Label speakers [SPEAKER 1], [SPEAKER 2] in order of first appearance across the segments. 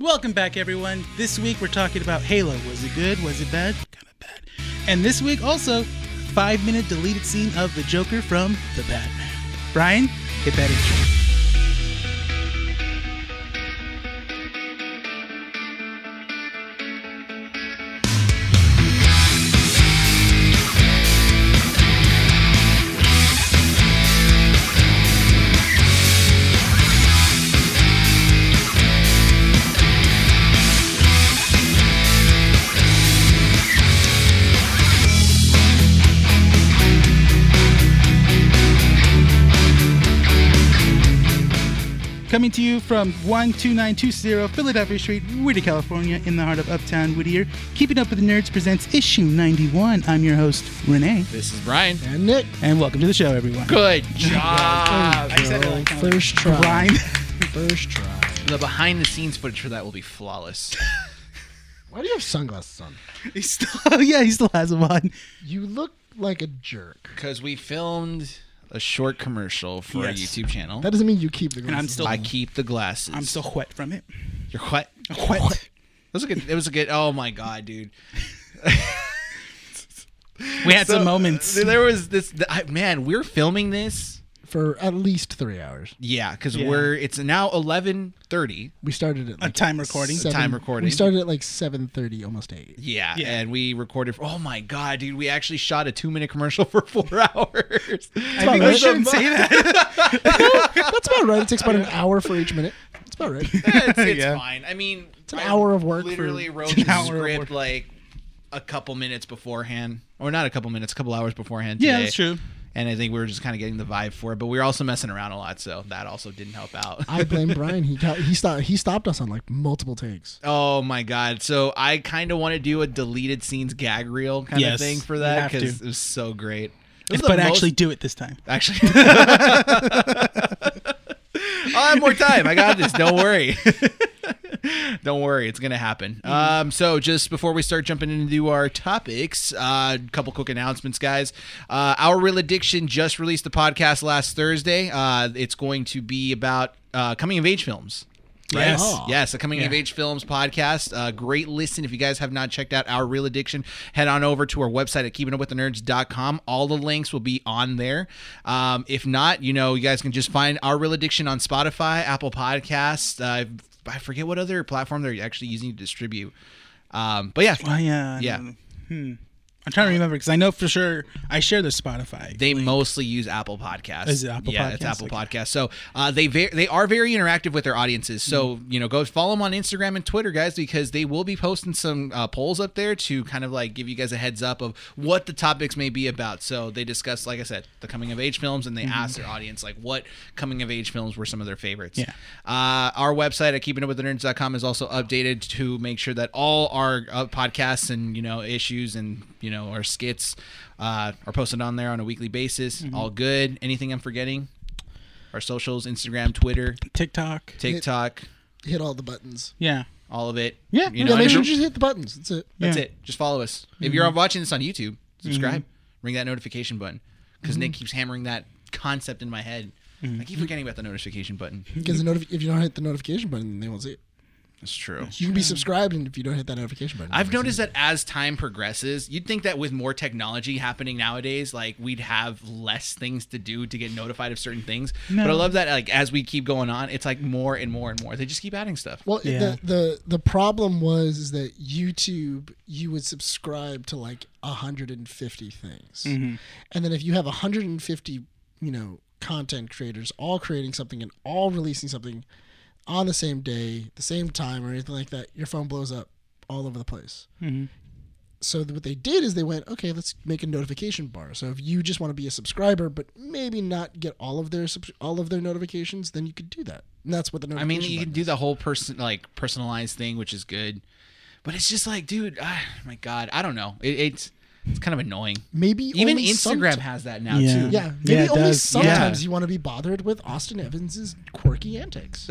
[SPEAKER 1] Welcome back, everyone. This week we're talking about Halo. Was it good? Was it bad? Kind of bad. And this week also, five minute deleted scene of the Joker from The Batman. Brian, hit that intro. Coming to you from 12920 Philadelphia Street, Whittier, California, in the heart of Uptown Whittier. Keeping Up with the Nerds presents issue 91. I'm your host, Renee,
[SPEAKER 2] This is Brian.
[SPEAKER 3] And Nick,
[SPEAKER 1] and welcome to the show, everyone.
[SPEAKER 2] Good job.
[SPEAKER 1] I said it like that.
[SPEAKER 3] first try.
[SPEAKER 1] Brian.
[SPEAKER 3] First try.
[SPEAKER 2] the behind the scenes footage for that will be flawless.
[SPEAKER 3] Why do you have sunglasses on?
[SPEAKER 1] He still, yeah, he still has them on.
[SPEAKER 3] You look like a jerk.
[SPEAKER 2] Because we filmed a short commercial for our
[SPEAKER 1] Yes.
[SPEAKER 2] YouTube channel.
[SPEAKER 3] That doesn't mean you keep the glasses.
[SPEAKER 1] I'm still-
[SPEAKER 2] I keep the glasses.
[SPEAKER 1] I'm still wet from it.
[SPEAKER 2] You're what? It
[SPEAKER 1] Wet.
[SPEAKER 2] was a good. It was a good. Oh my god, dude.
[SPEAKER 1] We had
[SPEAKER 2] So,
[SPEAKER 1] some moments.
[SPEAKER 2] uh, There was this. th- I, man, we're filming this.
[SPEAKER 3] on. for at least three hours.
[SPEAKER 2] Yeah, because
[SPEAKER 1] Yeah.
[SPEAKER 2] we're. It's now 11:30.
[SPEAKER 3] We started at
[SPEAKER 1] a
[SPEAKER 3] like
[SPEAKER 1] time recording.
[SPEAKER 2] So- time recording.
[SPEAKER 3] We started at like seven thirty, almost eight.
[SPEAKER 2] Yeah,
[SPEAKER 1] Yeah.
[SPEAKER 2] and we recorded. For, oh my god, dude! We actually shot a two-minute commercial for four hours.
[SPEAKER 1] I think
[SPEAKER 3] Well,
[SPEAKER 1] we shouldn't say that.
[SPEAKER 3] That's about right. It takes about an hour for each minute. That's about right.
[SPEAKER 2] Yeah, it's, it's
[SPEAKER 1] Yeah.
[SPEAKER 2] fine. I mean, it's
[SPEAKER 3] an hour of work for-
[SPEAKER 2] Literally wrote
[SPEAKER 1] an
[SPEAKER 2] the
[SPEAKER 1] hour of work.
[SPEAKER 2] script like a couple minutes beforehand, or not a couple minutes, a couple hours beforehand.
[SPEAKER 1] Yeah,
[SPEAKER 2] today.
[SPEAKER 1] that's true.
[SPEAKER 2] And I think we were just kind of getting the vibe for it, but we were also messing around a lot, so that also didn't help out.
[SPEAKER 3] I blame Brian. He got, he stopped he stopped us on like multiple takes.
[SPEAKER 2] oh my god! So I kind of want to do a deleted scenes gag reel kind
[SPEAKER 1] Yes,
[SPEAKER 2] of thing for
[SPEAKER 1] you have
[SPEAKER 2] that
[SPEAKER 1] to.
[SPEAKER 2] because it was so great. It was the
[SPEAKER 1] but
[SPEAKER 2] most-
[SPEAKER 1] actually, do it this time.
[SPEAKER 2] actually. I'll have more time. I got this. Don't worry. Don't worry. It's going to happen. Um, so, just before we start jumping into our topics, a uh, couple quick announcements, guys. Uh, our Real Addiction just released the podcast last Thursday. Uh, it's going to be about uh, coming of age films.
[SPEAKER 1] Yes.
[SPEAKER 3] Oh.
[SPEAKER 2] Yes, the Coming of Age Films podcast. Uh, great listen. If you guys have not checked out Our Real Addiction, head on over to our website at keepingupwiththenerds.com. All the links will be on there. Um, if not, you know, you guys can just find Our Real Addiction on Spotify, Apple Podcasts. Uh, I forget what other platform they're actually using to distribute. Um, but yeah,
[SPEAKER 1] Why, uh,
[SPEAKER 2] Yeah.
[SPEAKER 1] Hmm. I'm trying to remember because I know for sure I share the Spotify.
[SPEAKER 2] They mostly use Apple Podcasts.
[SPEAKER 1] Is it Apple
[SPEAKER 2] yeah, it's
[SPEAKER 1] Podcasts?
[SPEAKER 2] Apple Podcasts. So uh, they ver- they are very interactive with their audiences. So you know, go follow them on Instagram and Twitter, guys, because they will be posting some uh, polls up there to kind of like give you guys a heads up of what the topics may be about. So they discuss, like I said, the coming of age films, and they ask their audience like what coming of age films were some of their favorites.
[SPEAKER 1] Yeah.
[SPEAKER 2] Uh, our website at keepingupwiththenerds.com is also updated to make sure that all our uh, podcasts and you know issues and you know our skits uh, are posted on there on a weekly basis. All good. Anything I'm forgetting? Our socials: Instagram, Twitter,
[SPEAKER 1] TikTok.
[SPEAKER 2] TikTok,
[SPEAKER 3] Hit all the buttons.
[SPEAKER 1] yeah.
[SPEAKER 2] all of it.
[SPEAKER 1] Yeah.
[SPEAKER 2] You
[SPEAKER 3] yeah,
[SPEAKER 2] know,
[SPEAKER 3] make
[SPEAKER 2] and
[SPEAKER 3] sure
[SPEAKER 2] if-
[SPEAKER 3] you just hit the buttons. That's it.
[SPEAKER 2] that's
[SPEAKER 1] Yeah.
[SPEAKER 2] it. Just follow us. If you're watching this on YouTube, subscribe. Ring that notification button because Nick keeps hammering that concept in my head. I keep forgetting about the notification button.
[SPEAKER 3] Because the notif- if you don't hit the notification button, they won't see it.
[SPEAKER 2] That's true.
[SPEAKER 3] You can be subscribed, and if you don't hit that notification button,
[SPEAKER 2] I've
[SPEAKER 3] they won't see it.
[SPEAKER 2] noticed that as time progresses, you'd think that with more technology happening nowadays, like we'd have less things to do to get notified of certain things. But I
[SPEAKER 1] No.
[SPEAKER 2] love that like as we keep going on, it's like more and more and more. They just keep adding stuff.
[SPEAKER 3] Well,
[SPEAKER 1] Yeah.
[SPEAKER 3] the, the the problem was is that YouTube you would subscribe to like 150 things,
[SPEAKER 2] Mm-hmm.
[SPEAKER 3] and then if you have 150, you know, content creators all creating something and all releasing something on the same day, the same time, or anything like that, your phone blows up all over the place.
[SPEAKER 2] Mm-hmm.
[SPEAKER 3] So th- what they did is they went, okay, let's make a notification bar. So if you just want to be a subscriber, but maybe not get all of their subs- all of their notifications, then you could do that. And that's what the
[SPEAKER 2] I
[SPEAKER 3] notification
[SPEAKER 2] mean, you
[SPEAKER 3] button
[SPEAKER 2] can
[SPEAKER 3] is.
[SPEAKER 2] do the whole person like personalized thing, which is good. But it's just like, dude, ah, my God, I don't know. It, it's it's kind of annoying.
[SPEAKER 3] Maybe
[SPEAKER 2] Even
[SPEAKER 3] only
[SPEAKER 2] Instagram
[SPEAKER 3] somet-
[SPEAKER 2] has that now
[SPEAKER 1] Yeah.
[SPEAKER 2] too.
[SPEAKER 3] yeah, maybe
[SPEAKER 1] Yeah, it
[SPEAKER 3] only
[SPEAKER 1] does.
[SPEAKER 3] sometimes
[SPEAKER 1] Yeah.
[SPEAKER 3] you want to be bothered with Austin Evans's quirky antics.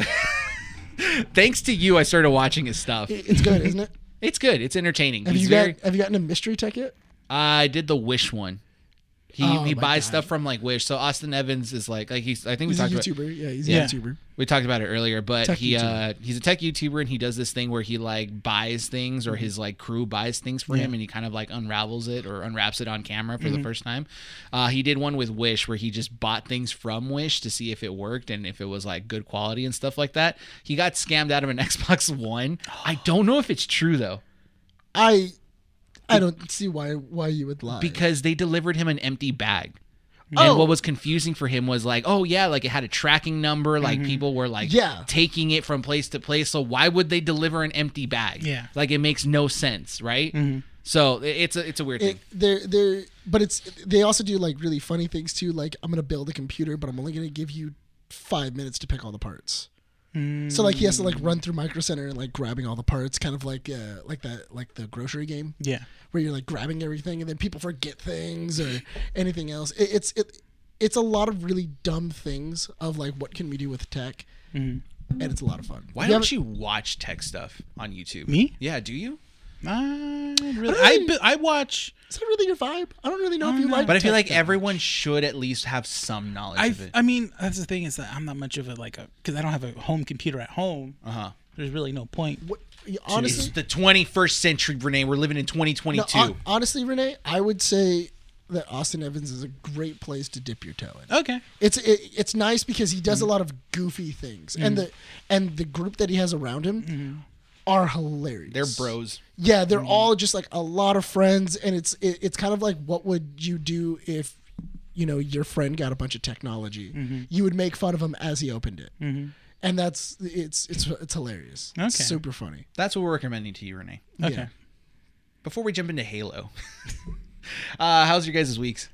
[SPEAKER 2] Thanks to you, I started watching his stuff.
[SPEAKER 3] it's good, isn't it?
[SPEAKER 2] It's good. It's entertaining.
[SPEAKER 3] Have
[SPEAKER 2] He's
[SPEAKER 3] you
[SPEAKER 2] very.
[SPEAKER 3] got Have you gotten a mystery tech yet?
[SPEAKER 2] I did the wish one. He,
[SPEAKER 3] Oh
[SPEAKER 2] he
[SPEAKER 3] my
[SPEAKER 2] buys
[SPEAKER 3] God.
[SPEAKER 2] stuff from like Wish. So Austin Evans is like like he's I think we
[SPEAKER 3] He's a
[SPEAKER 2] talked about
[SPEAKER 3] YouTuber. Yeah, he's a
[SPEAKER 1] Yeah.
[SPEAKER 3] YouTuber.
[SPEAKER 2] we talked about it earlier, but
[SPEAKER 3] Tech
[SPEAKER 2] he
[SPEAKER 3] YouTuber.
[SPEAKER 2] uh, he's a tech YouTuber and he does this thing where he like buys things or his like crew buys things for him and he kind of like unravels it or unwraps it on camera for
[SPEAKER 3] Mm-hmm.
[SPEAKER 2] the first time. Uh, he did one with Wish where he just bought things from Wish to see if it worked and if it was like good quality and stuff like that. He got scammed out of an Xbox One.
[SPEAKER 3] Oh.
[SPEAKER 2] I don't know if it's true though
[SPEAKER 3] I I don't see why why you would lie.
[SPEAKER 2] because they delivered him an empty bag.
[SPEAKER 3] Oh.
[SPEAKER 2] And what was confusing for him was like, oh yeah, like it had a tracking number, like people were like
[SPEAKER 3] Mm-hmm. Yeah.
[SPEAKER 2] taking it from place to place. So why would they deliver an empty bag?
[SPEAKER 1] Yeah.
[SPEAKER 2] like it makes no sense, right? So i- it's a it's a weird
[SPEAKER 3] Mm-hmm. it,
[SPEAKER 2] thing.
[SPEAKER 3] they're they're but it's they also do like really funny things too. Like I'm gonna build a computer, but I'm only gonna give you five minutes to pick all the parts. So like he has to like run through Micro Center and like grabbing all the parts, kind of like uh, like that like the grocery game
[SPEAKER 1] Yeah.
[SPEAKER 3] where you're like grabbing everything and then people forget things or anything else. It, it's it it's a lot of really dumb things of like what can we do with tech, and it's a lot of fun.
[SPEAKER 2] Mm-hmm. Why
[SPEAKER 3] You
[SPEAKER 2] don't
[SPEAKER 3] haven't-
[SPEAKER 2] you watch tech stuff on YouTube?
[SPEAKER 1] Me?
[SPEAKER 2] Yeah, do you?
[SPEAKER 1] I Uh, really,
[SPEAKER 3] don't
[SPEAKER 1] I,
[SPEAKER 3] really-
[SPEAKER 1] bu- I watch.
[SPEAKER 3] Is that really your vibe? I don't really know if you
[SPEAKER 1] know.
[SPEAKER 3] like.
[SPEAKER 2] But I feel
[SPEAKER 3] tech
[SPEAKER 2] like
[SPEAKER 3] stuff.
[SPEAKER 2] everyone should at least have some knowledge
[SPEAKER 1] I
[SPEAKER 2] of it.
[SPEAKER 1] I mean, that's the thing is that I'm not much of a like a because I don't have a home computer at home.
[SPEAKER 2] Uh
[SPEAKER 3] Uh-huh.
[SPEAKER 2] huh.
[SPEAKER 1] There's really no point.
[SPEAKER 3] What- honestly,
[SPEAKER 2] It's the 21st century, Renee. We're living in 2022.
[SPEAKER 3] No, uh, hon- honestly, Renee, I would say that Austin Evans is a great place to dip your toe in.
[SPEAKER 2] Oh.
[SPEAKER 1] Okay.
[SPEAKER 3] It's it, it's nice because he
[SPEAKER 2] Mm-hmm.
[SPEAKER 3] does a lot of goofy things, and the and the group that he has around him are hilarious.
[SPEAKER 2] Mm-hmm. They're bros.
[SPEAKER 3] Yeah, they're all just like a lot of friends, and it's it, it's kind of like what would you do if you know your friend got a bunch of technology? You would make fun of him as he opened it, and that's it's it's it's hilarious. It's
[SPEAKER 1] Okay.
[SPEAKER 3] super funny.
[SPEAKER 2] That's what we're recommending to you, Renee.
[SPEAKER 1] Okay.
[SPEAKER 3] Yeah.
[SPEAKER 2] before we jump into Halo, uh, how's your guys' weeks?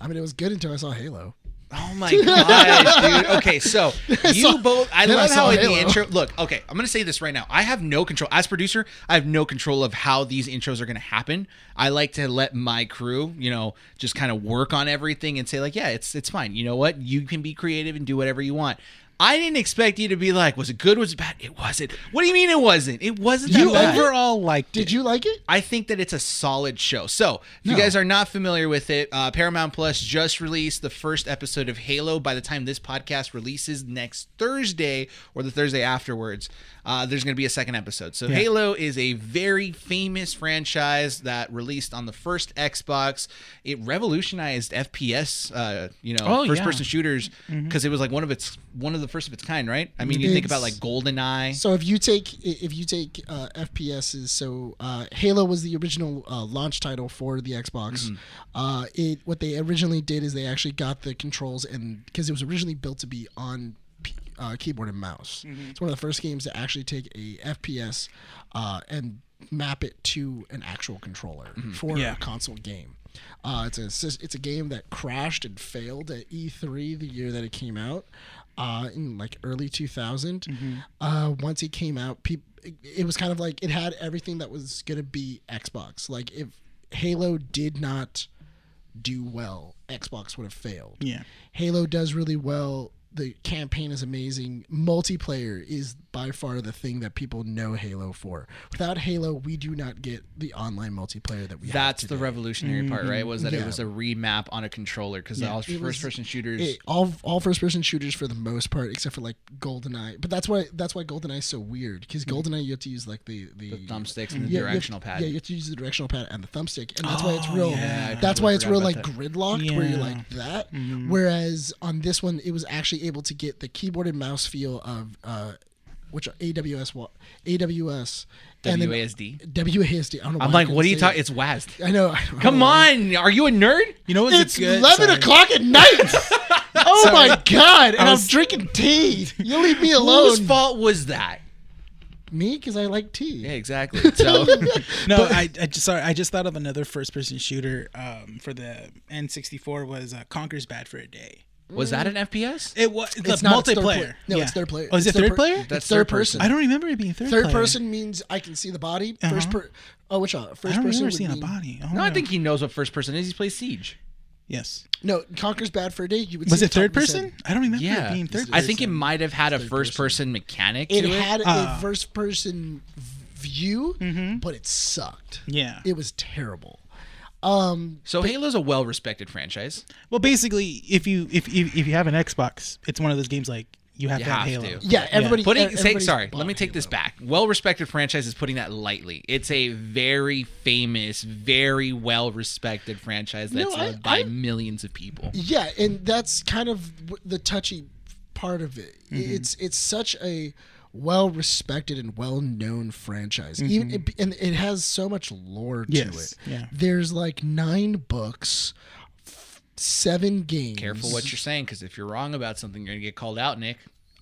[SPEAKER 3] I mean, it was good until I saw Halo.
[SPEAKER 2] Oh my gosh, dude. Okay, so you
[SPEAKER 3] saw-
[SPEAKER 2] both. I
[SPEAKER 3] then I
[SPEAKER 2] love how
[SPEAKER 3] saw
[SPEAKER 2] in the
[SPEAKER 3] Halo.
[SPEAKER 2] intro. Look, okay, I'm gonna say this right now. I have no control as producer. I have no control of how these intros are gonna happen. I like to let my crew, you know, just kind of work on everything and say like, yeah, it's it's fine. You know what? You can be creative and do whatever you want. I didn't expect you to be like, was it good? Was it bad? It wasn't. What do you mean it wasn't? It wasn't. That
[SPEAKER 1] You
[SPEAKER 2] bad.
[SPEAKER 1] overall liked
[SPEAKER 3] Did you like it?
[SPEAKER 2] I think that it's a solid show. So, if you guys are not familiar with it, uh, Paramount Plus just released the first episode of Halo. By the time this podcast releases next Thursday or the Thursday afterwards, uh, there's going to be a second episode. So, Halo is a very famous franchise that released on the first Xbox. It revolutionized FPS, uh, you know,
[SPEAKER 1] Oh,
[SPEAKER 2] first
[SPEAKER 1] yeah. Mm-hmm.
[SPEAKER 2] person shooters because it was like one of its one of the first of its kind, right? I mean, you think about like
[SPEAKER 3] It's-
[SPEAKER 2] GoldenEye.
[SPEAKER 3] So if you take if you take uh, FPSs, so uh, Halo was the original uh, launch title for the Xbox. Uh, it what they originally did is they actually got the controls and because it was originally built to be on p- uh, keyboard and mouse. It's one of the first games to actually take a FPS uh, and map it to an actual controller for
[SPEAKER 1] Yeah.
[SPEAKER 3] a console game. Uh, it's a sys- it's a game that crashed and failed at E3 the year that it came out, uh, in like early 2000. Uh, once it came out, peop- it, it was kind of like it had everything that was gonna be Xbox. Like if Halo did not do well, Xbox would have failed.
[SPEAKER 1] Yeah.
[SPEAKER 3] Halo does really well. The campaign is amazing. Multiplayer is by far the thing that people know Halo for. Without Halo, we do not get the online multiplayer that we
[SPEAKER 2] That's
[SPEAKER 3] have.
[SPEAKER 2] the revolutionary part, right? Was that it
[SPEAKER 3] Mm-hmm. Yeah.
[SPEAKER 2] was a remap on a controller because all
[SPEAKER 3] it was-
[SPEAKER 2] first person shooters.
[SPEAKER 3] It, all all first person shooters for the most part, except for like GoldenEye. But that's why that's why GoldenEye is so weird because GoldenEye you have to use like the the,
[SPEAKER 2] thumbsticks and Mm-hmm. the
[SPEAKER 3] yeah, you have-
[SPEAKER 2] directional pad.
[SPEAKER 3] Yeah, you have to use the directional pad and the thumbstick, and that's why it's
[SPEAKER 1] Oh,
[SPEAKER 3] real.
[SPEAKER 1] yeah.
[SPEAKER 3] That's why it's
[SPEAKER 2] Forgot
[SPEAKER 3] real
[SPEAKER 2] about Mm-hmm.
[SPEAKER 3] like gridlocked, where you're like that. Whereas on this one, it was actually able to get the keyboard and mouse feel of uh, which are AWS wa- AWS and then
[SPEAKER 2] WASD.
[SPEAKER 3] WASD. I don't know.
[SPEAKER 2] I'm
[SPEAKER 3] why I
[SPEAKER 2] like,
[SPEAKER 3] couldn't
[SPEAKER 2] what are you
[SPEAKER 3] say
[SPEAKER 2] talking?
[SPEAKER 3] it.
[SPEAKER 2] It's WASD.
[SPEAKER 3] I know.
[SPEAKER 2] Come on, are you a nerd?
[SPEAKER 1] You know what's a
[SPEAKER 3] It's
[SPEAKER 1] good?
[SPEAKER 3] eleven
[SPEAKER 1] sorry.
[SPEAKER 3] o'clock at night. oh my god! And
[SPEAKER 1] was-
[SPEAKER 3] I'm drinking tea. You leave me
[SPEAKER 2] Whose
[SPEAKER 3] alone.
[SPEAKER 2] fault was that?
[SPEAKER 3] me, because I like tea.
[SPEAKER 2] Yeah, exactly. So
[SPEAKER 1] No, I, I just sorry. I just thought of another first-person shooter um, for the N64 was uh, Conker's Bad for a Day.
[SPEAKER 2] was that an FPS?
[SPEAKER 1] It was the
[SPEAKER 3] It's not, it's third
[SPEAKER 1] multiplayer.
[SPEAKER 3] player. No, it's third player.
[SPEAKER 1] Oh, is it
[SPEAKER 3] It's third
[SPEAKER 1] third
[SPEAKER 3] per-
[SPEAKER 1] player?
[SPEAKER 2] That's
[SPEAKER 3] it's third
[SPEAKER 2] third person.
[SPEAKER 3] person.
[SPEAKER 1] I don't remember it being third.
[SPEAKER 3] Third
[SPEAKER 1] player. Uh-huh.
[SPEAKER 3] person means I can see the body. First per. Oh, which one?
[SPEAKER 1] I
[SPEAKER 3] First
[SPEAKER 1] don't
[SPEAKER 3] person.
[SPEAKER 1] remember
[SPEAKER 3] would
[SPEAKER 1] seeing a
[SPEAKER 3] mean-
[SPEAKER 1] body. Oh,
[SPEAKER 2] No, I think he knows what first person is. He's played Siege.
[SPEAKER 1] yes.
[SPEAKER 3] No, Conker's bad for a day. You would.
[SPEAKER 1] Was
[SPEAKER 3] see
[SPEAKER 1] it
[SPEAKER 3] the top
[SPEAKER 1] third
[SPEAKER 3] of his head.
[SPEAKER 1] person? I don't remember it
[SPEAKER 2] Yeah,
[SPEAKER 1] being third.
[SPEAKER 2] I think it
[SPEAKER 1] person.
[SPEAKER 2] might have had a first person mechanic.
[SPEAKER 3] It
[SPEAKER 2] to it.
[SPEAKER 3] had
[SPEAKER 1] Ah. Mm-hmm.
[SPEAKER 3] a first person view, but it sucked.
[SPEAKER 1] Yeah.
[SPEAKER 3] It was terrible. Um,
[SPEAKER 2] So Halo's a well-respected franchise.
[SPEAKER 1] Well, basically, if you if if, if you have an Xbox, it's one of those games like you have
[SPEAKER 2] You
[SPEAKER 1] to have,
[SPEAKER 2] have
[SPEAKER 1] Halo.
[SPEAKER 2] to.
[SPEAKER 3] yeah, everybody.
[SPEAKER 2] Putting say,
[SPEAKER 3] e-, everybody's
[SPEAKER 2] sorry,
[SPEAKER 3] bought
[SPEAKER 2] let me take this
[SPEAKER 3] Halo.
[SPEAKER 2] back. Well-respected franchise is putting that lightly. It's a very famous, very well-respected franchise that's
[SPEAKER 3] No, I-
[SPEAKER 2] loved by
[SPEAKER 3] I-
[SPEAKER 2] millions of people.
[SPEAKER 3] Yeah, and that's kind of w- the touchy part of it.
[SPEAKER 1] Mm-hmm.
[SPEAKER 3] It's it's such a well respected and well known franchise. Even it, and it has so much lore to
[SPEAKER 1] Mm-hmm. Yes,
[SPEAKER 3] it.
[SPEAKER 1] yeah.
[SPEAKER 3] There's like nine books, f- seven games.
[SPEAKER 2] Careful what you're saying, because if you're wrong about something, you're gonna get called out, Nick.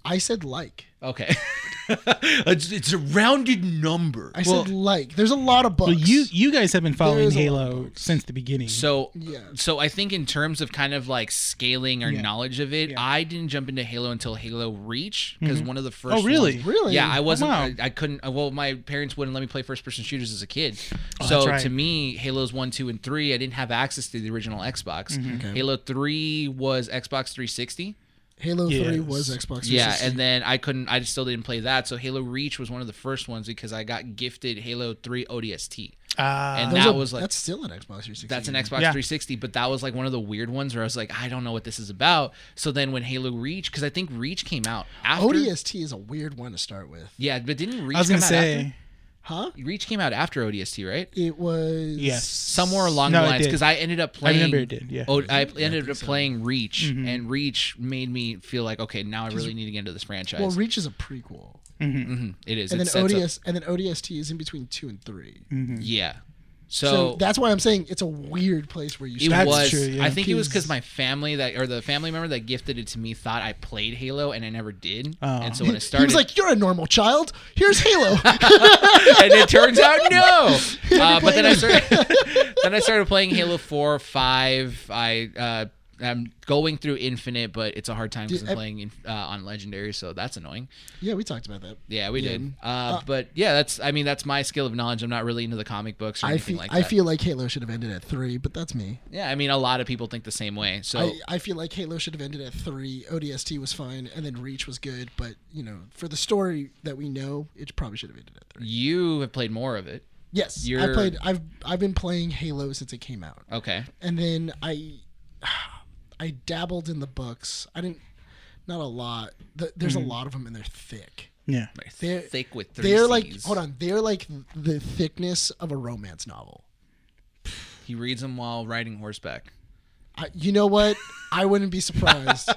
[SPEAKER 3] I said like.
[SPEAKER 2] Okay, it's, it's a rounded number.
[SPEAKER 3] I
[SPEAKER 1] Well-
[SPEAKER 3] said like. There's a lot of books.
[SPEAKER 1] Well, you you guys have been following
[SPEAKER 3] is a lot of
[SPEAKER 1] Halo since the beginning.
[SPEAKER 2] So
[SPEAKER 3] Yeah.
[SPEAKER 2] so I think in terms of kind of like scaling our knowledge of it, I didn't jump into Halo until Halo Reach because one of the first.
[SPEAKER 1] Oh, really?
[SPEAKER 2] ones-
[SPEAKER 3] Mm-hmm. Really?
[SPEAKER 2] Yeah, I wasn't.
[SPEAKER 1] wow.
[SPEAKER 2] I, I couldn't. uh, Well, my parents wouldn't let me play first-person shooters as a kid.
[SPEAKER 1] Oh, that's
[SPEAKER 2] so
[SPEAKER 1] right.
[SPEAKER 2] to me, Halos one, two, and three, I didn't have access to the original Xbox.
[SPEAKER 1] Mm-hmm.
[SPEAKER 3] Okay.
[SPEAKER 2] Halo three was Xbox 360.
[SPEAKER 3] Halo Three
[SPEAKER 1] Yes.
[SPEAKER 3] was Xbox.
[SPEAKER 2] Yeah,
[SPEAKER 3] 360.
[SPEAKER 2] and then I couldn't. I still didn't play that. So Halo Reach was one of the first ones because I got gifted Halo three ODST.
[SPEAKER 1] Ah,
[SPEAKER 2] And
[SPEAKER 3] Those
[SPEAKER 2] that
[SPEAKER 3] are-
[SPEAKER 2] was like
[SPEAKER 3] that's still an Xbox 360.
[SPEAKER 2] that's an
[SPEAKER 3] game.
[SPEAKER 2] Xbox
[SPEAKER 1] Yeah.
[SPEAKER 2] 360, but that was like one of the weird ones where I was like, I don't know what this is about. So then when Halo Reach, because I think Reach came out after.
[SPEAKER 3] ODST is a weird one to start with,
[SPEAKER 2] Yeah, but didn't Reach
[SPEAKER 1] I was
[SPEAKER 2] come
[SPEAKER 1] gonna
[SPEAKER 2] out
[SPEAKER 1] say
[SPEAKER 3] huh?
[SPEAKER 2] after? Reach came out after ODST, right?
[SPEAKER 3] It was
[SPEAKER 1] Yes.
[SPEAKER 2] Somewhere along
[SPEAKER 1] No,
[SPEAKER 2] the
[SPEAKER 1] it
[SPEAKER 2] lines,
[SPEAKER 1] did.
[SPEAKER 2] because I ended up
[SPEAKER 1] I
[SPEAKER 2] playing.
[SPEAKER 1] remember it did. Mm-hmm. Yeah.
[SPEAKER 2] Oh, I ended up playing Reach, and Reach made me feel like, okay, now I really need to get into this franchise.
[SPEAKER 3] Well, Reach is a prequel.
[SPEAKER 1] Mm-hmm,
[SPEAKER 2] Mhm, it is.
[SPEAKER 3] and
[SPEAKER 2] it
[SPEAKER 3] then
[SPEAKER 2] sets up-
[SPEAKER 3] ODS and then ODST is in between two and 3
[SPEAKER 1] mm-hmm.
[SPEAKER 2] yeah.
[SPEAKER 3] So,
[SPEAKER 2] So,
[SPEAKER 3] that's why I'm saying it's a weird place where you.
[SPEAKER 2] It
[SPEAKER 1] That's
[SPEAKER 3] start.
[SPEAKER 2] was.
[SPEAKER 1] true, yeah.
[SPEAKER 2] I think it was because
[SPEAKER 3] Because-
[SPEAKER 2] my family that or the family member that gifted it to me thought I played Halo and I never did.
[SPEAKER 1] Oh.
[SPEAKER 2] And so when I
[SPEAKER 3] He
[SPEAKER 2] started,
[SPEAKER 3] was like, "You're a normal child. Here's Halo."
[SPEAKER 2] and it turns out no. Uh, but then I
[SPEAKER 3] playing
[SPEAKER 2] started, then I started playing Halo Four, Five. I uh, I'm going through Infinite, but it's a hard time because
[SPEAKER 3] Dude,
[SPEAKER 2] I'm
[SPEAKER 3] I-
[SPEAKER 2] playing in, uh, on Legendary, so that's annoying.
[SPEAKER 3] yeah, we talked about that.
[SPEAKER 2] Yeah, we did. Uh, but yeah, that's I mean that's my skill of knowledge. I'm not really into the comic books or
[SPEAKER 3] I
[SPEAKER 2] anything
[SPEAKER 3] feel
[SPEAKER 2] like
[SPEAKER 3] I
[SPEAKER 2] that.
[SPEAKER 3] feel like Halo should have ended at three, but that's me.
[SPEAKER 2] yeah, I mean a lot of people think the same way. So
[SPEAKER 3] I, uh, I feel like Halo should have ended at three. ODST was fine, and then Reach was good, but you know, for the story that we know, it probably should have ended at three.
[SPEAKER 2] you have played more of it.
[SPEAKER 3] Yes, I
[SPEAKER 2] You're-
[SPEAKER 3] played. I've I've been playing Halo since it came out.
[SPEAKER 2] Okay.
[SPEAKER 3] and then I I dabbled in the books. I didn't not a lot. Th there's
[SPEAKER 1] Hmm.
[SPEAKER 3] a lot of them and they're thick.
[SPEAKER 1] yeah.
[SPEAKER 3] They're
[SPEAKER 2] Thick with three
[SPEAKER 3] they're like
[SPEAKER 2] Cs.
[SPEAKER 3] hold on, they're like the thickness of a romance novel.
[SPEAKER 2] He reads them while riding horseback.
[SPEAKER 3] I, you know what? I wouldn't be surprised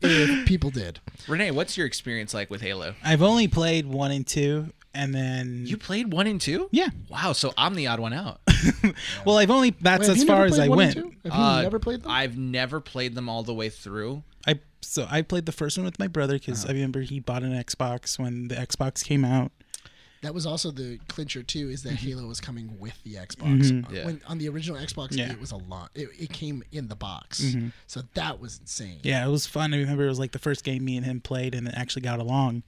[SPEAKER 3] if people did.
[SPEAKER 2] Renee, what's your experience like with Halo?
[SPEAKER 1] I've only played one and two, and then
[SPEAKER 2] You played one and two?
[SPEAKER 1] yeah.
[SPEAKER 2] Wow, so I'm the odd one out.
[SPEAKER 1] Well, I've only that's
[SPEAKER 3] Wait, have
[SPEAKER 1] as
[SPEAKER 3] you
[SPEAKER 1] far
[SPEAKER 3] never
[SPEAKER 1] as
[SPEAKER 3] played
[SPEAKER 1] I
[SPEAKER 3] one
[SPEAKER 1] went.
[SPEAKER 3] and two? Have you
[SPEAKER 2] Uh,
[SPEAKER 3] never played them?
[SPEAKER 2] I've never played them all the way through.
[SPEAKER 1] I so I played the first one with my brother because I remember he bought an Xbox when the Xbox came out.
[SPEAKER 3] that was also the clincher too, is that
[SPEAKER 1] Mm-hmm.
[SPEAKER 3] Halo was coming with the Xbox. Uh,
[SPEAKER 2] Yeah.
[SPEAKER 3] When on the original Xbox,
[SPEAKER 1] Yeah. Mm-hmm.
[SPEAKER 3] it was a lot. It, it came in the box, so that was insane.
[SPEAKER 1] Yeah, it was fun. I remember it was like the first game me and him played and actually got along.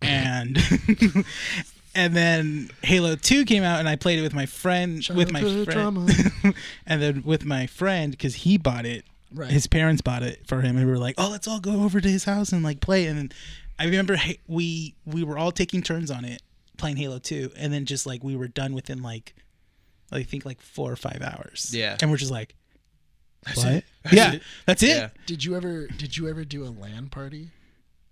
[SPEAKER 1] And and then Halo 2 came out and I played it with my friend with my
[SPEAKER 3] Childhood
[SPEAKER 1] friend. and then with my friend cuz he bought it.
[SPEAKER 3] Right.
[SPEAKER 1] His parents bought it for him and we were like, "Oh, let's all go over to his house and like play." And then I remember Ha- we we were all taking turns on it playing Halo 2 and then just like we were done within like I think like 4 or 5 hours.
[SPEAKER 2] Yeah.
[SPEAKER 1] And we're just like what? yeah. That's it.
[SPEAKER 2] Yeah.
[SPEAKER 3] Did you ever did you ever do a LAN party?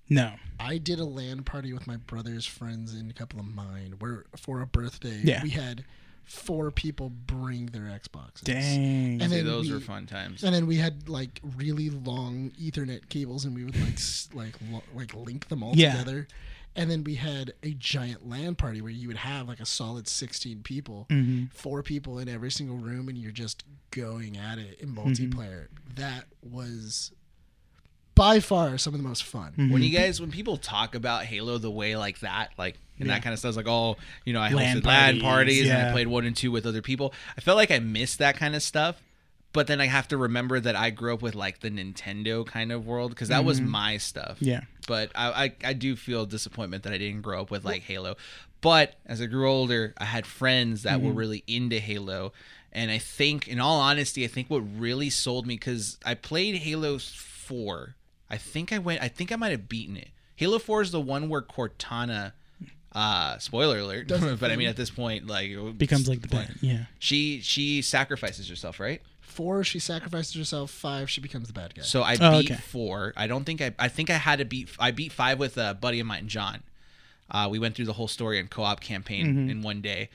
[SPEAKER 1] No.
[SPEAKER 3] I did a LAN party with my brother's friends and a couple of mine where for a birthday
[SPEAKER 1] Yeah.
[SPEAKER 3] we had four people bring their Xboxes.
[SPEAKER 1] Dang.
[SPEAKER 3] And
[SPEAKER 2] Say
[SPEAKER 3] then
[SPEAKER 2] those
[SPEAKER 3] we,
[SPEAKER 2] were fun times.
[SPEAKER 3] And then we had like really long Ethernet cables, and we would like s- like lo- like link them all
[SPEAKER 1] Yeah.
[SPEAKER 3] together. And then we had a giant LAN party where you would have like a solid sixteen people,
[SPEAKER 1] Mm-hmm.
[SPEAKER 3] four people in every single room, and you're just going at it in
[SPEAKER 1] Mm-hmm.
[SPEAKER 3] multiplayer. That was by far some of the most fun.
[SPEAKER 1] Mm-hmm.
[SPEAKER 2] When you guys, when people talk about Halo the way like that, like and that kind of stuff, it's like oh, you know, I
[SPEAKER 1] LAN
[SPEAKER 2] hosted LAN
[SPEAKER 1] parties,
[SPEAKER 2] parties and I
[SPEAKER 1] yeah.
[SPEAKER 2] played one and two with other people. I felt like I missed that kind of stuff. But then I have to remember that I grew up with like the Nintendo kind of world because that was
[SPEAKER 3] Mm-hmm.
[SPEAKER 2] my stuff.
[SPEAKER 1] Yeah.
[SPEAKER 2] But I, I I do feel disappointment that I didn't grow up with like Halo. But as I grew older, I had friends that
[SPEAKER 1] Mm-hmm.
[SPEAKER 2] were really into Halo. And I think, in all honesty, I think what really sold me because I played Halo 4. I think I went, I think I might have beaten it. Halo 4 is the one where Cortana, Uh, spoiler alert. but I mean, at this point, like it
[SPEAKER 1] Becomes like the Batman. Yeah.
[SPEAKER 2] She she sacrifices herself, right?
[SPEAKER 3] Four, she sacrifices herself. Five, she becomes the bad guy.
[SPEAKER 2] So I
[SPEAKER 1] Oh,
[SPEAKER 2] beat
[SPEAKER 1] okay.
[SPEAKER 2] four. I don't think I. I think I had to beat. I beat five with a buddy of mine, John. Uh, we went through the whole story and co-op campaign in one day.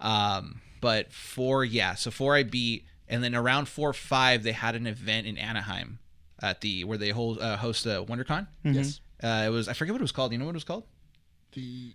[SPEAKER 2] Um, but four, yeah. So four, I beat, and then around four five, they had an event in Anaheim at the where they hold uh, host uh, WonderCon.
[SPEAKER 3] yes,
[SPEAKER 2] Uh, it was I forget what it was called. Do You know what it was called?
[SPEAKER 3] the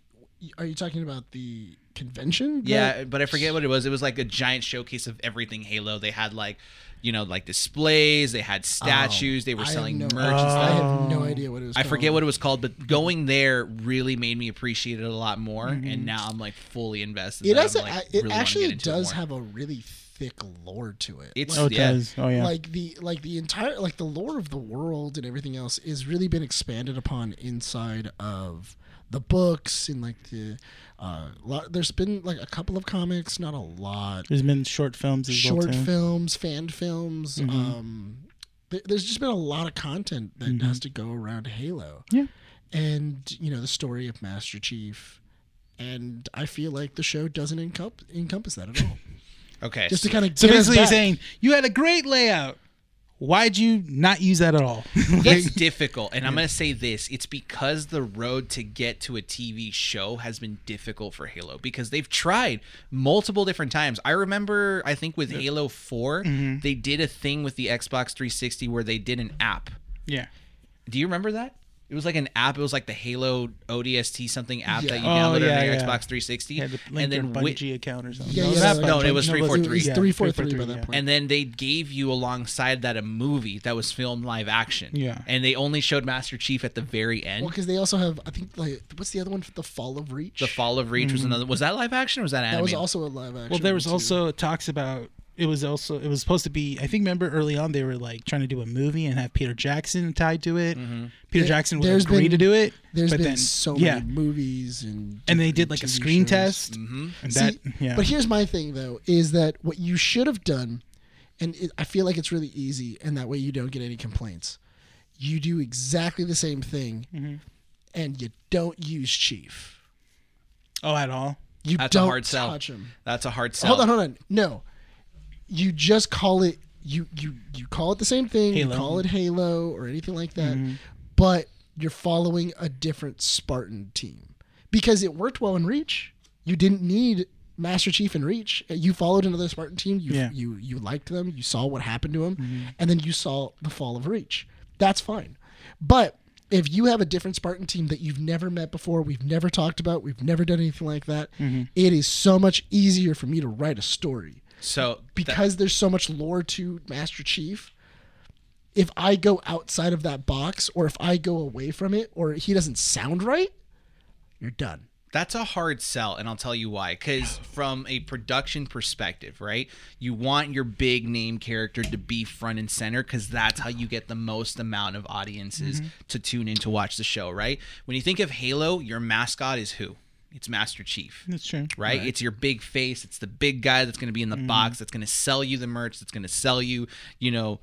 [SPEAKER 3] are you talking about the convention?
[SPEAKER 2] Yeah, but I forget what it was. It was like a giant showcase of everything Halo. They had like, you know, like displays. They had
[SPEAKER 1] Oh.
[SPEAKER 2] statues. they were
[SPEAKER 3] I have
[SPEAKER 2] selling
[SPEAKER 3] no-
[SPEAKER 2] merch and
[SPEAKER 3] I
[SPEAKER 2] stuff.
[SPEAKER 3] have no idea what it was.
[SPEAKER 2] I
[SPEAKER 3] called.
[SPEAKER 2] forget what it was called, but going there really made me appreciate it a lot more.
[SPEAKER 1] Mm-hmm.
[SPEAKER 2] And now I'm like fully invested.
[SPEAKER 3] it
[SPEAKER 2] I'm,
[SPEAKER 3] does.
[SPEAKER 2] like,
[SPEAKER 3] it
[SPEAKER 2] really wanna get
[SPEAKER 3] actually
[SPEAKER 2] into it
[SPEAKER 3] does
[SPEAKER 2] more.
[SPEAKER 3] have a really thick lore to it.
[SPEAKER 2] It's
[SPEAKER 1] Oh, it
[SPEAKER 2] yeah.
[SPEAKER 1] does. Oh, yeah.
[SPEAKER 3] like the like the entire like the lore of the world and everything else is really been expanded upon inside of the books and like the uh lot, there's been like a couple of comics not a lot
[SPEAKER 1] There's been short films as
[SPEAKER 3] short
[SPEAKER 1] well, too.
[SPEAKER 3] films fan films
[SPEAKER 1] Mm-hmm.
[SPEAKER 3] um there- there's just been a lot of content that has to go around halo
[SPEAKER 1] Mm-hmm. Yeah.
[SPEAKER 3] and you know the story of master chief and i feel like the show doesn't encom- encompass that at all
[SPEAKER 2] Okay.
[SPEAKER 3] just to kind of
[SPEAKER 1] So basically, you're saying you had a great layout. Why'd you not use that at all?
[SPEAKER 2] it's difficult and i'm going to say this it's because the road to get to a tv show has been difficult for halo because they've tried multiple different times i remember i think with halo 4
[SPEAKER 1] Mm-hmm.
[SPEAKER 2] they did a thing with the xbox 360 where they did an app
[SPEAKER 1] yeah.
[SPEAKER 2] do you remember that it was like an app. It was like the Halo ODST something app that you
[SPEAKER 1] Yeah.
[SPEAKER 2] downloaded
[SPEAKER 1] Oh, yeah,
[SPEAKER 2] on your
[SPEAKER 1] yeah.
[SPEAKER 2] Xbox 360,
[SPEAKER 1] You had to link
[SPEAKER 2] and
[SPEAKER 1] your
[SPEAKER 2] then wi-
[SPEAKER 1] Bungie account or something.
[SPEAKER 3] yeah,
[SPEAKER 1] No,
[SPEAKER 3] yeah,
[SPEAKER 1] it's not
[SPEAKER 3] like-
[SPEAKER 2] no, it
[SPEAKER 1] Bungie.
[SPEAKER 2] was
[SPEAKER 3] no, It
[SPEAKER 2] 343.
[SPEAKER 3] was
[SPEAKER 1] Yeah,
[SPEAKER 3] 343 by
[SPEAKER 1] 343, yeah.
[SPEAKER 3] that point.
[SPEAKER 2] and then they gave you alongside that a movie that was filmed live action.
[SPEAKER 1] Yeah.
[SPEAKER 2] and they only showed Master Chief at the very end.
[SPEAKER 3] Well, because they also have, I think, like, what's the other one? The Fall of Reach.
[SPEAKER 2] The Fall of Reach was another. Was that live action or was that
[SPEAKER 3] Mm-hmm. That
[SPEAKER 2] anime?
[SPEAKER 3] was also a live action.
[SPEAKER 1] Well, there was
[SPEAKER 3] one, too.
[SPEAKER 1] also talks about it was also it was supposed to be. I think remember early on they were like trying to do a movie and have Peter Jackson tied to it. Peter
[SPEAKER 3] Mm-hmm. There-
[SPEAKER 1] Jackson would
[SPEAKER 3] there's
[SPEAKER 1] agree
[SPEAKER 3] been-
[SPEAKER 1] to do it.
[SPEAKER 3] There's
[SPEAKER 1] but
[SPEAKER 3] been
[SPEAKER 1] then,
[SPEAKER 3] so
[SPEAKER 1] yeah,
[SPEAKER 3] many movies and
[SPEAKER 1] and they
[SPEAKER 3] different
[SPEAKER 1] did like a
[SPEAKER 3] TV
[SPEAKER 1] screen
[SPEAKER 3] shows. Mm-hmm.
[SPEAKER 1] test. And that,
[SPEAKER 3] See,
[SPEAKER 1] yeah.
[SPEAKER 3] But here's my thing though: is that what you should have done? And it, I feel like it's really easy, and that way you don't get any complaints. You do exactly the same thing,
[SPEAKER 1] Mm-hmm.
[SPEAKER 3] and you don't use Chief.
[SPEAKER 1] oh, at all?
[SPEAKER 3] You
[SPEAKER 2] That's a
[SPEAKER 3] don't
[SPEAKER 2] hard sell.
[SPEAKER 3] touch him.
[SPEAKER 2] That's a hard sell.
[SPEAKER 3] Hold on, hold on. No, you just call it. You you you call it the same thing.
[SPEAKER 1] Halo.
[SPEAKER 3] You call it Halo or anything like that, but you're following a different Spartan team because it worked well in Reach. You didn't need Master Chief in Reach. You followed another Spartan team. You
[SPEAKER 1] Yeah.
[SPEAKER 3] you you liked them. You saw what happened to them, and then you saw the fall of Reach. That's fine, but. If you have a different Spartan team that you've never met before, we've never talked about, we've never done anything like that, it is so much easier for me to write a story
[SPEAKER 2] So that-
[SPEAKER 3] because there's so much lore to Master Chief, if I go outside of that box or if I go away from it or he doesn't sound right, you're done.
[SPEAKER 2] that's a hard sell, and I'll tell you why. Because from a production perspective, right, you want your big name character to be front and center because that's how you get the most amount of audiences
[SPEAKER 3] Mm-hmm.
[SPEAKER 2] to tune in to watch the show, right? When you think of Halo, your mascot is who? It's Master Chief.
[SPEAKER 1] That's true.
[SPEAKER 2] right? It's your big face. It's the big guy that's going to be in the box that's going to sell you the merch. That's going to sell you, you know,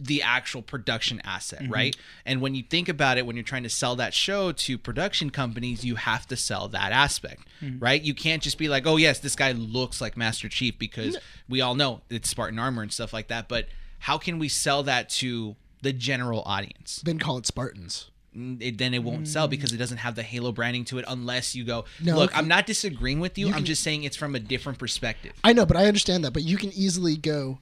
[SPEAKER 2] the actual production asset, right? And when you think about it, when you're trying to sell that show to production companies, you have to sell that aspect, right? You can't just be like, oh yes, this guy looks like Master Chief because we all know it's Spartan armor and stuff like that. But how can we sell that to the general audience?
[SPEAKER 3] Then call it Spartans.
[SPEAKER 2] it, then it won't sell because it doesn't have the halo branding to it unless you go
[SPEAKER 3] Mm. No,
[SPEAKER 2] look
[SPEAKER 3] you-
[SPEAKER 2] i'm not disagreeing with you, i'm just saying it's from a different perspective
[SPEAKER 3] I know, but I understand that. But you can easily go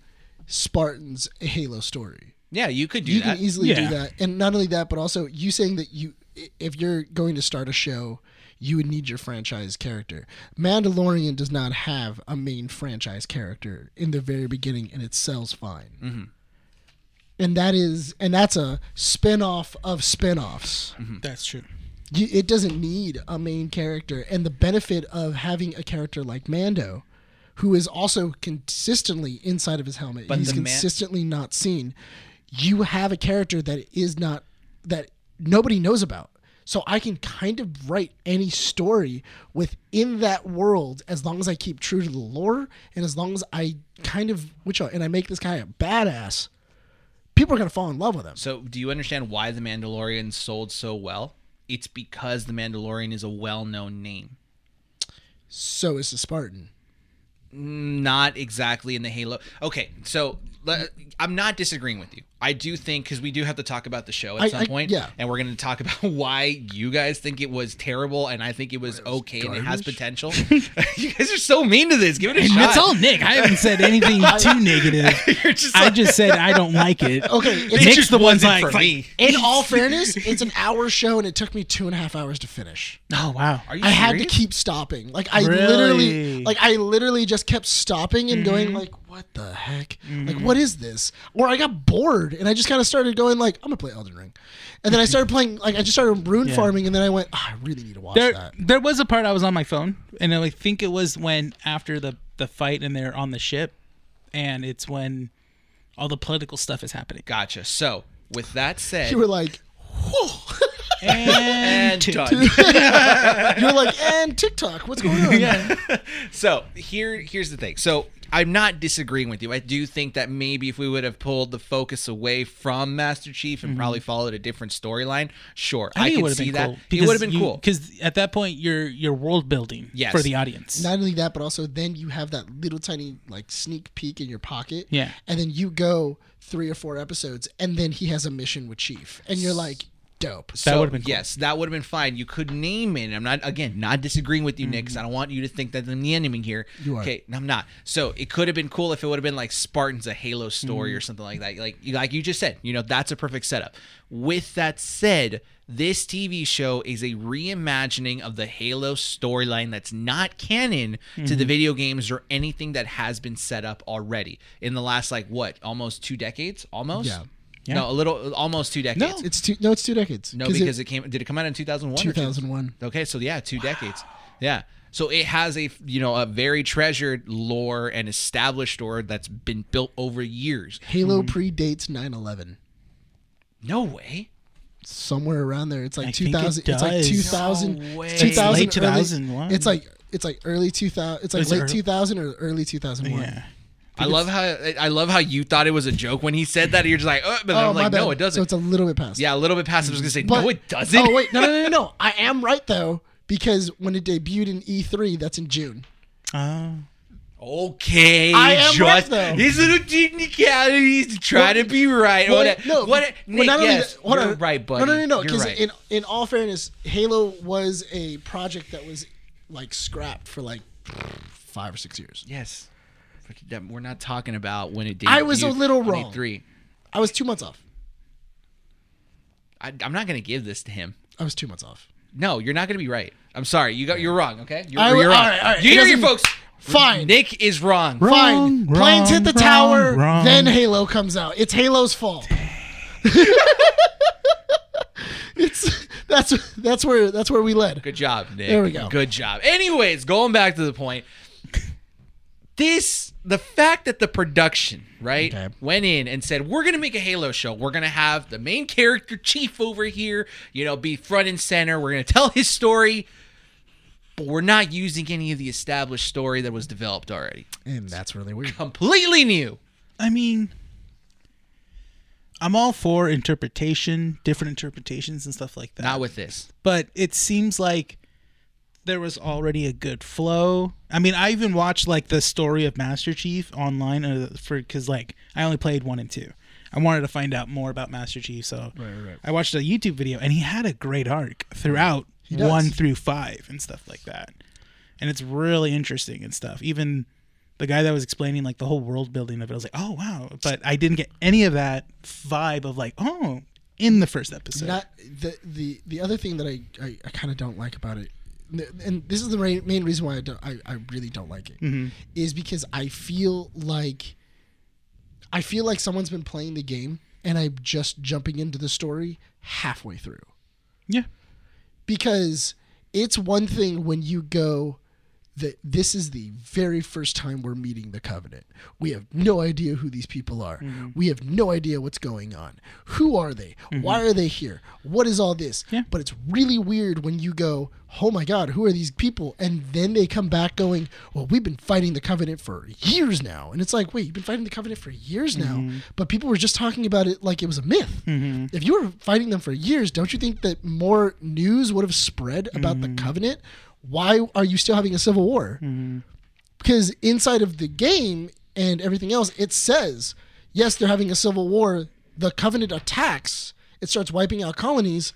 [SPEAKER 3] Spartans a Halo story.
[SPEAKER 2] yeah you could do
[SPEAKER 3] you
[SPEAKER 2] that
[SPEAKER 3] can easily
[SPEAKER 1] Yeah.
[SPEAKER 3] do that. And not only that, but also you saying that you, i- if you're going to start a show, you would need your franchise character. Mandalorian does not have a main franchise character in the very beginning, and it sells fine.
[SPEAKER 2] Mm-hmm.
[SPEAKER 3] And that is, and that's a spin-off of spin-offs.
[SPEAKER 2] Mm-hmm.
[SPEAKER 1] That's true.
[SPEAKER 3] You, it doesn't need a main character, and the benefit of having a character like Mando, who is also consistently inside of his helmet, he's
[SPEAKER 2] the man-
[SPEAKER 3] consistently not seen. You have a character that is not that nobody knows about, so I can kind of write any story within that world as long as I keep true to the lore and as long as I kind of which are, and I make this guy a badass. People are gonna fall in love with him.
[SPEAKER 2] so do you understand why the mandalorian sold so well it's because the mandalorian is a well-known name
[SPEAKER 3] so is the Spartan.
[SPEAKER 2] not exactly in the Halo. Okay, so le- I'm not disagreeing with you. I do think because we do have to talk about the show at
[SPEAKER 3] I-
[SPEAKER 2] some
[SPEAKER 3] I-
[SPEAKER 2] point,
[SPEAKER 3] yeah.
[SPEAKER 2] and we're going to talk about why you guys think it was terrible, and I think it was okay and it has
[SPEAKER 3] garbage.
[SPEAKER 2] potential. you guys are so mean to this. Give it a shot.
[SPEAKER 1] It's all Nick. I haven't said anything too negative.
[SPEAKER 2] You're just
[SPEAKER 1] I
[SPEAKER 2] like-
[SPEAKER 1] just said I don't like it.
[SPEAKER 3] Okay, it's-
[SPEAKER 2] It's
[SPEAKER 1] Nick's
[SPEAKER 2] just
[SPEAKER 1] the
[SPEAKER 2] the ones
[SPEAKER 1] one
[SPEAKER 2] in
[SPEAKER 1] like-
[SPEAKER 2] for me.
[SPEAKER 3] In all fairness, it's an hour show and it took me two and a half hours to finish.
[SPEAKER 1] Oh wow.
[SPEAKER 2] Are you
[SPEAKER 3] I had to
[SPEAKER 2] serious?
[SPEAKER 3] keep stopping. Like I
[SPEAKER 1] Really? Mm-hmm.
[SPEAKER 3] literally like I literally just kept stopping and going like what the heck? Like what is this? Or I got bored and I just kind of started going like I'm going to play Elden Ring. And then I started playing like I just started rune farming and then I went "Ah, I really need to watch
[SPEAKER 1] there,
[SPEAKER 3] that.
[SPEAKER 1] there was a part I was on my phone, and I think it was when after the the fight, and they're on the ship, and it's when all the political stuff is happening.
[SPEAKER 2] Gotcha. So with that said,
[SPEAKER 3] You were like
[SPEAKER 1] And,
[SPEAKER 2] and
[SPEAKER 1] two.
[SPEAKER 2] done.
[SPEAKER 3] you were like and TikTok, what's going on?
[SPEAKER 2] so here here's the thing so i'm not disagreeing with you i do think that maybe if we would have pulled the focus away from master chief and probably followed a different storyline sure i,
[SPEAKER 1] Mm-hmm. I think it
[SPEAKER 2] can
[SPEAKER 1] would have
[SPEAKER 2] see
[SPEAKER 1] been
[SPEAKER 2] that
[SPEAKER 1] cool.
[SPEAKER 2] it would have been cool
[SPEAKER 1] because at that point you're you're world building
[SPEAKER 2] Yes.
[SPEAKER 1] for the audience.
[SPEAKER 3] Not only that, but also then you have that little tiny like sneak peek in your pocket.
[SPEAKER 1] Yeah.
[SPEAKER 3] And then you go three or four episodes, and then he has a mission with Chief, and you're like, dope.
[SPEAKER 1] that
[SPEAKER 2] So,
[SPEAKER 1] would have been cool.
[SPEAKER 2] yes that would have been fine you could name it i'm not again not disagreeing with you nick because i don't want you to think that i'm the enemy here
[SPEAKER 3] You are.
[SPEAKER 2] okay i'm not so it could have been cool if it would have been like spartans a halo story or something like that like you like you just said you know that's a perfect setup with that said this tv show is a reimagining of the halo storyline that's not canon to the video games or anything that has been set up already in the last like what almost two decades almost
[SPEAKER 3] Yeah.
[SPEAKER 1] Yeah.
[SPEAKER 2] no a little almost two decades
[SPEAKER 3] It's two. No, it's two decades.
[SPEAKER 2] no, because it, came. Did it come out in two thousand one?
[SPEAKER 3] two thousand one.
[SPEAKER 2] Okay, so yeah, two decades. Yeah, so it has a you know a very treasured lore and established lore that's been built over years.
[SPEAKER 3] Halo
[SPEAKER 1] Mm-hmm.
[SPEAKER 3] predates 9/11.
[SPEAKER 2] No way.
[SPEAKER 3] Somewhere around there. It's like
[SPEAKER 1] I think
[SPEAKER 3] two
[SPEAKER 1] it
[SPEAKER 3] thousand. It's like
[SPEAKER 1] does.
[SPEAKER 3] two thousand.
[SPEAKER 2] No way.
[SPEAKER 3] two thousand.
[SPEAKER 1] Late 2001.
[SPEAKER 3] It's like it's like early two thousand. It's like
[SPEAKER 1] It's
[SPEAKER 3] late
[SPEAKER 1] early-
[SPEAKER 3] two thousand or early two thousand one.
[SPEAKER 1] Yeah.
[SPEAKER 2] I love how I love how you thought it was a joke when he said that. You're just like, oh, but
[SPEAKER 3] Oh,
[SPEAKER 2] I'm
[SPEAKER 3] my
[SPEAKER 2] like,
[SPEAKER 3] bad.
[SPEAKER 2] no, it
[SPEAKER 3] So
[SPEAKER 2] doesn't.
[SPEAKER 3] it's a little bit past.
[SPEAKER 2] yeah, a little bit past. I was gonna say,
[SPEAKER 3] But-
[SPEAKER 2] no, it doesn't.
[SPEAKER 3] Oh wait, no, no, no, no, no. I am right though because when it debuted in E3, that's in June.
[SPEAKER 1] Oh.
[SPEAKER 2] Okay,
[SPEAKER 3] I am
[SPEAKER 2] just
[SPEAKER 3] right, though.
[SPEAKER 2] these little technicalities to try to be right.
[SPEAKER 3] Well,
[SPEAKER 2] what,
[SPEAKER 3] no,
[SPEAKER 2] what,
[SPEAKER 3] well,
[SPEAKER 2] Nick,
[SPEAKER 3] not only
[SPEAKER 2] yes,
[SPEAKER 3] that- hold
[SPEAKER 2] you're
[SPEAKER 3] on.
[SPEAKER 2] right, buddy.
[SPEAKER 3] No, no, no, no.
[SPEAKER 2] You're
[SPEAKER 3] Because
[SPEAKER 2] right.
[SPEAKER 3] in in all fairness, Halo was a project that was like scrapped for like five or six years.
[SPEAKER 2] Yes. But that- We're not talking about when it did.
[SPEAKER 3] I was a little wrong.
[SPEAKER 2] Three.
[SPEAKER 3] I was two months off.
[SPEAKER 2] I, I'm not going to give this to him.
[SPEAKER 3] I was two months off.
[SPEAKER 2] No, you're not going to be right. I'm sorry. You got. You're wrong. Okay. You're,
[SPEAKER 3] I-
[SPEAKER 2] you're wrong.
[SPEAKER 3] all right, all right.
[SPEAKER 2] You
[SPEAKER 3] It
[SPEAKER 2] hear you,
[SPEAKER 3] doesn't-
[SPEAKER 2] folks.
[SPEAKER 3] Fine.
[SPEAKER 2] Nick is wrong.
[SPEAKER 3] Fine.
[SPEAKER 1] Wrong,
[SPEAKER 3] Planes hit the
[SPEAKER 1] wrong,
[SPEAKER 3] tower,
[SPEAKER 1] wrong.
[SPEAKER 3] then Halo comes out. It's Halo's fault. it's that's that's where that's where we led.
[SPEAKER 2] Good job, Nick.
[SPEAKER 3] There we go.
[SPEAKER 2] Good job. Anyways, going back to the point. This the fact that the production, right,
[SPEAKER 3] Okay.
[SPEAKER 2] went in and said, We're gonna make a Halo show. We're gonna have the main character chief over here, you know, be front and center. We're gonna tell his story. But we're not using any of the established story that was developed already.
[SPEAKER 3] And that's really weird.
[SPEAKER 2] Completely new.
[SPEAKER 1] I mean, I'm all for interpretation, different interpretations and stuff like that.
[SPEAKER 2] Not with this.
[SPEAKER 1] but it seems like there was already a good flow. I mean, I even watched like the story of Master Chief online uh, for because like I only played one and two. I wanted to find out more about Master Chief, so I watched a YouTube video, and he had a great arc throughout
[SPEAKER 3] does.
[SPEAKER 1] one through five and stuff like that. And it's really interesting and stuff. Even the guy that was explaining like the whole world building of it, I was like, oh wow! But I didn't get any of that vibe of like, oh, in the first episode.
[SPEAKER 3] Not the the the other thing that I I, I kind of don't like about it, n- and this is the ra- main reason why I don't I, I really don't like it, is because I feel like I feel like someone's been playing the game and I'm just jumping into the story halfway through
[SPEAKER 1] yeah.
[SPEAKER 3] because it's one thing when you go that this is the very first time we're meeting the covenant. We have no idea who these people are. We have no idea what's going on. Who are they? Why are they here? What is all this?
[SPEAKER 1] Yeah.
[SPEAKER 3] But it's really weird when you go, "Oh my god, who are these people?" and then they come back going, "Well, we've been fighting the covenant for years now." And it's like, "Wait, you've been fighting the covenant for years now, but people were just talking about it like it was a myth." If you were fighting them for years, don't you think that more news would have spread about the covenant? why are you still having a civil war? Because inside of the game and everything else, it says, yes, they're having a civil war. The Covenant attacks, it starts wiping out colonies,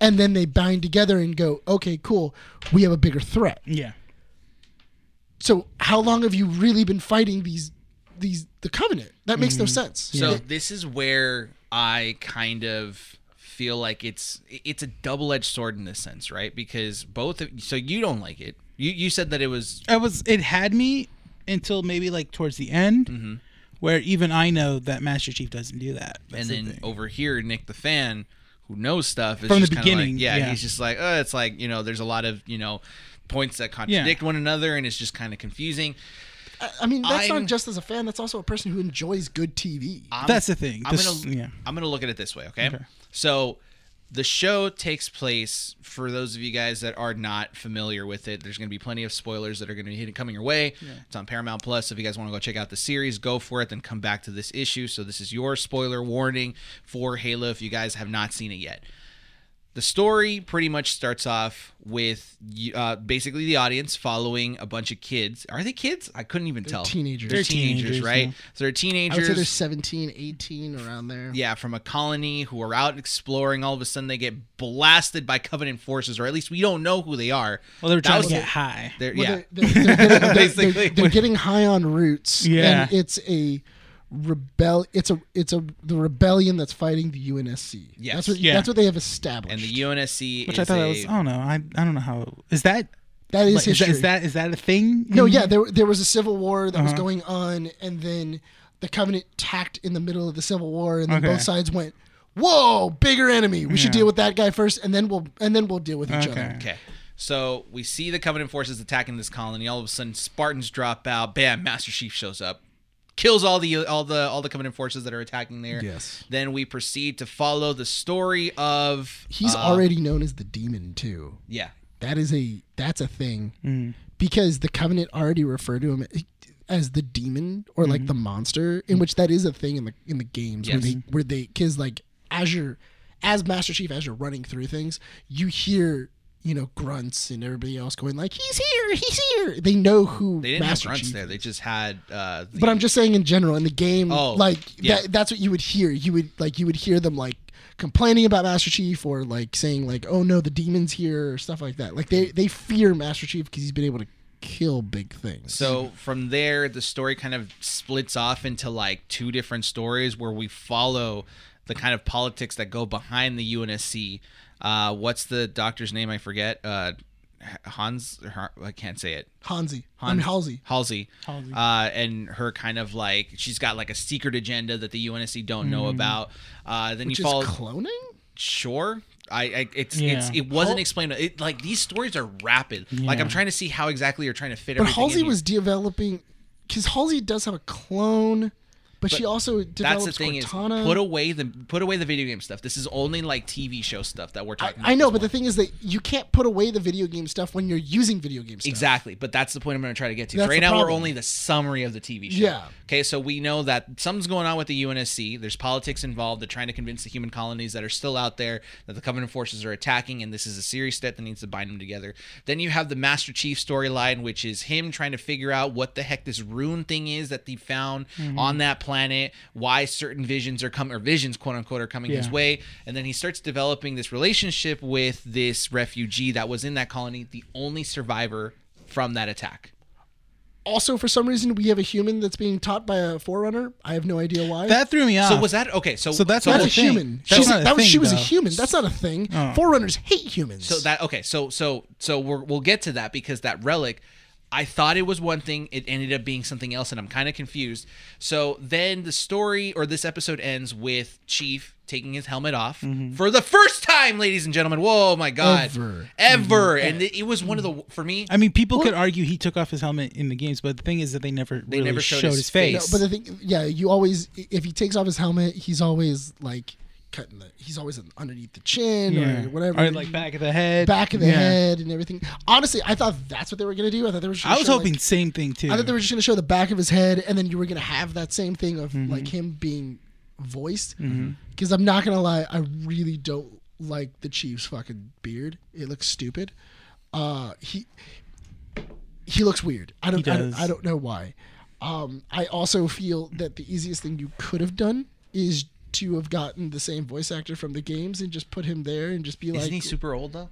[SPEAKER 3] and then they bind together and go, okay, cool, we have a bigger threat.
[SPEAKER 1] Yeah.
[SPEAKER 3] So how long have you really been fighting these? These the covenant that makes no sense.
[SPEAKER 2] So this is where I kind of feel like it's it's a double edged sword in this sense, right? Because both of so you don't like it. You you said that it was
[SPEAKER 1] I was it had me until maybe like towards the end
[SPEAKER 2] Mm-hmm.
[SPEAKER 1] where even I know that Master Chief doesn't do that. That's
[SPEAKER 2] and
[SPEAKER 1] the
[SPEAKER 2] then
[SPEAKER 1] thing.
[SPEAKER 2] over here Nick the fan who knows stuff is
[SPEAKER 1] From the
[SPEAKER 2] just kinda like-
[SPEAKER 1] beginning,
[SPEAKER 2] yeah,
[SPEAKER 1] yeah.
[SPEAKER 2] he's just like oh, it's like you know there's a lot of you know points that contradict one another and it's just kind of confusing.
[SPEAKER 3] I mean, that's
[SPEAKER 2] I'm-
[SPEAKER 3] not just as a fan. That's also a person who enjoys good TV.
[SPEAKER 2] I'm-
[SPEAKER 1] That's the thing.
[SPEAKER 2] I'm
[SPEAKER 1] This-
[SPEAKER 2] gonna
[SPEAKER 1] yeah.
[SPEAKER 2] I'm gonna look at it this way, okay?
[SPEAKER 1] Okay.
[SPEAKER 2] So the show takes place for those of you guys that are not familiar with it. There's going to be plenty of spoilers that are going to be hitting- coming your way. It's on Paramount Plus. If you guys want to go check out the series, go for it. Then come back to this issue. So this is your spoiler warning for Halo. If you guys have not seen it yet, the story pretty much starts off with you- uh, basically the audience following a bunch of kids. Are they kids? I couldn't even tell.
[SPEAKER 3] teenagers.
[SPEAKER 2] They're
[SPEAKER 3] They're
[SPEAKER 2] teenagers,
[SPEAKER 1] teenagers,
[SPEAKER 2] right?
[SPEAKER 1] yeah.
[SPEAKER 2] So they're
[SPEAKER 3] I would say they're
[SPEAKER 2] teenagers
[SPEAKER 3] 17, 18, around there.
[SPEAKER 2] yeah, from a colony who are out exploring. All of a sudden, they get blasted by Covenant forces, or at least we don't know who they are.
[SPEAKER 1] well they were
[SPEAKER 2] That
[SPEAKER 1] trying
[SPEAKER 2] was
[SPEAKER 1] to get
[SPEAKER 2] the-
[SPEAKER 1] high.
[SPEAKER 2] they're-
[SPEAKER 3] Well,
[SPEAKER 2] yeah,
[SPEAKER 3] They're, they're, they're getting, they're- they're-
[SPEAKER 2] Basically.
[SPEAKER 3] they're getting high on roots.
[SPEAKER 1] Yeah.
[SPEAKER 3] And it's a rebel. It's a it's a the rebellion that's fighting the UNSC.
[SPEAKER 2] Yes.
[SPEAKER 3] That's what,
[SPEAKER 1] Yeah.
[SPEAKER 3] that's what they have established.
[SPEAKER 2] and the UNSC
[SPEAKER 1] Which
[SPEAKER 2] is
[SPEAKER 1] I thought
[SPEAKER 2] a,
[SPEAKER 1] that was oh. I don't know. I I don't know how is that
[SPEAKER 3] that is
[SPEAKER 1] like, is,
[SPEAKER 3] history.
[SPEAKER 1] that is that is that a thing?
[SPEAKER 3] no,
[SPEAKER 1] in-
[SPEAKER 3] yeah, there there was a civil war that was
[SPEAKER 1] Uh-huh.
[SPEAKER 3] going on, and then the Covenant tacked in the middle of the civil war, and then
[SPEAKER 1] Okay.
[SPEAKER 3] both sides went, "Whoa, bigger enemy! We should
[SPEAKER 1] Yeah.
[SPEAKER 3] deal with that guy first, and then we'll and then we'll deal with each
[SPEAKER 1] Okay.
[SPEAKER 3] other."
[SPEAKER 2] okay. So we see the Covenant forces attacking this colony. All of a sudden, Spartans drop out. Bam! Master Chief shows up, kills all the all the all the Covenant forces that are attacking there.
[SPEAKER 3] Yes.
[SPEAKER 2] Then we proceed to follow the story of
[SPEAKER 3] He's
[SPEAKER 2] uh,
[SPEAKER 3] already known as the demon too.
[SPEAKER 2] yeah.
[SPEAKER 3] That is a that's a thing
[SPEAKER 2] Mm.
[SPEAKER 3] because the covenant already refer to him as the demon or like the monster, in which that is a thing in the in the games where
[SPEAKER 2] Mm-hmm. Yes.
[SPEAKER 3] they where they because like as you're as Master Chief as you're running through things, you hear you know grunts and everybody else going like he's here, he's here. They know who
[SPEAKER 2] They didn't
[SPEAKER 3] Master
[SPEAKER 2] have grunts
[SPEAKER 3] Chief.
[SPEAKER 2] there. They just had. Uh, the,
[SPEAKER 3] But I'm just saying in general in the game,
[SPEAKER 2] Oh,
[SPEAKER 3] like
[SPEAKER 2] yeah.
[SPEAKER 3] that, that's what you would hear. You would like you would hear them like complaining about Master Chief or like saying like, "Oh no, the demons here" or stuff like that. Like they they fear Master Chief because he's been able to kill big things.
[SPEAKER 2] So from there, the story kind of splits off into like two different stories where we follow the kind of politics that go behind the UNSC. Uh, what's the doctor's name? I forget. Uh, Hans. Har- I can't say it.
[SPEAKER 3] Hansi, I mean Halsey.
[SPEAKER 2] Halsey.
[SPEAKER 1] Halsey.
[SPEAKER 2] Uh, and her kind of like she's got like a secret agenda that the UNSC don't know about. Uh, then
[SPEAKER 3] Mm-hmm. Which
[SPEAKER 2] you
[SPEAKER 3] is
[SPEAKER 2] follow
[SPEAKER 3] cloning?
[SPEAKER 2] sure. I, I it's
[SPEAKER 1] Yeah.
[SPEAKER 2] it's it wasn't explained. It, like these stories are rapid. Like I'm trying to see how exactly you're trying to fit.
[SPEAKER 3] But
[SPEAKER 2] everything in
[SPEAKER 3] Halsey
[SPEAKER 2] here.
[SPEAKER 3] was developing because Halsey does have a clone, but, she also
[SPEAKER 2] That's
[SPEAKER 3] develops
[SPEAKER 2] the thing
[SPEAKER 3] Cortana.
[SPEAKER 2] is put away the put away the video game stuff. This is only like TV show stuff that we're talking. about
[SPEAKER 3] I know,
[SPEAKER 2] at
[SPEAKER 3] but
[SPEAKER 2] this
[SPEAKER 3] the thing is that you can't put away the video game stuff when you're using video game
[SPEAKER 2] point.
[SPEAKER 3] stuff.
[SPEAKER 2] exactly. But that's the point I'm going to try to get to.
[SPEAKER 3] That's
[SPEAKER 2] right
[SPEAKER 3] the
[SPEAKER 2] now we're
[SPEAKER 3] problem.
[SPEAKER 2] only the summary of the TV show.
[SPEAKER 3] Yeah.
[SPEAKER 2] Okay, so we know that something's going on with the UNSC. There's politics involved. They're trying to convince the human colonies that are still out there that the Covenant forces are attacking, and this is a serious step that needs to bind them together. Then you have the Master Chief storyline, which is him trying to figure out what the heck this rune thing is that they found on that planet, why certain visions are coming, or visions, quote unquote, are coming his
[SPEAKER 1] Yeah.
[SPEAKER 2] way. And then he starts developing this relationship with this refugee that was in that colony, the only survivor from that attack.
[SPEAKER 3] Also, for some reason, we have a human that's being taught by a forerunner. I have no idea why.
[SPEAKER 1] That threw me off.
[SPEAKER 2] So was that okay? So,
[SPEAKER 1] Uh, So that's
[SPEAKER 2] so
[SPEAKER 1] not
[SPEAKER 3] that's a
[SPEAKER 1] a thing.
[SPEAKER 3] human.
[SPEAKER 1] That's
[SPEAKER 3] She's-
[SPEAKER 1] not a
[SPEAKER 3] that was,
[SPEAKER 1] thing,
[SPEAKER 3] she was a
[SPEAKER 1] though. Oh.
[SPEAKER 3] human. That's not a thing. Forerunners hate humans.
[SPEAKER 2] So that okay, so so so we're, we'll get to that because that relic, I thought it was one thing, it ended up being something else, and I'm kind of confused. So then the story or this episode ends with Chief taking his helmet off
[SPEAKER 1] Mm-hmm.
[SPEAKER 2] for the first time, ladies and gentlemen. Whoa, my God,
[SPEAKER 3] Ever.
[SPEAKER 2] ever, and it, it was one of the for me.
[SPEAKER 1] Mm-hmm. I mean, people could argue he took off his helmet in the games, but the thing is that they never really
[SPEAKER 2] never
[SPEAKER 1] showed, his face.
[SPEAKER 3] No, but the thing, yeah, you always if he takes off his helmet, he's always like cutting the. He's always underneath the chin
[SPEAKER 1] yeah.
[SPEAKER 3] or whatever.
[SPEAKER 1] or like back of the head,
[SPEAKER 3] back of the
[SPEAKER 1] Yeah.
[SPEAKER 3] head and everything. Honestly, I thought that's what they were gonna do. I thought they were. just gonna
[SPEAKER 1] I was
[SPEAKER 3] show, like,
[SPEAKER 1] hoping same thing too.
[SPEAKER 3] I thought they were just gonna show the back of his head, and then you were gonna have that same thing of
[SPEAKER 2] Mm-hmm.
[SPEAKER 3] like him being voiced. Because I'm not gonna lie, I really don't like the Chiefs' fucking beard. It looks stupid. Uh, he he looks weird. I don't,
[SPEAKER 1] He
[SPEAKER 3] I don't
[SPEAKER 1] does.
[SPEAKER 3] I don't know why. Um, I also feel that the easiest thing you could have done is to have gotten the same voice actor from the games and just put him there and just be like
[SPEAKER 2] Isn't he super old though?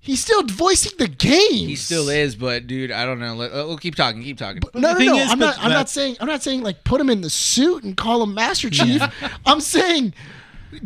[SPEAKER 3] he's still voicing the games.
[SPEAKER 2] He still is, but dude, I don't know. Let, uh, we'll keep talking. Keep talking.
[SPEAKER 1] the
[SPEAKER 3] No, no,
[SPEAKER 1] thing
[SPEAKER 3] no.
[SPEAKER 1] is,
[SPEAKER 3] I'm
[SPEAKER 1] but
[SPEAKER 3] not. I'm
[SPEAKER 1] that-
[SPEAKER 3] not saying. I'm not saying like put him in the suit and call him Master Chief. I'm saying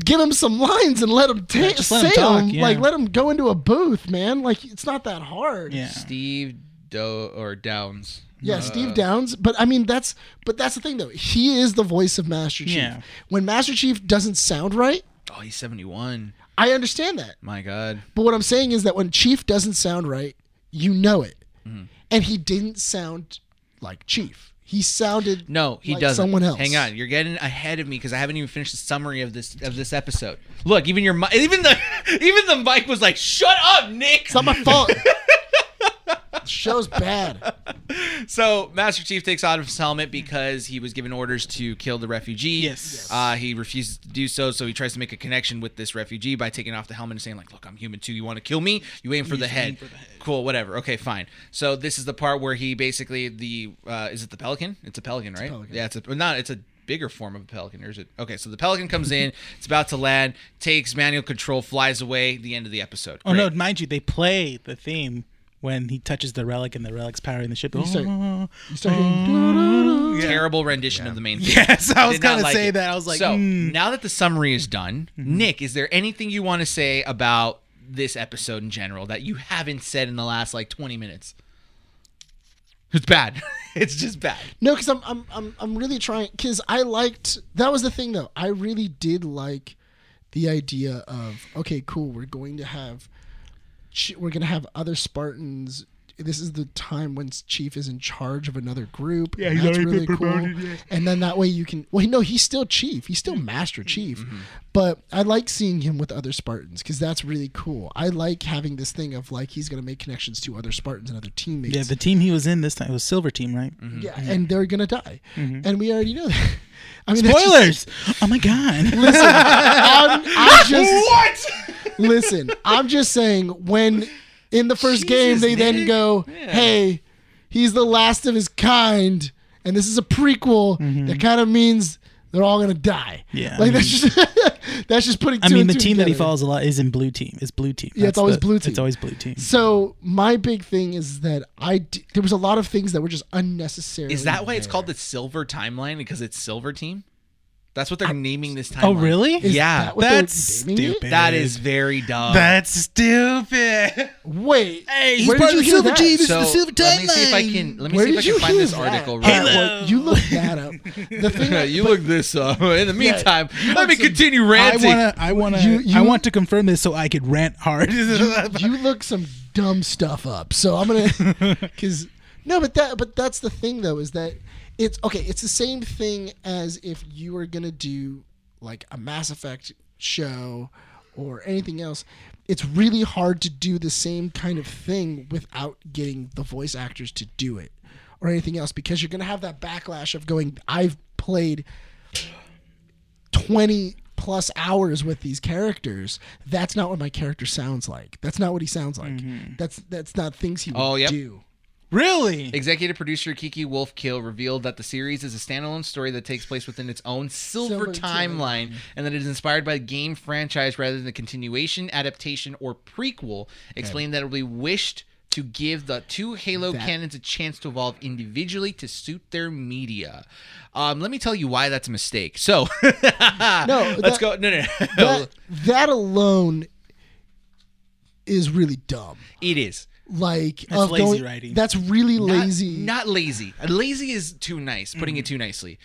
[SPEAKER 3] give him some lines and let him take.
[SPEAKER 1] just
[SPEAKER 3] say
[SPEAKER 1] let him
[SPEAKER 3] 'em.
[SPEAKER 1] talk, yeah.
[SPEAKER 3] Like let him go into a booth, man. Like it's not that hard.
[SPEAKER 1] Yeah. Uh,
[SPEAKER 2] Steve Doe or Downs.
[SPEAKER 3] Yeah, Steve Downs, but I mean that's but that's the thing though. He is the voice of Master Chief.
[SPEAKER 1] Yeah.
[SPEAKER 3] When Master Chief doesn't sound right,
[SPEAKER 2] Oh, he's seventy-one.
[SPEAKER 3] I understand that.
[SPEAKER 2] My God.
[SPEAKER 3] But what I'm saying is that when Chief doesn't sound right, you know it.
[SPEAKER 1] Mm-hmm.
[SPEAKER 3] And he didn't sound like Chief. He sounded
[SPEAKER 2] No, he
[SPEAKER 3] like
[SPEAKER 2] doesn't.
[SPEAKER 3] Someone else.
[SPEAKER 2] Hang on, you're getting ahead of me because I haven't even finished the summary of this of this episode. Look, even your mi- even the even the mic was like, "Shut up, Nick."
[SPEAKER 3] It's not my fault. The show's bad.
[SPEAKER 2] So Master Chief takes off his helmet because he was given orders to kill the refugee.
[SPEAKER 1] Yes. Yes.
[SPEAKER 2] Uh, he refuses to do so, so he tries to make a connection with this refugee by taking off the helmet and saying, like, look, I'm human too. You want to kill me? You aim for, the
[SPEAKER 1] just
[SPEAKER 2] head.
[SPEAKER 1] aim for the head.
[SPEAKER 2] Cool, whatever. Okay, fine. So this is the part where he basically the uh, is it the pelican? It's a pelican, right?
[SPEAKER 3] pelican.
[SPEAKER 2] Yeah, it's a not it's a bigger form of a pelican, or is it okay, so the pelican comes in, it's about to land, takes manual control, flies away, the end of the episode.
[SPEAKER 1] Oh no,
[SPEAKER 2] Great.
[SPEAKER 1] mind you, they play the theme when he touches the relic and the relic's powering the ship.
[SPEAKER 3] start-
[SPEAKER 1] Oh.
[SPEAKER 3] You start hearing
[SPEAKER 1] Yeah.
[SPEAKER 2] Terrible rendition of the main theme.
[SPEAKER 1] Yes, I was
[SPEAKER 2] did not
[SPEAKER 1] gonna
[SPEAKER 2] like
[SPEAKER 1] say
[SPEAKER 2] it.
[SPEAKER 1] that. I was like,
[SPEAKER 2] so
[SPEAKER 1] mm.
[SPEAKER 2] now that the summary is done, Nick, is there anything you want to say about this episode in general that you haven't said in the last like 20 minutes? It's bad. it's just bad.
[SPEAKER 3] no, because I'm, I'm I'm I'm really trying. Because I liked that was the thing though. I really did like the idea of okay, cool. We're going to have Chi- we're going to have other Spartans. This is the time when Chief is in charge of another group. Yeah,
[SPEAKER 1] he's already been promoted, yeah.
[SPEAKER 3] And then that way you can. Well, no, he's still chief. He's still master
[SPEAKER 1] Mm-hmm.
[SPEAKER 3] chief. But I like seeing him with other Spartans because that's really cool. I like having this thing of like he's going to make connections to other Spartans and other teammates.
[SPEAKER 1] yeah, the team he was in this time it was Silver Team, right?
[SPEAKER 3] Yeah,
[SPEAKER 1] Mm-hmm.
[SPEAKER 3] and they're going to die. And we already know that. I mean, that's just-
[SPEAKER 1] Spoilers! oh my god!
[SPEAKER 3] listen, I'm, I'm just
[SPEAKER 2] What?
[SPEAKER 3] listen. I'm just saying when in the first game
[SPEAKER 2] Jesus,
[SPEAKER 3] they then
[SPEAKER 2] Nick.
[SPEAKER 3] go,
[SPEAKER 2] Yeah.
[SPEAKER 3] "Hey, he's the last of his kind," and this is a prequel. That kind of means they're all gonna die.
[SPEAKER 1] Mm-hmm. Yeah, I
[SPEAKER 3] like that's just that's just putting.
[SPEAKER 1] I
[SPEAKER 3] two
[SPEAKER 1] mean,
[SPEAKER 3] and
[SPEAKER 1] the
[SPEAKER 3] two
[SPEAKER 1] team that he
[SPEAKER 3] together.
[SPEAKER 1] follows a lot is in Blue Team. It's Blue Team.
[SPEAKER 3] Yeah, it's
[SPEAKER 1] That's
[SPEAKER 3] always
[SPEAKER 1] the-
[SPEAKER 3] Blue Team.
[SPEAKER 1] It's always Blue Team.
[SPEAKER 3] So my big thing is that I d- there was a lot of things that were just unnecessary.
[SPEAKER 2] Is that why it's
[SPEAKER 3] there.
[SPEAKER 2] called the Silver Timeline? Because it's Silver Team? That's what they're naming this timeline.
[SPEAKER 1] Oh really?
[SPEAKER 3] Is
[SPEAKER 2] Yeah.
[SPEAKER 3] that what they're
[SPEAKER 1] That's
[SPEAKER 3] naming it?
[SPEAKER 1] stupid.
[SPEAKER 2] That is very dumb.
[SPEAKER 1] That's stupid.
[SPEAKER 3] Wait,
[SPEAKER 1] Hey, he's
[SPEAKER 3] where
[SPEAKER 1] part
[SPEAKER 3] did
[SPEAKER 1] of the
[SPEAKER 3] you hear
[SPEAKER 1] Silver
[SPEAKER 3] that?
[SPEAKER 1] Team. This is
[SPEAKER 2] so
[SPEAKER 1] the Silver
[SPEAKER 2] let me see if I
[SPEAKER 1] Timeline.
[SPEAKER 2] can let me
[SPEAKER 3] Where
[SPEAKER 2] see if I
[SPEAKER 3] did you
[SPEAKER 2] can find
[SPEAKER 3] hear
[SPEAKER 2] this
[SPEAKER 3] that?
[SPEAKER 2] article.
[SPEAKER 3] Hey,
[SPEAKER 2] real
[SPEAKER 1] Halo.
[SPEAKER 3] well, you look that up. The thing
[SPEAKER 2] quick. you look this up. In the meantime, let me
[SPEAKER 3] some-
[SPEAKER 2] continue
[SPEAKER 1] I
[SPEAKER 2] ranting.
[SPEAKER 1] wanna, I wanna,
[SPEAKER 3] You- you-
[SPEAKER 1] I want to confirm this so I could rant hard.
[SPEAKER 3] you look some dumb stuff up. So I'm gonna because no, but that but that's the thing though is that it's okay. It's the same thing as if you were gonna do like a Mass Effect show or anything else. It's really hard to do the same kind of thing without getting the voice actors to do it or anything else because you're gonna have that backlash of going. I've played 20 plus hours with these characters that's not what my character sounds like that's not what he sounds like that's that's not things he would
[SPEAKER 2] Mm-hmm. Oh, yep.
[SPEAKER 3] do
[SPEAKER 1] really?
[SPEAKER 2] Executive producer Kiki Wolfkill revealed that the series is a standalone story that takes place within its own silver,
[SPEAKER 3] Silver
[SPEAKER 2] timeline and that it is inspired by the game franchise rather than the continuation, adaptation, or prequel. Explained that it will be wished to give the two Halo canons a chance to evolve individually to suit their media. Um, let me tell you why that's a mistake. So, no, let's
[SPEAKER 3] that-
[SPEAKER 2] go. No, no, no.
[SPEAKER 3] that, that alone is really dumb
[SPEAKER 2] it is.
[SPEAKER 3] like
[SPEAKER 1] That's
[SPEAKER 3] of
[SPEAKER 1] lazy
[SPEAKER 3] going-
[SPEAKER 1] writing.
[SPEAKER 3] that's really
[SPEAKER 2] Not-
[SPEAKER 3] lazy
[SPEAKER 2] Not, lazy. Lazy is too nice. Putting it too nicely.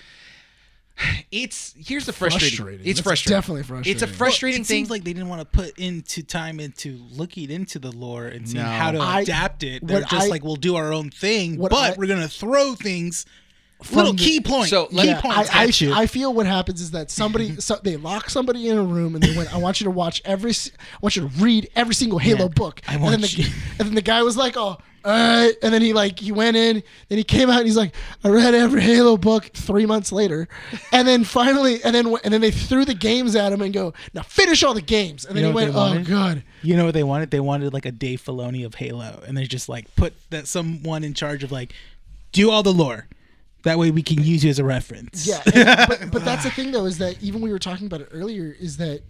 [SPEAKER 2] It's here's the frustrating.
[SPEAKER 3] Frustrating.
[SPEAKER 2] It's
[SPEAKER 3] That's
[SPEAKER 2] frustrating.
[SPEAKER 3] definitely
[SPEAKER 2] It's a
[SPEAKER 3] frustrating.
[SPEAKER 2] frustrating
[SPEAKER 1] it
[SPEAKER 2] thing.
[SPEAKER 1] seems like they didn't want to put into time into looking into the lore and seeing
[SPEAKER 2] No.
[SPEAKER 1] how to
[SPEAKER 3] I-
[SPEAKER 1] adapt it. They're
[SPEAKER 3] what
[SPEAKER 1] just
[SPEAKER 3] I-
[SPEAKER 1] like, we'll do our own thing,
[SPEAKER 3] what
[SPEAKER 1] but
[SPEAKER 3] I-
[SPEAKER 1] we're gonna throw things. Little
[SPEAKER 3] the-
[SPEAKER 1] key points.
[SPEAKER 2] So, let
[SPEAKER 1] key
[SPEAKER 2] me-
[SPEAKER 1] points
[SPEAKER 3] I,
[SPEAKER 1] at
[SPEAKER 3] I,
[SPEAKER 1] you.
[SPEAKER 3] I feel what happens is that somebody so they lock somebody in a room and they went, "I want you to watch every, s- I want you to read every single Halo
[SPEAKER 1] Yeah.
[SPEAKER 3] book."
[SPEAKER 1] I
[SPEAKER 3] and
[SPEAKER 1] want
[SPEAKER 3] then the,
[SPEAKER 1] you-
[SPEAKER 3] And then the guy was like, "Oh, all right. And then he like he went in, then he came out, and he's like, I read every Halo book three months later, and then finally, and then and then they threw the games at him and go, now finish all the games, and then
[SPEAKER 1] You
[SPEAKER 3] he
[SPEAKER 1] know what
[SPEAKER 3] went,
[SPEAKER 1] they
[SPEAKER 3] oh
[SPEAKER 1] wanted?
[SPEAKER 3] god,
[SPEAKER 1] You know what they wanted? They wanted like a Dave Filoni of Halo, and they just like put that someone in charge of like do all the lore. That way we can use you as a reference.
[SPEAKER 3] yeah. and- but but that's the thing though is that even we were talking about it earlier is that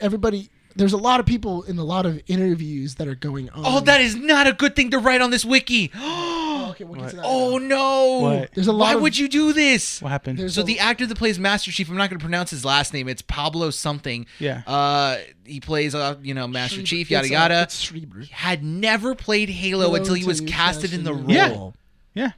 [SPEAKER 3] everybody. There's a lot of people in a lot of interviews that are going on.
[SPEAKER 2] Oh, that is not a good thing to write on this wiki.
[SPEAKER 3] Oh, okay, we'll get to that.
[SPEAKER 2] Oh no!
[SPEAKER 1] What?
[SPEAKER 3] There's a lot
[SPEAKER 2] Why
[SPEAKER 3] of-
[SPEAKER 2] would you do this?
[SPEAKER 1] What happened?
[SPEAKER 3] There's
[SPEAKER 2] So
[SPEAKER 3] a-
[SPEAKER 2] the actor that plays Master Chief, I'm not going to pronounce his last name. It's Pablo something.
[SPEAKER 1] Yeah.
[SPEAKER 2] Uh, he plays, uh, you know, Master Chief, yada
[SPEAKER 3] It's, uh,
[SPEAKER 2] yada.
[SPEAKER 3] it's Schreiber.
[SPEAKER 2] Had never played Halo
[SPEAKER 3] Halo
[SPEAKER 2] until he was
[SPEAKER 3] until he was
[SPEAKER 2] casted in the
[SPEAKER 3] casted
[SPEAKER 2] role.
[SPEAKER 3] in
[SPEAKER 1] the role. yeah.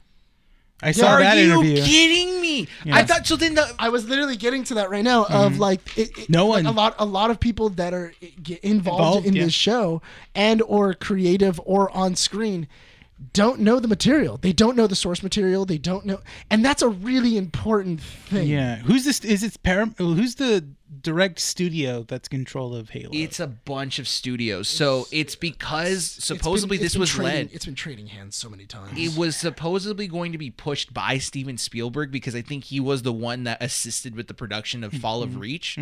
[SPEAKER 1] I saw
[SPEAKER 2] Are
[SPEAKER 1] that
[SPEAKER 2] you
[SPEAKER 1] interview.
[SPEAKER 2] kidding me? I
[SPEAKER 1] Yeah.
[SPEAKER 2] thought so. Then the
[SPEAKER 3] I was literally getting to that right now
[SPEAKER 2] Mm-hmm.
[SPEAKER 3] of like it, it-
[SPEAKER 1] No one-
[SPEAKER 3] like a lot a lot of people that are i- get involved,
[SPEAKER 1] Involved,
[SPEAKER 3] in
[SPEAKER 1] yeah.
[SPEAKER 3] this show and or creative or on screen don't know the material. They don't know the source material. They don't know, and that's a really important thing.
[SPEAKER 1] Yeah. Who's this? Is it Param? Who's the direct studio that's control of Halo?
[SPEAKER 2] it's a bunch of studios, so it's because
[SPEAKER 3] It's been-
[SPEAKER 2] supposedly
[SPEAKER 3] it's
[SPEAKER 2] this
[SPEAKER 3] been
[SPEAKER 2] was
[SPEAKER 3] trading-
[SPEAKER 2] led.
[SPEAKER 3] It's been trading hands so many times.
[SPEAKER 2] It was supposedly going to be pushed by Steven Spielberg because I think he was the one that assisted with the production of Fall
[SPEAKER 1] Mm-hmm.
[SPEAKER 2] of Reach,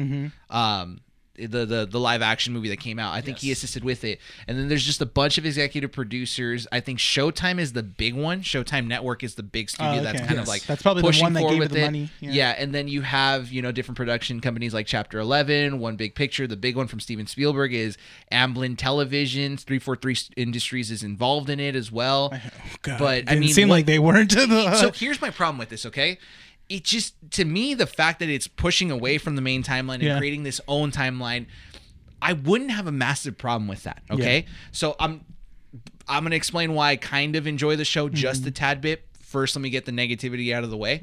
[SPEAKER 2] um, the the the live action movie that came out. I think he assisted with it. And then there's just a bunch of executive producers. I think Showtime is the big one. Showtime Network is the big studio
[SPEAKER 1] Oh,
[SPEAKER 2] that's
[SPEAKER 1] okay.
[SPEAKER 2] kind of
[SPEAKER 1] Yes.
[SPEAKER 2] like
[SPEAKER 1] That's probably the
[SPEAKER 2] pushing
[SPEAKER 1] one that
[SPEAKER 2] forward
[SPEAKER 1] gave it
[SPEAKER 2] with
[SPEAKER 1] the money.
[SPEAKER 2] Yeah.
[SPEAKER 1] Yeah.
[SPEAKER 2] and then you have you know different production companies like Chapter Eleven, One Big Picture. The big one from Steven Spielberg is Amblin Television. Three Four Three Industries is involved in it as well.
[SPEAKER 1] Oh, God,
[SPEAKER 2] but, I
[SPEAKER 1] it didn't
[SPEAKER 2] mean,
[SPEAKER 1] seem
[SPEAKER 2] what-
[SPEAKER 1] like they weren't. to the-
[SPEAKER 2] So here's my problem with this, okay? It just to me the fact that it's pushing away from the main timeline and
[SPEAKER 1] Yeah.
[SPEAKER 2] creating this own timeline, I wouldn't have a massive problem with that, okay? So I'm I'm going to explain why I kind of enjoy the show
[SPEAKER 1] Mm-hmm.
[SPEAKER 2] just a tad bit. First, let me get the negativity out of the way.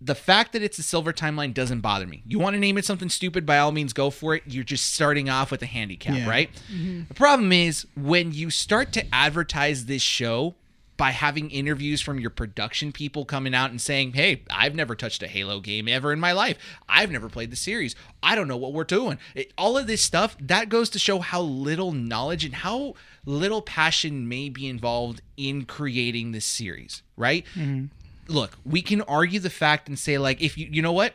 [SPEAKER 2] The fact that it's a silver timeline doesn't bother me. You want to name it something stupid, by all means, go for it. You're just starting off with a handicap,
[SPEAKER 1] Yeah.
[SPEAKER 2] right? The problem is when you start to advertise this show by having interviews from your production people coming out and saying, Hey, I've never touched a Halo game ever in my life. I've never played the series. I don't know what we're doing. It, all of this stuff, that goes to show how little knowledge and how little passion may be involved in creating this series, right? Look, we can argue the fact and say, like, if you, you know what?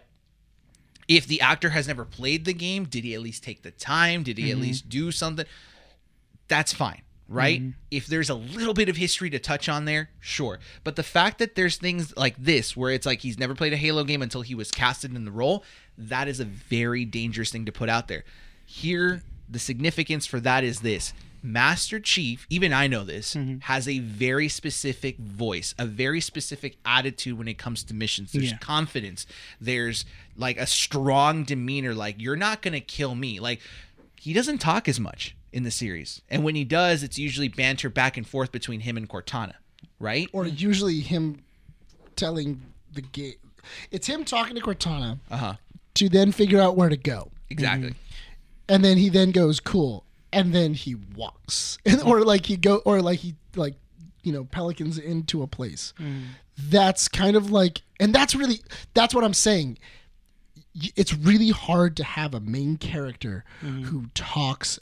[SPEAKER 2] If the actor has never played the game, did he at least take the time? Did he at least do something? that's fine, right? If there's a little bit of history to touch on there, sure. But the fact that there's things like this where it's like he's never played a Halo game until he was casted in the role, that is a very dangerous thing to put out there. Here, the significance for that is this. Master Chief, even I know this, has a very specific voice, a very specific attitude when it comes to missions. There's
[SPEAKER 1] Yeah.
[SPEAKER 2] confidence, there's like a strong demeanor, like, you're not going to kill me. Like, he doesn't talk as much in the series. And when he does, it's usually banter back and forth between him and Cortana, right?
[SPEAKER 3] or usually him telling the game. It's him talking to Cortana
[SPEAKER 2] Uh-huh.
[SPEAKER 3] to then figure out where to go.
[SPEAKER 2] Exactly.
[SPEAKER 3] Mm-hmm. and then he then goes cool and then he walks or like he go or like he like you know pelicans into a place that's kind of like and that's really that's what i'm saying Y- it's really hard to have a main character who talks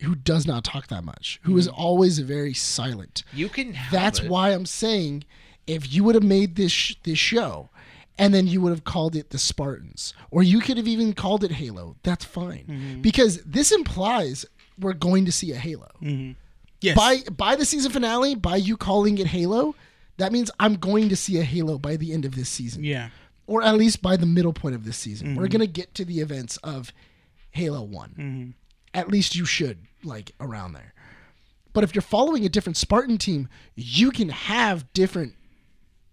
[SPEAKER 3] who does not talk that much who is always very silent
[SPEAKER 2] You can have
[SPEAKER 3] that's
[SPEAKER 2] it.
[SPEAKER 3] why I'm saying if you would have made this sh- this show and then you would have called it the Spartans or you could have even called it Halo. That's fine.
[SPEAKER 1] Mm-hmm.
[SPEAKER 3] Because this implies we're going to see a Halo.
[SPEAKER 1] Mm-hmm. yes.
[SPEAKER 3] By by the season finale, by you calling it Halo, that means I'm going to see a Halo by the end of this season.
[SPEAKER 1] yeah.
[SPEAKER 3] Or at least by the middle point of this season. We're going to get to the events of Halo one At least you should like around there. But if you're following a different Spartan team, you can have different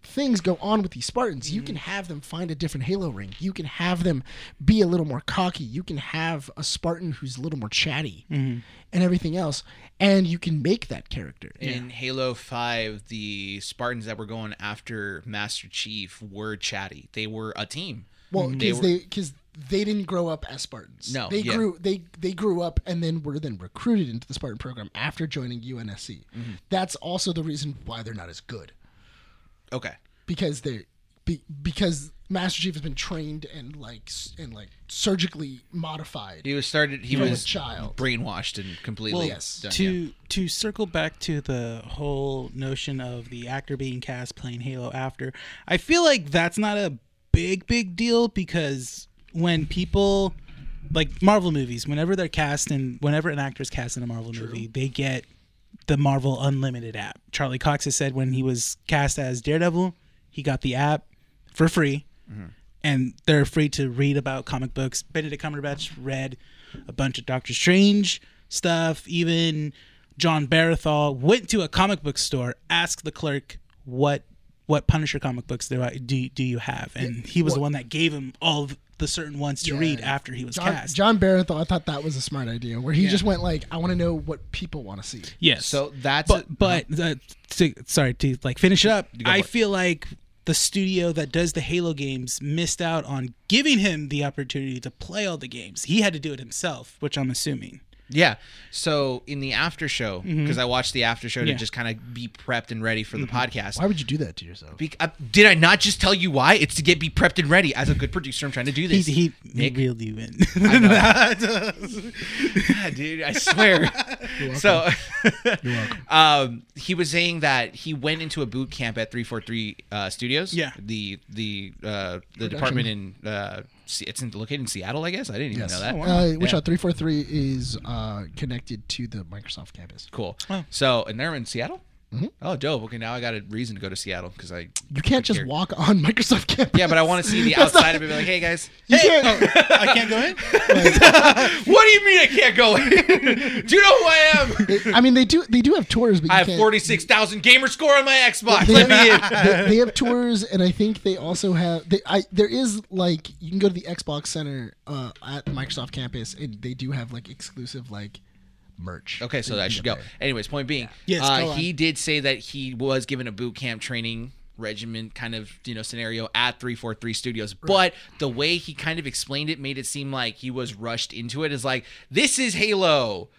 [SPEAKER 3] things go on with these Spartans. You can have them find a different Halo ring. You can have them be a little more cocky. You can have a Spartan who's a little more chatty and everything else. And you can make that character.
[SPEAKER 2] in Halo 5, the Spartans that were going after Master Chief were chatty. They were a team.
[SPEAKER 3] Well,
[SPEAKER 2] Mm, They
[SPEAKER 3] because
[SPEAKER 2] were-
[SPEAKER 3] they because they didn't grow up as Spartans.
[SPEAKER 2] No,
[SPEAKER 3] they
[SPEAKER 2] yeah.
[SPEAKER 3] grew they they grew up and then were then recruited into the Spartan program after joining
[SPEAKER 2] Mm-hmm.
[SPEAKER 3] UNSC. That's also the reason why they're not as good
[SPEAKER 2] Okay.
[SPEAKER 3] because they be, because Master Chief has been trained and like s- and like surgically modified.
[SPEAKER 2] He was started. He
[SPEAKER 3] From a
[SPEAKER 2] was
[SPEAKER 3] child.
[SPEAKER 2] brainwashed and completely.
[SPEAKER 1] Well,
[SPEAKER 3] yes.
[SPEAKER 2] done,
[SPEAKER 1] to
[SPEAKER 2] yeah.
[SPEAKER 1] to circle back to the whole notion of the actor being cast playing Halo after, I feel like that's not a big big deal because when people like Marvel movies, whenever they're cast and whenever an actor's cast in a Marvel movie, they get the Marvel Unlimited app. Charlie Cox has said when he was cast as Daredevil, he got the app for free. And they're free to read about comic books. Benedict Cumberbatch read a bunch of Doctor Strange stuff. Even John Barathol went to a comic book store, asked the clerk what what Punisher comic books do I, do, do you have, and he was the one that gave him all of the certain ones to
[SPEAKER 3] Yeah.
[SPEAKER 1] read after he was
[SPEAKER 3] John,
[SPEAKER 1] cast.
[SPEAKER 3] John Barathol, I thought that was a smart idea, where he just went like, "I want to know what people want to see."
[SPEAKER 1] yes.
[SPEAKER 2] So that's
[SPEAKER 1] but but uh, to, sorry to like finish it up
[SPEAKER 2] go
[SPEAKER 1] i
[SPEAKER 2] for it.
[SPEAKER 1] feel like the studio that does the halo games missed out on giving him the opportunity to play all the games he had to do it himself which i'm assuming
[SPEAKER 2] Yeah. So in the after show,
[SPEAKER 3] Mm-hmm.
[SPEAKER 2] because I watched the after show to
[SPEAKER 1] Yeah.
[SPEAKER 2] just kind of be prepped and ready for the podcast.
[SPEAKER 3] Why would you do that to yourself?
[SPEAKER 2] Be- uh, did I not just tell you why? It's to get be prepped and ready. As a good producer, I'm trying to do
[SPEAKER 1] he,
[SPEAKER 2] this.
[SPEAKER 1] he, he
[SPEAKER 2] Nick.
[SPEAKER 1] reeled you in
[SPEAKER 2] Yeah, dude, I swear. so, um, he was saying that he went into a boot camp at 343 uh, Studios.
[SPEAKER 1] Yeah.
[SPEAKER 2] The the uh, the department in uh, Se- it's in, located in Seattle, I guess. I didn't even know
[SPEAKER 1] Oh,
[SPEAKER 2] that.
[SPEAKER 3] Uh, which
[SPEAKER 2] Yeah.
[SPEAKER 3] three four three is uh, connected to the Microsoft campus.
[SPEAKER 2] Cool.
[SPEAKER 1] Oh. Mm-hmm.
[SPEAKER 2] So, and they're in Seattle. Oh, dope. Okay, now I got a reason to go to Seattle because I
[SPEAKER 3] You can't just
[SPEAKER 2] Here.
[SPEAKER 3] walk on Microsoft campus.
[SPEAKER 2] Yeah, but I want to see the outside of it. Be like, hey guys,
[SPEAKER 3] You can't.
[SPEAKER 1] i can't go in
[SPEAKER 2] what do you mean I can't go in? do you know who I am?
[SPEAKER 3] I mean, they do they do have tours, but you
[SPEAKER 2] I have
[SPEAKER 3] can't-
[SPEAKER 2] forty six thousand gamer score on my Xbox.
[SPEAKER 3] They,
[SPEAKER 2] Let me in.
[SPEAKER 3] they, they have tours, and I think they also have. They, I there is like you can go to the Xbox Center uh, at Microsoft campus, and they do have like exclusive like merch.
[SPEAKER 2] Okay, so
[SPEAKER 3] that
[SPEAKER 2] I
[SPEAKER 3] you can
[SPEAKER 2] should
[SPEAKER 3] get
[SPEAKER 2] go.
[SPEAKER 3] there.
[SPEAKER 2] Anyways, point being,
[SPEAKER 1] Yes, go
[SPEAKER 2] uh,
[SPEAKER 1] on.
[SPEAKER 2] he did say that he was given a boot camp training regiment kind of you know scenario at 343 studios but the way he kind of explained it made it seem like he was rushed into it is like this is halo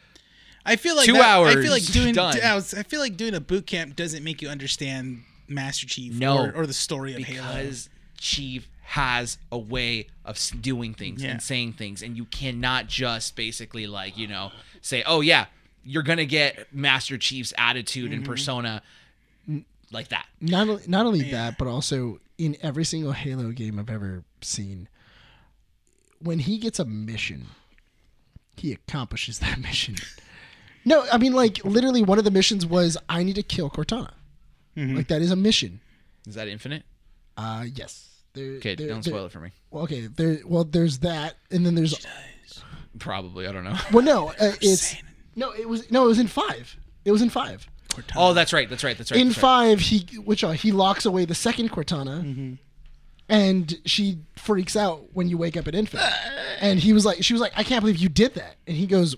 [SPEAKER 1] I feel like
[SPEAKER 2] Two
[SPEAKER 1] that- I
[SPEAKER 2] hours,
[SPEAKER 1] feel like doing.
[SPEAKER 2] done.
[SPEAKER 1] I, was- I feel like doing a boot camp doesn't make you understand Master Chief
[SPEAKER 2] No,
[SPEAKER 1] or, or the story of Halo.
[SPEAKER 2] because Chief has a way of s- doing things
[SPEAKER 1] Yeah.
[SPEAKER 2] and saying things, and you cannot just basically like you know say, "Oh yeah, you're gonna get Master Chief's attitude and
[SPEAKER 1] Mm-hmm.
[SPEAKER 2] persona n- like that."
[SPEAKER 3] Not only, not only that, but also in every single Halo game I've ever seen, when he gets a mission, he accomplishes that mission. no, I mean like literally one of the missions was I need to kill Cortana. Like that is a mission.
[SPEAKER 2] Is that infinite?
[SPEAKER 3] Uh yes. There,
[SPEAKER 2] Okay,
[SPEAKER 3] there-
[SPEAKER 2] don't
[SPEAKER 3] there-
[SPEAKER 2] spoil it for me.
[SPEAKER 3] Well, okay, there. Well, there's that, and then there's.
[SPEAKER 2] Probably, I don't know.
[SPEAKER 3] Well, no, uh, it's no. It was no. It was in five. It was in five.
[SPEAKER 2] Oh, that's right, that's right, that's right.
[SPEAKER 3] in
[SPEAKER 2] that's right.
[SPEAKER 3] five, he which are, he locks away the second Cortana, and she freaks out when you wake up at infant. and he was like, she was like, I can't believe you did that. And he goes,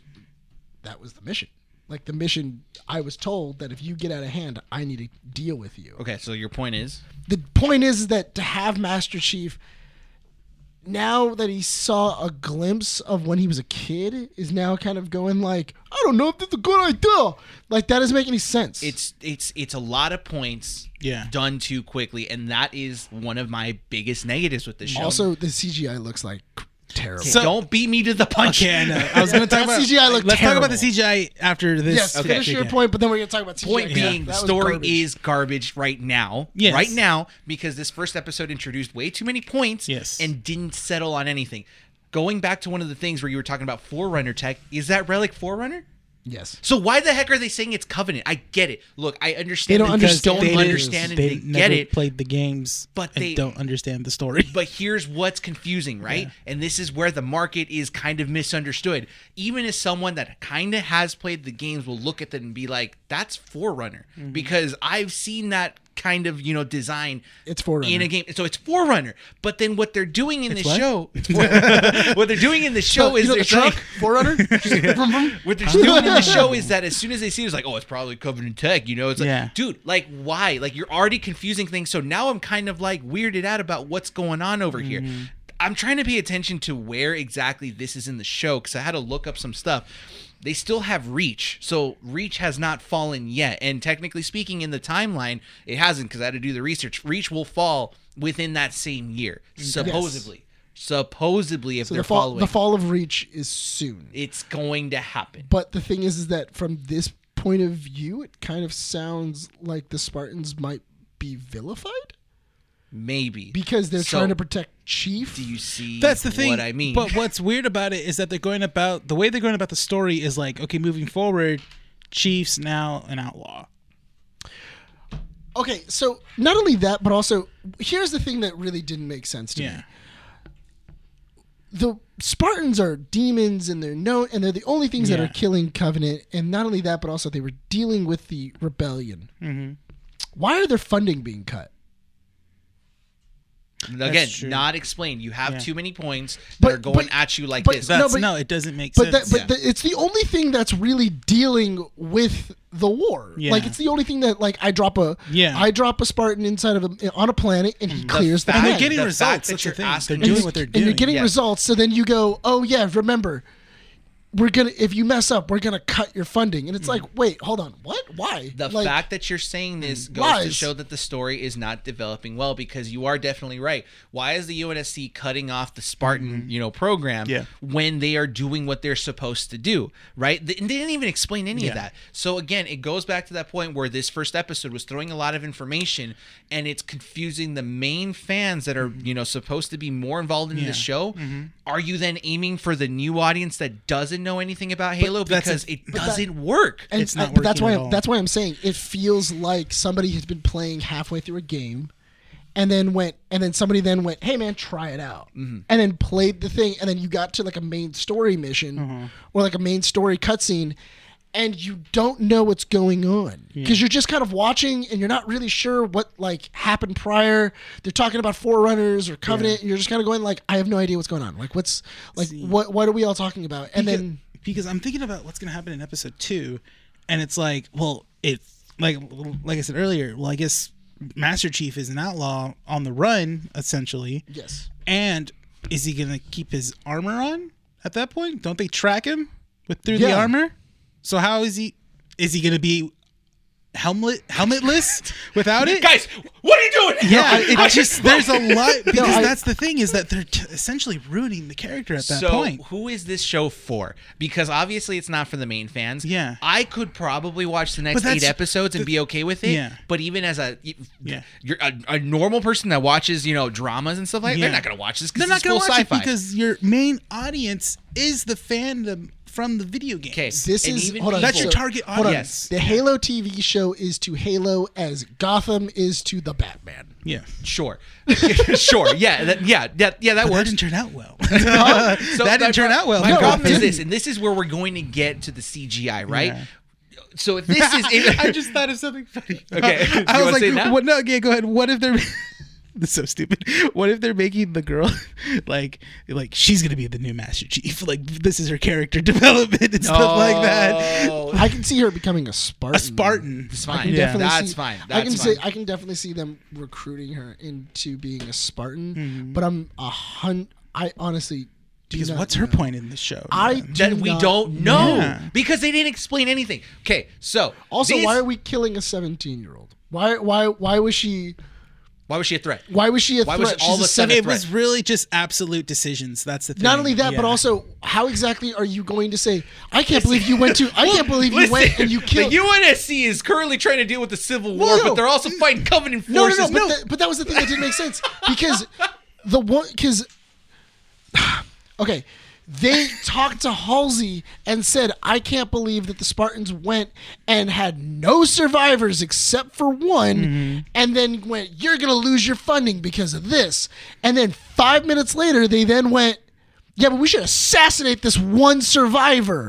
[SPEAKER 3] That was the mission. Like the mission, I was told that if you get out of hand, I need to deal with you.
[SPEAKER 2] Okay, so your point is,
[SPEAKER 3] The point is that to have Master Chief. Now that he saw a glimpse of when he was a kid, is now kind of going like, I don't know if that's a good idea. Like that doesn't make any sense.
[SPEAKER 2] it's it's it's a lot of points.
[SPEAKER 1] Yeah.
[SPEAKER 2] done too quickly, and that is one of my biggest negatives with the show.
[SPEAKER 3] also the CGI looks like terrible.
[SPEAKER 1] So-
[SPEAKER 2] don't beat me to the punch.
[SPEAKER 1] Okay, I know. I was going to talk
[SPEAKER 3] That
[SPEAKER 1] about
[SPEAKER 3] CGI looked
[SPEAKER 1] Let's talk about the
[SPEAKER 3] terrible.
[SPEAKER 1] CGI after this.
[SPEAKER 3] Yes,
[SPEAKER 2] Okay.
[SPEAKER 3] finish your
[SPEAKER 1] again.
[SPEAKER 3] point, but then we're gonna talk about CGI.
[SPEAKER 2] point
[SPEAKER 3] Yeah.
[SPEAKER 2] being the
[SPEAKER 3] That was
[SPEAKER 2] story
[SPEAKER 3] garbage.
[SPEAKER 2] is garbage right now
[SPEAKER 1] Yes.
[SPEAKER 2] right now because this first episode introduced way too many points
[SPEAKER 1] Yes.
[SPEAKER 2] and didn't settle on anything going back to one of the things where you were talking about forerunner tech is that relic forerunner
[SPEAKER 3] yes.
[SPEAKER 2] so why the heck are they saying it's covenant i get it look i understand
[SPEAKER 3] They don't
[SPEAKER 2] that you guys
[SPEAKER 3] understand
[SPEAKER 2] don't
[SPEAKER 3] what it
[SPEAKER 2] understand and
[SPEAKER 3] is.
[SPEAKER 2] they, get
[SPEAKER 1] never
[SPEAKER 2] it
[SPEAKER 1] Played the games,
[SPEAKER 2] But
[SPEAKER 1] and
[SPEAKER 2] they-
[SPEAKER 1] don't understand the story.
[SPEAKER 2] but here's what's confusing, right? And this is where the market is kind of misunderstood. Even as someone that kind of has played the games will look at them and be like, that's Forerunner
[SPEAKER 3] Mm-hmm.
[SPEAKER 2] because I've seen that kind of, you know, design
[SPEAKER 3] It's Forerunner.
[SPEAKER 2] in a game. So it's Forerunner. But then what they're doing in this
[SPEAKER 1] what?
[SPEAKER 2] show, it's Forerunner. what they're doing in the show
[SPEAKER 3] Oh,
[SPEAKER 2] is
[SPEAKER 3] you know
[SPEAKER 2] they're
[SPEAKER 3] the truck
[SPEAKER 2] saying-
[SPEAKER 3] forerunner?
[SPEAKER 2] what they're doing in the show is that as soon as they see it, it's like, oh, it's probably Covenant Tech. You know, it's like,
[SPEAKER 1] Yeah.
[SPEAKER 2] dude, like,
[SPEAKER 3] Mm-hmm.
[SPEAKER 2] why? Like, you're already confusing things. So now I'm kind of like weirded out about what's going on over here. I'm trying to pay attention to where exactly this is in the show because I had to look up some stuff. They still have Reach, so Reach has not fallen yet. And technically speaking, in the timeline, it hasn't because I had to do the research. Reach will fall within that same year, supposedly. Supposedly, if
[SPEAKER 3] Mm, So
[SPEAKER 2] they're
[SPEAKER 3] the fall,
[SPEAKER 2] following,
[SPEAKER 3] the fall of Reach is soon.
[SPEAKER 2] it's going to happen.
[SPEAKER 3] But the thing is, is that from this point of view, it kind of sounds like the Spartans might be vilified
[SPEAKER 2] Maybe
[SPEAKER 3] because they're
[SPEAKER 2] So,
[SPEAKER 3] trying to protect Chief.
[SPEAKER 2] Do you see?
[SPEAKER 1] That's the thing.
[SPEAKER 2] What I mean.
[SPEAKER 1] But what's weird about it is that they're going about the way they're going about the story is like, okay, moving forward, Chief's now an outlaw.
[SPEAKER 3] okay, so not only that, but also here's the thing that really didn't make sense to me.
[SPEAKER 1] Yeah.
[SPEAKER 3] the Spartans are demons and they're known and they're the only things that
[SPEAKER 1] Yeah.
[SPEAKER 3] are killing Covenant. And not only that, but also they were dealing with the rebellion. Mm-hmm. Why are their funding being cut?
[SPEAKER 2] again,
[SPEAKER 1] true.
[SPEAKER 2] not explained. You have
[SPEAKER 1] Yeah.
[SPEAKER 2] too many points that
[SPEAKER 3] But-
[SPEAKER 2] are going
[SPEAKER 3] but-
[SPEAKER 2] at you like
[SPEAKER 3] but
[SPEAKER 2] this.
[SPEAKER 3] that-
[SPEAKER 1] That's, no,
[SPEAKER 3] but-
[SPEAKER 1] it doesn't make
[SPEAKER 3] But that,
[SPEAKER 1] sense.
[SPEAKER 3] but
[SPEAKER 2] Yeah.
[SPEAKER 3] the, it's the only thing that's really dealing with the war.
[SPEAKER 1] Yeah.
[SPEAKER 3] Like it's the only thing that like I drop a
[SPEAKER 1] Yeah.
[SPEAKER 3] I drop a Spartan inside of a, on a planet and he clears the,
[SPEAKER 2] fact-
[SPEAKER 1] and they're
[SPEAKER 3] planet.
[SPEAKER 1] getting
[SPEAKER 2] the
[SPEAKER 1] results.
[SPEAKER 2] fact that
[SPEAKER 1] That's the
[SPEAKER 2] you're
[SPEAKER 1] thing.
[SPEAKER 2] asking
[SPEAKER 1] They're
[SPEAKER 2] me-
[SPEAKER 1] doing what they're
[SPEAKER 3] and
[SPEAKER 1] doing.
[SPEAKER 3] you're getting
[SPEAKER 2] yeah.
[SPEAKER 3] results. So then you go, oh yeah, remember, we're gonna if you mess up, we're gonna cut your funding. And it's
[SPEAKER 1] Mm-hmm.
[SPEAKER 3] like, wait, hold on, what? Why?
[SPEAKER 2] The
[SPEAKER 3] like,
[SPEAKER 2] fact that you're saying this
[SPEAKER 1] mm,
[SPEAKER 2] goes to
[SPEAKER 3] Lies.
[SPEAKER 2] show that the story is not developing well because you are definitely right. Why is the UNSC cutting off the Spartan, you know, program
[SPEAKER 1] Mm-hmm. Yeah.
[SPEAKER 2] when they are doing what they're supposed to do, right? They, and they didn't even explain any of that. So again, it goes back to that point where this first episode was throwing a lot of information and it's confusing the main fans that are, you know, supposed to be more involved in
[SPEAKER 1] Mm-hmm. Yeah. Mm-hmm.
[SPEAKER 2] the show. Are you then aiming for the new audience that doesn't know anything about Halo
[SPEAKER 1] that's a-
[SPEAKER 2] because it doesn't work?
[SPEAKER 3] and
[SPEAKER 1] It's not
[SPEAKER 3] I- but that's
[SPEAKER 1] working
[SPEAKER 3] why
[SPEAKER 1] at all.
[SPEAKER 3] that's why I'm saying it feels like somebody has been playing halfway through a game, and then went and then somebody then went, hey man, try it out,
[SPEAKER 1] Mm-hmm.
[SPEAKER 3] and then played the thing, and then you got to like a main story mission
[SPEAKER 1] Mm-hmm.
[SPEAKER 3] or like a main story cutscene. And you don't know what's going on because you're just kind of watching, and you're not really sure what like happened prior. They're talking about Forerunners or Covenant, and you're just kind of going like, "I have no idea what's going on. Like, what's like what? What are we all talking about?" And
[SPEAKER 1] because,
[SPEAKER 3] then
[SPEAKER 1] because I'm thinking about what's gonna happen in episode two, and it's like, well, it's like like I said earlier. Well, I guess Master Chief is an outlaw on the run, essentially.
[SPEAKER 3] yes,
[SPEAKER 1] And is he gonna keep his armor on at that point? Don't they track him with through the
[SPEAKER 3] Yeah.
[SPEAKER 1] armor? So how is he? Is he gonna be helmet helmetless without it?
[SPEAKER 2] Guys, what are you doing?
[SPEAKER 1] Yeah, it just there's a lot because
[SPEAKER 3] I-
[SPEAKER 1] that's the thing is that they're t- essentially ruining the character at that
[SPEAKER 2] so
[SPEAKER 1] point.
[SPEAKER 2] who is this show for? Because obviously it's not for the main fans.
[SPEAKER 1] Yeah.
[SPEAKER 2] I could probably watch the next
[SPEAKER 1] that's-
[SPEAKER 2] eight episodes and be okay with it.
[SPEAKER 1] Yeah.
[SPEAKER 2] But even as a
[SPEAKER 1] Yeah.
[SPEAKER 2] you're a, a normal person that watches, you know, dramas and stuff like
[SPEAKER 1] Yeah.
[SPEAKER 2] they're not gonna watch this
[SPEAKER 1] They're
[SPEAKER 2] because
[SPEAKER 1] not
[SPEAKER 2] it's
[SPEAKER 1] gonna
[SPEAKER 2] full
[SPEAKER 1] watch
[SPEAKER 2] sci-fi.
[SPEAKER 1] it because your main audience is the fandom from the video games.
[SPEAKER 2] okay,
[SPEAKER 3] This
[SPEAKER 2] and
[SPEAKER 3] is-
[SPEAKER 2] even
[SPEAKER 3] hold on,
[SPEAKER 1] That's
[SPEAKER 2] people-
[SPEAKER 1] your target
[SPEAKER 3] Hold on.
[SPEAKER 1] audience.
[SPEAKER 3] The Halo TV show is to Halo as Gotham is to the Batman.
[SPEAKER 1] Yeah.
[SPEAKER 2] sure, sure, yeah, that, yeah, that, yeah, that
[SPEAKER 1] But that
[SPEAKER 2] works.
[SPEAKER 1] didn't turn out well.
[SPEAKER 2] So
[SPEAKER 1] that
[SPEAKER 2] my
[SPEAKER 1] didn't turn
[SPEAKER 2] pro-
[SPEAKER 1] out well.
[SPEAKER 2] My
[SPEAKER 1] No,
[SPEAKER 2] problem
[SPEAKER 1] it
[SPEAKER 2] is
[SPEAKER 1] didn't.
[SPEAKER 2] this, and this is where we're going to get to the CGI, right?
[SPEAKER 1] Yeah.
[SPEAKER 2] So if this is,
[SPEAKER 1] I just thought of something funny.
[SPEAKER 2] Okay. You
[SPEAKER 1] I
[SPEAKER 2] wanna
[SPEAKER 1] was
[SPEAKER 2] say it
[SPEAKER 1] like,
[SPEAKER 2] now?
[SPEAKER 1] what? No, okay, go ahead. What if they're. That's so stupid. What if they're making the girl like like she's gonna be the new Master Chief? Like this is her character development and stuff like that.
[SPEAKER 2] Oh,
[SPEAKER 3] I can see her becoming a Spartan.
[SPEAKER 1] A Spartan.
[SPEAKER 2] It's
[SPEAKER 3] I
[SPEAKER 2] fine.
[SPEAKER 3] can definitely
[SPEAKER 2] That's
[SPEAKER 3] see-
[SPEAKER 2] fine.
[SPEAKER 3] I
[SPEAKER 2] That's
[SPEAKER 3] can
[SPEAKER 2] fine.
[SPEAKER 3] say I can definitely see them recruiting her into being a Spartan.
[SPEAKER 2] Mm-hmm.
[SPEAKER 3] But I'm a hun. I honestly do
[SPEAKER 1] Because
[SPEAKER 3] not
[SPEAKER 1] what's her
[SPEAKER 3] know.
[SPEAKER 1] point in the show?
[SPEAKER 3] I
[SPEAKER 1] man?
[SPEAKER 3] do
[SPEAKER 2] that we
[SPEAKER 3] not
[SPEAKER 2] don't know
[SPEAKER 1] Yeah.
[SPEAKER 2] because they didn't explain anything. Okay, so
[SPEAKER 3] Also,
[SPEAKER 2] these-
[SPEAKER 3] why are we killing a 17 year old? Why why why was she
[SPEAKER 2] why was she a threat?
[SPEAKER 3] why was she a
[SPEAKER 2] Why was
[SPEAKER 3] threat?
[SPEAKER 2] it all
[SPEAKER 3] She's
[SPEAKER 2] of a sudden-
[SPEAKER 1] it
[SPEAKER 2] threat.
[SPEAKER 1] was really just absolute decisions. That's the thing.
[SPEAKER 3] Not only that, but
[SPEAKER 1] Yeah.
[SPEAKER 3] also, how exactly are you going to say? I can't believe you went to. I can't believe you went and you killed.
[SPEAKER 2] The UNSC is currently trying to deal with the Civil War,
[SPEAKER 3] Well, no.
[SPEAKER 2] but they're also fighting Covenant
[SPEAKER 3] No, no,
[SPEAKER 2] forces.
[SPEAKER 3] no. But, that, but that was the thing that didn't make sense because the one because okay, they talked to Halsey and said, "I can't believe that the Spartans went and had no survivors except for one,"
[SPEAKER 1] Mm-hmm.
[SPEAKER 3] and then went, "You're gonna lose your funding because of this," and then five minutes later, they then went. Yeah, but we should assassinate this one survivor.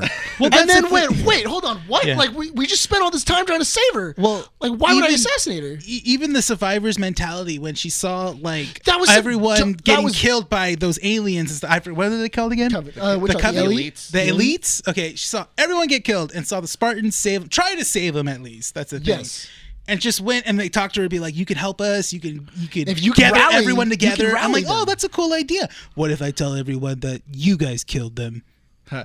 [SPEAKER 1] that's
[SPEAKER 3] and then
[SPEAKER 1] the
[SPEAKER 3] went,
[SPEAKER 1] thing.
[SPEAKER 3] wait, hold on, what?
[SPEAKER 1] Yeah.
[SPEAKER 3] Like we, we just spent all this time trying to save her.
[SPEAKER 1] Well,
[SPEAKER 3] like why would I
[SPEAKER 1] even-
[SPEAKER 3] assassinate her?
[SPEAKER 1] E- even the survivors' mentality when she saw like
[SPEAKER 3] That was some
[SPEAKER 1] everyone
[SPEAKER 3] dumb- that
[SPEAKER 1] getting
[SPEAKER 3] was-
[SPEAKER 1] killed by those aliens and stuff. I forget- What are they called again?
[SPEAKER 3] Covenant. Uh, which
[SPEAKER 1] the
[SPEAKER 3] are the
[SPEAKER 1] Covenant-
[SPEAKER 3] elites?
[SPEAKER 1] The
[SPEAKER 3] Yeah.
[SPEAKER 1] elites. Okay, she saw everyone get killed and saw the Spartans save, try to save them at least. That's the thing.
[SPEAKER 3] Yes.
[SPEAKER 1] and just went and they talked to her and be like, "You can help us. You can you can
[SPEAKER 3] If you can
[SPEAKER 1] gather
[SPEAKER 3] rally-
[SPEAKER 1] everyone
[SPEAKER 3] you can
[SPEAKER 1] together." I'm
[SPEAKER 3] rally
[SPEAKER 1] like, "Oh,
[SPEAKER 3] them.
[SPEAKER 1] that's a cool idea. What if I tell everyone that you guys killed them?"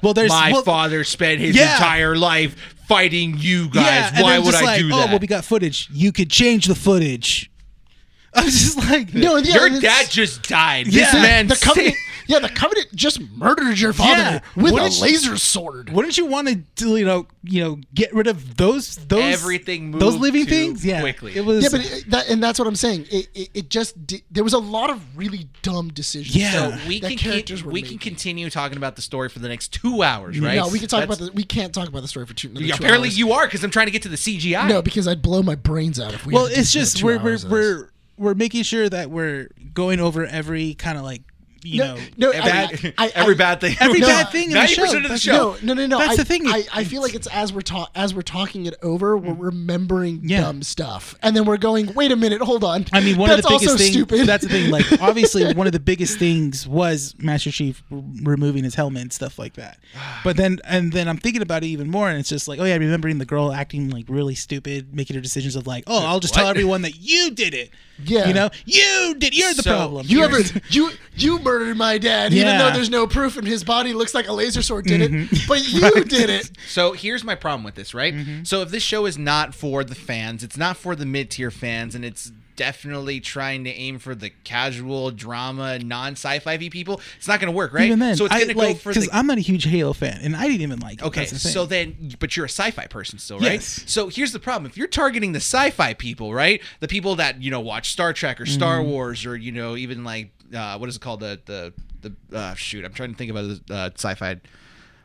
[SPEAKER 1] Well, there's
[SPEAKER 2] my
[SPEAKER 1] well,
[SPEAKER 2] father spent his
[SPEAKER 1] Yeah.
[SPEAKER 2] entire life fighting you guys.
[SPEAKER 1] and
[SPEAKER 2] Why
[SPEAKER 1] they're
[SPEAKER 2] would
[SPEAKER 1] just
[SPEAKER 2] I
[SPEAKER 1] like,
[SPEAKER 2] do
[SPEAKER 1] Oh,
[SPEAKER 2] that?
[SPEAKER 1] well, we got footage. You could change the footage. I'm just like,
[SPEAKER 3] No, yeah,
[SPEAKER 2] Your
[SPEAKER 3] it's-
[SPEAKER 2] dad just died.
[SPEAKER 1] Yeah.
[SPEAKER 2] This man
[SPEAKER 3] the covenant.
[SPEAKER 2] saved-
[SPEAKER 3] Yeah, the covenant just murdered your father
[SPEAKER 1] Yeah.
[SPEAKER 3] with
[SPEAKER 1] What
[SPEAKER 3] a
[SPEAKER 1] did she-
[SPEAKER 3] laser sword.
[SPEAKER 1] Wouldn't you want to, you know, you know, get rid of those those
[SPEAKER 2] Everything
[SPEAKER 1] those
[SPEAKER 2] moved
[SPEAKER 1] living
[SPEAKER 2] too
[SPEAKER 1] things? Yeah,
[SPEAKER 2] quickly.
[SPEAKER 1] It was
[SPEAKER 3] Yeah, but it, that, and that's what I'm saying. It, it, it just di- there was a lot of really dumb decisions.
[SPEAKER 1] Yeah.
[SPEAKER 2] So we
[SPEAKER 3] that
[SPEAKER 2] can
[SPEAKER 3] characters were
[SPEAKER 2] we can
[SPEAKER 3] making.
[SPEAKER 2] continue talking about the story for the next two hours, right?
[SPEAKER 3] No, we can talk
[SPEAKER 2] That's-
[SPEAKER 3] about the, we can't talk about the story for two. another
[SPEAKER 2] Yeah,
[SPEAKER 3] two
[SPEAKER 2] apparently,
[SPEAKER 3] hours.
[SPEAKER 2] you are because I'm trying to get to the CGI.
[SPEAKER 3] No, because I'd blow my brains out if we.
[SPEAKER 1] well
[SPEAKER 3] had to
[SPEAKER 1] it's
[SPEAKER 3] do
[SPEAKER 1] just
[SPEAKER 3] two
[SPEAKER 1] we're we're
[SPEAKER 3] hours of this.
[SPEAKER 1] we're, we're making sure that we're going over every kind of like you
[SPEAKER 3] No,
[SPEAKER 1] know
[SPEAKER 3] no,
[SPEAKER 1] every,
[SPEAKER 2] Bad-
[SPEAKER 3] I- I-
[SPEAKER 2] every
[SPEAKER 3] I-
[SPEAKER 2] bad thing.
[SPEAKER 1] every
[SPEAKER 3] no,
[SPEAKER 1] bad thing in the show
[SPEAKER 2] 90% of the
[SPEAKER 1] That's-
[SPEAKER 2] show.
[SPEAKER 3] No, no, no, no.
[SPEAKER 1] That's
[SPEAKER 3] I,
[SPEAKER 1] the thing. Mm.
[SPEAKER 3] I, I feel like it's as we're ta- as we're talking it over, we're remembering
[SPEAKER 1] Yeah.
[SPEAKER 3] dumb stuff, and then we're going, "Wait a minute, hold on."
[SPEAKER 1] I mean, one
[SPEAKER 3] that's
[SPEAKER 1] of the biggest
[SPEAKER 3] also
[SPEAKER 1] things.
[SPEAKER 3] Stupid.
[SPEAKER 1] That's the thing. Like, obviously, one of the biggest things was Master Chief r- removing his helmet and stuff like that. But then, and then I'm thinking about it even more, and it's just like, oh yeah, remembering the girl acting like really stupid, making her decisions of like, oh, I'll just tell
[SPEAKER 2] What?
[SPEAKER 1] everyone that you did it.
[SPEAKER 3] Yeah.
[SPEAKER 1] you know, you did. You're the
[SPEAKER 2] So,
[SPEAKER 1] problem.
[SPEAKER 3] you
[SPEAKER 1] You're-
[SPEAKER 3] ever you you murdered my dad, even
[SPEAKER 1] Yeah. Mm-hmm.
[SPEAKER 3] though there's no proof, and his body looks like a laser sword did it, but you did it.
[SPEAKER 2] So here's my problem with this, right?
[SPEAKER 3] Mm-hmm.
[SPEAKER 2] So if this show is not for the fans, it's not for the mid tier fans, and it's definitely trying to aim for the casual drama, non sci fi people, it's not going to work, right?
[SPEAKER 1] even then,
[SPEAKER 2] so it's
[SPEAKER 1] I,
[SPEAKER 2] going to
[SPEAKER 1] like
[SPEAKER 2] go for
[SPEAKER 1] because
[SPEAKER 2] the.
[SPEAKER 1] I'm not a huge Halo fan, and I didn't even like. It.
[SPEAKER 2] Okay,
[SPEAKER 1] That's the thing.
[SPEAKER 2] so then, but you're a sci-fi person still, right?
[SPEAKER 1] Yes.
[SPEAKER 2] So here's the problem: if you're targeting the sci-fi people, right, the people that you know watch Star Trek or Star
[SPEAKER 1] Mm-hmm.
[SPEAKER 2] Wars or you know even like uh, what is it called the the the uh, shoot, I'm trying to think about the uh, sci-fi.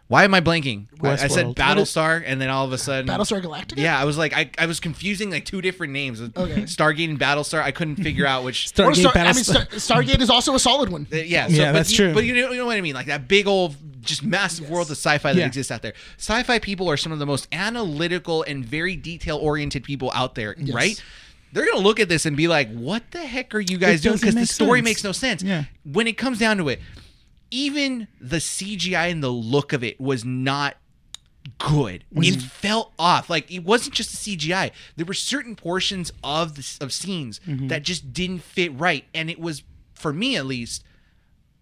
[SPEAKER 2] Why am I blanking? I, I said
[SPEAKER 1] Westworld.
[SPEAKER 2] Battlestar, and then all of a sudden
[SPEAKER 3] Battlestar Galactica.
[SPEAKER 2] Yeah, I was like, I, I was confusing like two different names.
[SPEAKER 3] Okay.
[SPEAKER 2] Stargate and Battlestar. I couldn't figure out which.
[SPEAKER 1] Star-
[SPEAKER 3] Or
[SPEAKER 1] Stargate
[SPEAKER 3] Star, I mean,
[SPEAKER 1] Battles-
[SPEAKER 3] Star, Stargate is also a solid one.
[SPEAKER 2] Uh, yeah,
[SPEAKER 1] Yeah,
[SPEAKER 2] but
[SPEAKER 1] that's
[SPEAKER 2] you-
[SPEAKER 1] true.
[SPEAKER 2] But you know, you know what I mean? Like that big old, just massive world of sci-fi that
[SPEAKER 1] Yeah.
[SPEAKER 2] exists out there. Sci-fi people are some of the most analytical and very detail-oriented people out there, right? They're gonna look at this and be like, "What the heck are you guys doing?"
[SPEAKER 1] doesn't
[SPEAKER 2] Because the
[SPEAKER 1] make
[SPEAKER 2] story
[SPEAKER 1] sense.
[SPEAKER 2] makes no sense.
[SPEAKER 1] Yeah.
[SPEAKER 2] When it comes down to it, even the CGI and the look of it was not good. It fell off. Like it wasn't just the CGI. There were certain portions of the, of scenes that just didn't fit right, and it was for me at least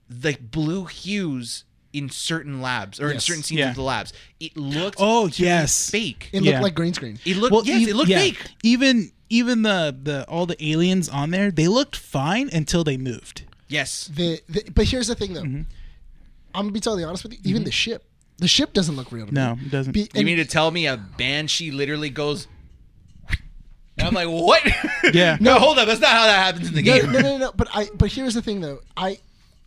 [SPEAKER 2] the blue hues in certain labs or in
[SPEAKER 3] Yes.
[SPEAKER 2] certain scenes
[SPEAKER 1] Yeah.
[SPEAKER 2] of the labs. It looked
[SPEAKER 1] Oh,
[SPEAKER 2] to me
[SPEAKER 1] yes.
[SPEAKER 2] fake.
[SPEAKER 3] It
[SPEAKER 2] It,
[SPEAKER 3] looked
[SPEAKER 1] Yeah.
[SPEAKER 3] like green screen.
[SPEAKER 2] looked yes,
[SPEAKER 1] e-
[SPEAKER 2] it looked
[SPEAKER 1] yeah.
[SPEAKER 2] fake.
[SPEAKER 1] Even even the the all the aliens on there, they looked fine until they moved.
[SPEAKER 2] Yes.
[SPEAKER 3] The, the but here's the thing though,
[SPEAKER 1] Mm-hmm.
[SPEAKER 3] I'm gonna be totally honest with you. Even the ship, the ship doesn't look real to
[SPEAKER 1] No,
[SPEAKER 3] me.
[SPEAKER 1] it doesn't.
[SPEAKER 3] Be-
[SPEAKER 2] You
[SPEAKER 3] and-
[SPEAKER 2] mean to tell me a banshee literally goes? And I'm like, what?
[SPEAKER 1] Yeah.
[SPEAKER 2] no, hold up. That's not how that happens in the
[SPEAKER 3] no,
[SPEAKER 2] game.
[SPEAKER 3] no, no, no. But I. But here's the thing, though. I.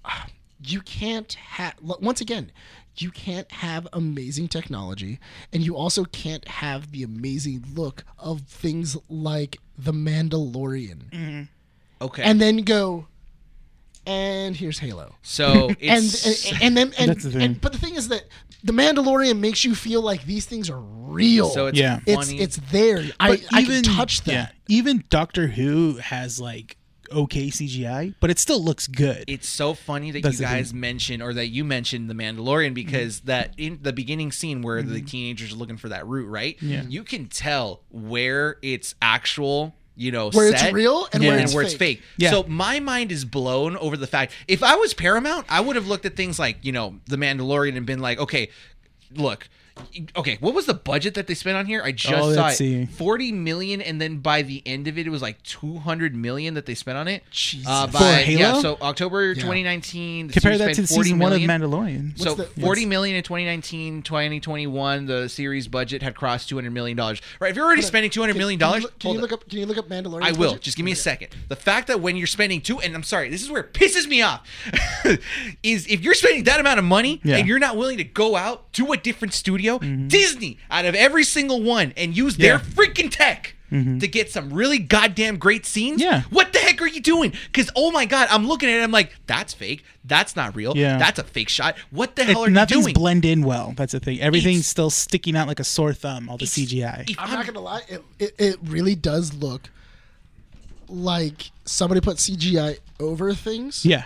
[SPEAKER 3] ah, You can't have. Once again, you can't have amazing technology, and you also can't have the amazing look of things like The Mandalorian,
[SPEAKER 2] Mm. Okay.
[SPEAKER 3] and then go. And here's Halo.
[SPEAKER 2] so
[SPEAKER 3] And,
[SPEAKER 2] it's
[SPEAKER 3] and and then and,
[SPEAKER 1] That's the thing.
[SPEAKER 3] and but the thing is that the Mandalorian makes you feel like these things are real.
[SPEAKER 2] so it's
[SPEAKER 1] Yeah.
[SPEAKER 3] it's
[SPEAKER 2] funny.
[SPEAKER 3] it's there. I, I can touch that.
[SPEAKER 1] yeah, even Doctor Who has like okay CGI, but it still looks good.
[SPEAKER 2] it's so funny that
[SPEAKER 1] That's
[SPEAKER 2] you
[SPEAKER 1] the thing. Mm-hmm.
[SPEAKER 2] guys mentioned or that you mentioned the Mandalorian because that in the beginning scene where the teenagers are looking for that root, right?
[SPEAKER 1] Yeah.
[SPEAKER 2] You can tell where it's actual, you know,
[SPEAKER 3] Where it's
[SPEAKER 2] set
[SPEAKER 3] real and where it's fake.
[SPEAKER 1] Yeah.
[SPEAKER 2] So my mind is blown over the fact if I was Paramount, I would have looked at things like, you know, the Mandalorian and been like, okay, look. Okay, what was the budget that they spent on here? I just
[SPEAKER 1] Oh,
[SPEAKER 2] saw it.
[SPEAKER 1] let's see.
[SPEAKER 2] 40 million and then by the end of it it was like 200 million that they spent on it.
[SPEAKER 3] Jesus.
[SPEAKER 2] Uh,
[SPEAKER 1] For
[SPEAKER 2] by,
[SPEAKER 1] Halo?
[SPEAKER 2] Yeah, so October 2019. The
[SPEAKER 1] Compare
[SPEAKER 2] series
[SPEAKER 1] that to the
[SPEAKER 2] spent
[SPEAKER 1] season
[SPEAKER 2] 40
[SPEAKER 1] one of
[SPEAKER 2] million.
[SPEAKER 1] Mandalorian.
[SPEAKER 2] So
[SPEAKER 3] What's the-
[SPEAKER 2] forty million in 2019, 2021, the series budget had crossed 200 million dollars. Right, if you're already spending 200 million
[SPEAKER 3] Can you,
[SPEAKER 2] dollars,
[SPEAKER 3] look, can you look up? Can you look up Mandalorian?
[SPEAKER 2] I will. Just give me a second. The fact that when you're spending two, and I'm sorry, this is where it pisses me off, is if you're spending that amount of money
[SPEAKER 1] Yeah. Mm-hmm.
[SPEAKER 2] and you're not willing to go out to a different studio, Disney, out of every single one, and use
[SPEAKER 1] Yeah. Mm-hmm.
[SPEAKER 2] their freaking tech. To get some really goddamn great scenes,
[SPEAKER 1] Yeah.
[SPEAKER 2] What the heck are you doing? Because oh my god, I'm looking at it. I'm like, that's fake. That's not real.
[SPEAKER 1] Yeah.
[SPEAKER 2] That's a fake shot. What the
[SPEAKER 1] It-
[SPEAKER 2] hell are you
[SPEAKER 1] nothing's
[SPEAKER 2] doing?
[SPEAKER 1] blend in well. That's the thing. Everything's
[SPEAKER 2] It's- e-
[SPEAKER 1] still sticking out like a sore thumb. All the CGI.
[SPEAKER 2] If
[SPEAKER 3] I'm not gonna lie. It, it it really does look like somebody put CGI over things,
[SPEAKER 1] yeah.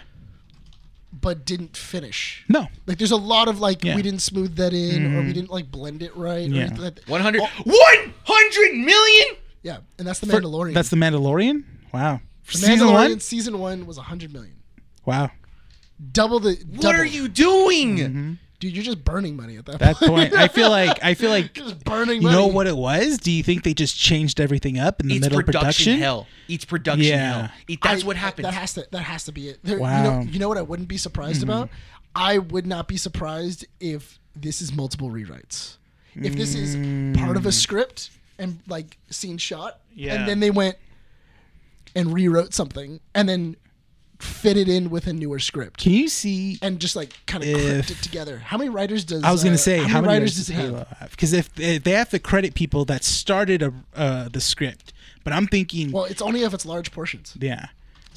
[SPEAKER 3] but didn't finish.
[SPEAKER 1] No.
[SPEAKER 3] Like there's a lot of like
[SPEAKER 1] Yeah. Mm-hmm.
[SPEAKER 3] we didn't smooth that in or we didn't like blend it right. or
[SPEAKER 1] Yeah.
[SPEAKER 3] anything like that.
[SPEAKER 2] 100 100 million
[SPEAKER 3] Yeah, and that's the
[SPEAKER 1] For-
[SPEAKER 3] Mandalorian.
[SPEAKER 1] That's the Mandalorian. Wow. For
[SPEAKER 3] the
[SPEAKER 1] season
[SPEAKER 3] Mandalorian
[SPEAKER 1] one.
[SPEAKER 3] season one was 100 million.
[SPEAKER 1] Wow.
[SPEAKER 3] Double the.
[SPEAKER 2] What are
[SPEAKER 3] double.
[SPEAKER 2] you doing?
[SPEAKER 1] Mm-hmm.
[SPEAKER 3] dude? You're just burning money at that,
[SPEAKER 1] That point, I feel like I feel like
[SPEAKER 3] just burning.
[SPEAKER 1] you
[SPEAKER 3] money.
[SPEAKER 1] know what it was. Do you think they just changed everything up in the
[SPEAKER 2] It's
[SPEAKER 1] middle of production?
[SPEAKER 2] production, hell. It's production
[SPEAKER 1] Yeah.
[SPEAKER 2] hell. It, that's
[SPEAKER 3] I-
[SPEAKER 2] what happened.
[SPEAKER 3] That has to. That has to be it. There- You
[SPEAKER 1] Wow. Mm-hmm.
[SPEAKER 3] know, you know what I wouldn't be surprised about? I would not be surprised if this is multiple rewrites. If this is part of a
[SPEAKER 1] Mm.
[SPEAKER 3] script and like scene shot,
[SPEAKER 1] Yeah.
[SPEAKER 3] and then they went and rewrote something and then fit it in with a newer script
[SPEAKER 1] Can you see?
[SPEAKER 3] and just like kind of
[SPEAKER 1] If-
[SPEAKER 3] clipped it together. How many writers does
[SPEAKER 1] I was
[SPEAKER 3] uh,
[SPEAKER 1] gonna say how many
[SPEAKER 3] writers does it have?
[SPEAKER 1] Halo have? Because if if they have to credit people that started a, uh, the script, but I'm thinking,
[SPEAKER 3] Well, it's only if it's large portions.
[SPEAKER 1] yeah.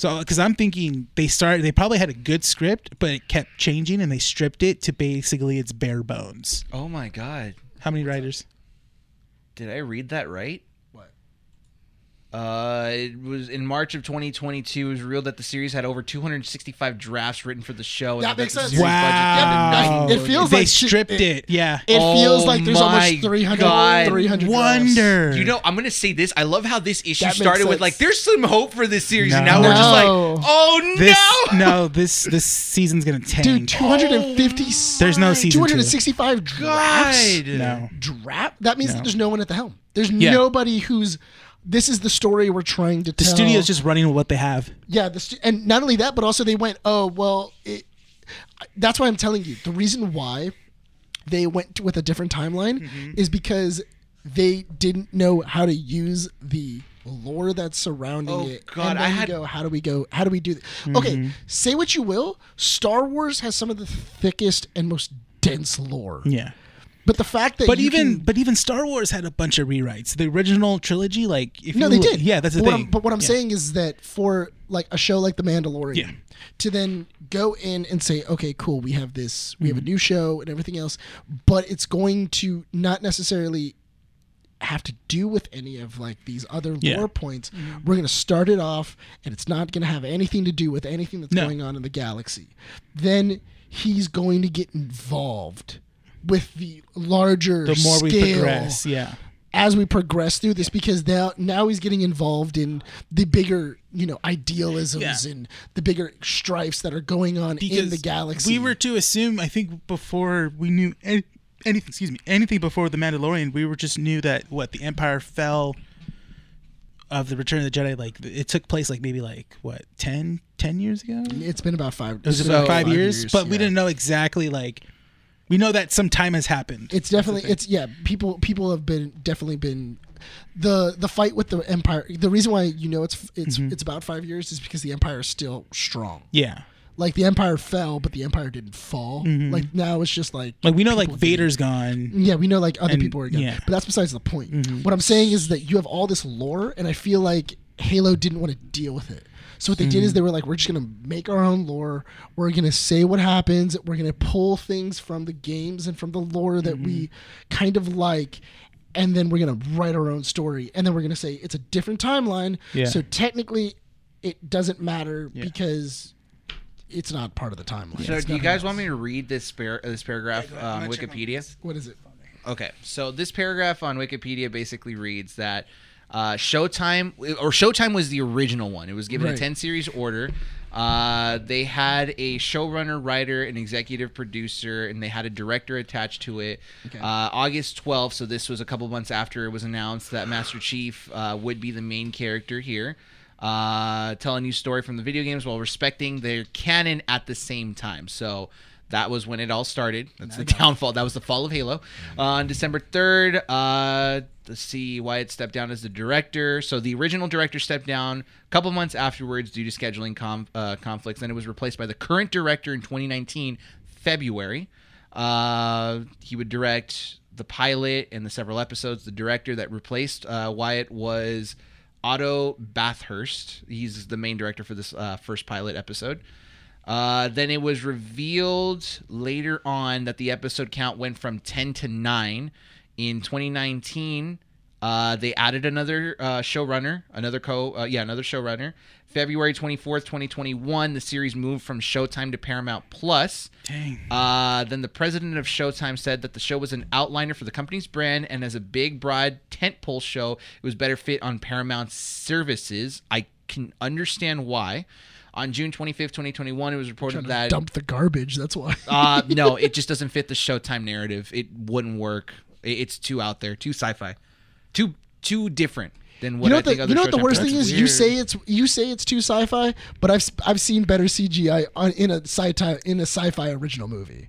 [SPEAKER 1] So because I'm thinking they started, they probably had a good script, but it kept changing, and they stripped it to basically its bare bones.
[SPEAKER 2] oh my god.
[SPEAKER 1] How many writers?
[SPEAKER 2] Did I read that right?
[SPEAKER 3] What?
[SPEAKER 2] Uh, it was in March of 2022. It was revealed that the series had over 265 drafts written for the show. and
[SPEAKER 3] That makes
[SPEAKER 2] the
[SPEAKER 3] sense.
[SPEAKER 2] series budget came in
[SPEAKER 1] Wow,
[SPEAKER 3] Wow. It feels
[SPEAKER 1] they
[SPEAKER 3] like she-
[SPEAKER 1] stripped
[SPEAKER 3] it-
[SPEAKER 1] it. Yeah,
[SPEAKER 3] It
[SPEAKER 2] Oh
[SPEAKER 3] feels like there's
[SPEAKER 2] my
[SPEAKER 3] almost 300,
[SPEAKER 2] God.
[SPEAKER 3] 300 graphs.
[SPEAKER 1] wonder.
[SPEAKER 2] You know, I'm gonna say this. I love how this issue
[SPEAKER 3] That makes
[SPEAKER 2] started with
[SPEAKER 3] sense.
[SPEAKER 2] like, "There's some hope for this series," and now we're just like,
[SPEAKER 3] No.
[SPEAKER 2] "Oh
[SPEAKER 1] this
[SPEAKER 2] no!"
[SPEAKER 1] no, this this season's gonna tank.
[SPEAKER 3] Dude, 250.
[SPEAKER 1] There's no season two.
[SPEAKER 3] 265 drafts.
[SPEAKER 2] God.
[SPEAKER 1] no.
[SPEAKER 3] Draft? That means
[SPEAKER 1] No.
[SPEAKER 3] that there's no one at the helm. There's
[SPEAKER 1] Yeah.
[SPEAKER 3] nobody who's. This is the story we're trying to
[SPEAKER 1] The
[SPEAKER 3] tell.
[SPEAKER 1] studio's just running with what they have.
[SPEAKER 3] Yeah, the stu- and not only that, but also they went, oh, well, it, that's why I'm telling you. The reason why they went with a different timeline
[SPEAKER 2] Mm-hmm.
[SPEAKER 3] is because they didn't know how to use the lore that's surrounding
[SPEAKER 2] Oh,
[SPEAKER 3] it.
[SPEAKER 2] God,
[SPEAKER 3] and
[SPEAKER 2] I
[SPEAKER 3] then you
[SPEAKER 2] had- Mm-hmm.
[SPEAKER 3] go, how do we go? How do we do this? Okay, say what you will. Star Wars has some of the thickest and most dense lore.
[SPEAKER 1] Yeah.
[SPEAKER 3] But the fact that
[SPEAKER 1] But
[SPEAKER 3] you
[SPEAKER 1] even
[SPEAKER 3] can-
[SPEAKER 1] but even Star Wars had a bunch of rewrites. The original trilogy, like if
[SPEAKER 3] no,
[SPEAKER 1] you
[SPEAKER 3] they
[SPEAKER 1] look-
[SPEAKER 3] did.
[SPEAKER 1] Yeah, that's the
[SPEAKER 3] but What
[SPEAKER 1] thing.
[SPEAKER 3] I'm, but what I'm
[SPEAKER 1] Yeah.
[SPEAKER 3] saying is that for like a show like The Mandalorian,
[SPEAKER 1] Yeah.
[SPEAKER 3] to then go in and say, okay, cool, we have this, we have
[SPEAKER 1] Mm-hmm.
[SPEAKER 3] a new show and everything else, but it's going to not necessarily have to do with any of like these other
[SPEAKER 1] Yeah. Mm-hmm.
[SPEAKER 3] lore points. We're going to start it off, and it's not going to have anything to do with anything that's
[SPEAKER 1] No.
[SPEAKER 3] going on in the galaxy. Then he's going to get involved with the larger
[SPEAKER 1] the more we
[SPEAKER 3] scale
[SPEAKER 1] progress, yeah.
[SPEAKER 3] as we progress through this because now now he's getting involved in the bigger you know idealisms
[SPEAKER 1] Yeah.
[SPEAKER 3] and the bigger strifes that are going on in the galaxy.
[SPEAKER 1] We were to assume, I think, before we knew any, anything. Excuse me, anything before the Mandalorian, we were just knew that what the Empire fell of the Return of the Jedi. Like it took place, like maybe like what 10, 10 years ago.
[SPEAKER 3] it's been about five.
[SPEAKER 1] It was
[SPEAKER 3] it's been
[SPEAKER 1] about
[SPEAKER 3] about
[SPEAKER 1] five, years, but we
[SPEAKER 3] yeah.
[SPEAKER 1] didn't know exactly. Like we know that some time has happened.
[SPEAKER 3] It's definitely it's yeah. People people have been definitely been the the fight with the empire. The reason why you know it's it's
[SPEAKER 1] Mm-hmm.
[SPEAKER 3] it's about five years is because the empire is still strong.
[SPEAKER 1] yeah,
[SPEAKER 3] Like the empire fell, but the empire didn't fall.
[SPEAKER 1] Mm-hmm.
[SPEAKER 3] Like now it's just like
[SPEAKER 1] like we know, like
[SPEAKER 3] people Mm. getting-
[SPEAKER 1] Vader's gone.
[SPEAKER 3] Yeah, we know like other
[SPEAKER 1] And-
[SPEAKER 3] people are young,
[SPEAKER 1] yeah. Mm-hmm.
[SPEAKER 3] but that's besides the point. What I'm saying is that you have all this lore, and I feel like Halo didn't want to deal with it. So what they did
[SPEAKER 1] Mm-hmm.
[SPEAKER 3] is they were like, we're just gonna make our own lore. We're gonna say what happens. We're gonna pull things from the games and from the lore that we
[SPEAKER 1] Mm-hmm.
[SPEAKER 3] kind of like, and then we're gonna write our own story. And then we're gonna say it's a different timeline.
[SPEAKER 1] Yeah.
[SPEAKER 3] So technically, it doesn't matter because it's not part of the timeline.
[SPEAKER 2] So,
[SPEAKER 3] It's
[SPEAKER 2] do you
[SPEAKER 3] nothing
[SPEAKER 2] guys
[SPEAKER 3] else.
[SPEAKER 2] want me to read this, par- uh, this paragraph
[SPEAKER 1] go ahead.
[SPEAKER 2] on
[SPEAKER 1] I'm gonna check on
[SPEAKER 2] Wikipedia?
[SPEAKER 3] What is it?
[SPEAKER 2] Okay, so this paragraph on Wikipedia basically reads that uh, Showtime or Showtime was the original one. It was given a
[SPEAKER 3] Right.
[SPEAKER 2] ten series order. Uh, they had a showrunner, writer, an executive producer, and they had a director attached to it.
[SPEAKER 3] Okay.
[SPEAKER 2] Uh, August 12th, so this was a couple months after it was announced that Master Chief uh, would be the main character here. Uh, tell a new story from the video games while respecting their canon at the same time. So that was when it all started. That's the downfall. That was the fall of Halo. Uh, on December 3rd, uh, let's see, Wyatt stepped down as the director. So the original director stepped down a couple months afterwards due to scheduling conf- uh, conflicts. Then it was replaced by the current director in 2019, February. Uh, he would direct the pilot and the several episodes. The director that replaced uh, Wyatt was Otto Bathurst. He's the main director for this uh, first pilot episode. Uh, then it was revealed later on that the episode count went from 10 to 9. In 2019, Uh, they added another uh, showrunner, another co, uh, yeah, another showrunner. February 24th, 2021, the series moved from Showtime to Paramount Plus.
[SPEAKER 1] Dang.
[SPEAKER 2] Uh, then the president of Showtime said that the show was an outliner for the company's brand, and as a big, broad tentpole show, it was better fit on Paramount's services. I can understand why. On June 25th, 2021, it was reported that
[SPEAKER 3] Dump the garbage. That's why.
[SPEAKER 2] uh, no, it just doesn't fit the Showtime narrative. It wouldn't work. I- It's too out there, too sci-fi, too too different than what
[SPEAKER 3] you know
[SPEAKER 2] I
[SPEAKER 3] what the,
[SPEAKER 2] think other
[SPEAKER 3] you know what the
[SPEAKER 2] Showtime
[SPEAKER 3] worst
[SPEAKER 2] products-
[SPEAKER 3] thing is? You
[SPEAKER 1] weird.
[SPEAKER 3] say it's you say it's too sci-fi, but I've s- I've seen better CGI on, in a sci-fi in a sci-fi original movie.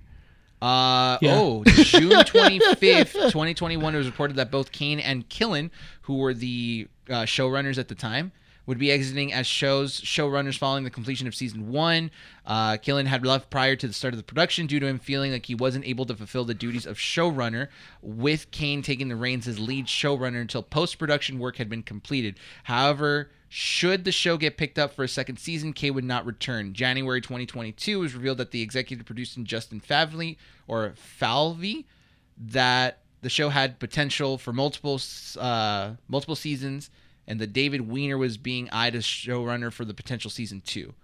[SPEAKER 2] Uh,
[SPEAKER 1] Yeah.
[SPEAKER 2] Oh, June 25th, 2021, it was reported that both Kane and Killen, who were the uh, showrunners at the time, would be exiting as shows showrunners following the completion of season one. Uh, Killen had left prior to the start of the production due to him feeling like he wasn't able to fulfill the duties of showrunner, with Kane taking the reins as lead showrunner until post production work had been completed. However, should the show get picked up for a second season, Kay would not return. January 2022 was revealed that the executive producer Justin Favley or Falvey that the show had potential for multiple uh, multiple seasons, and that David Weiner was being eyed as showrunner for the potential season two,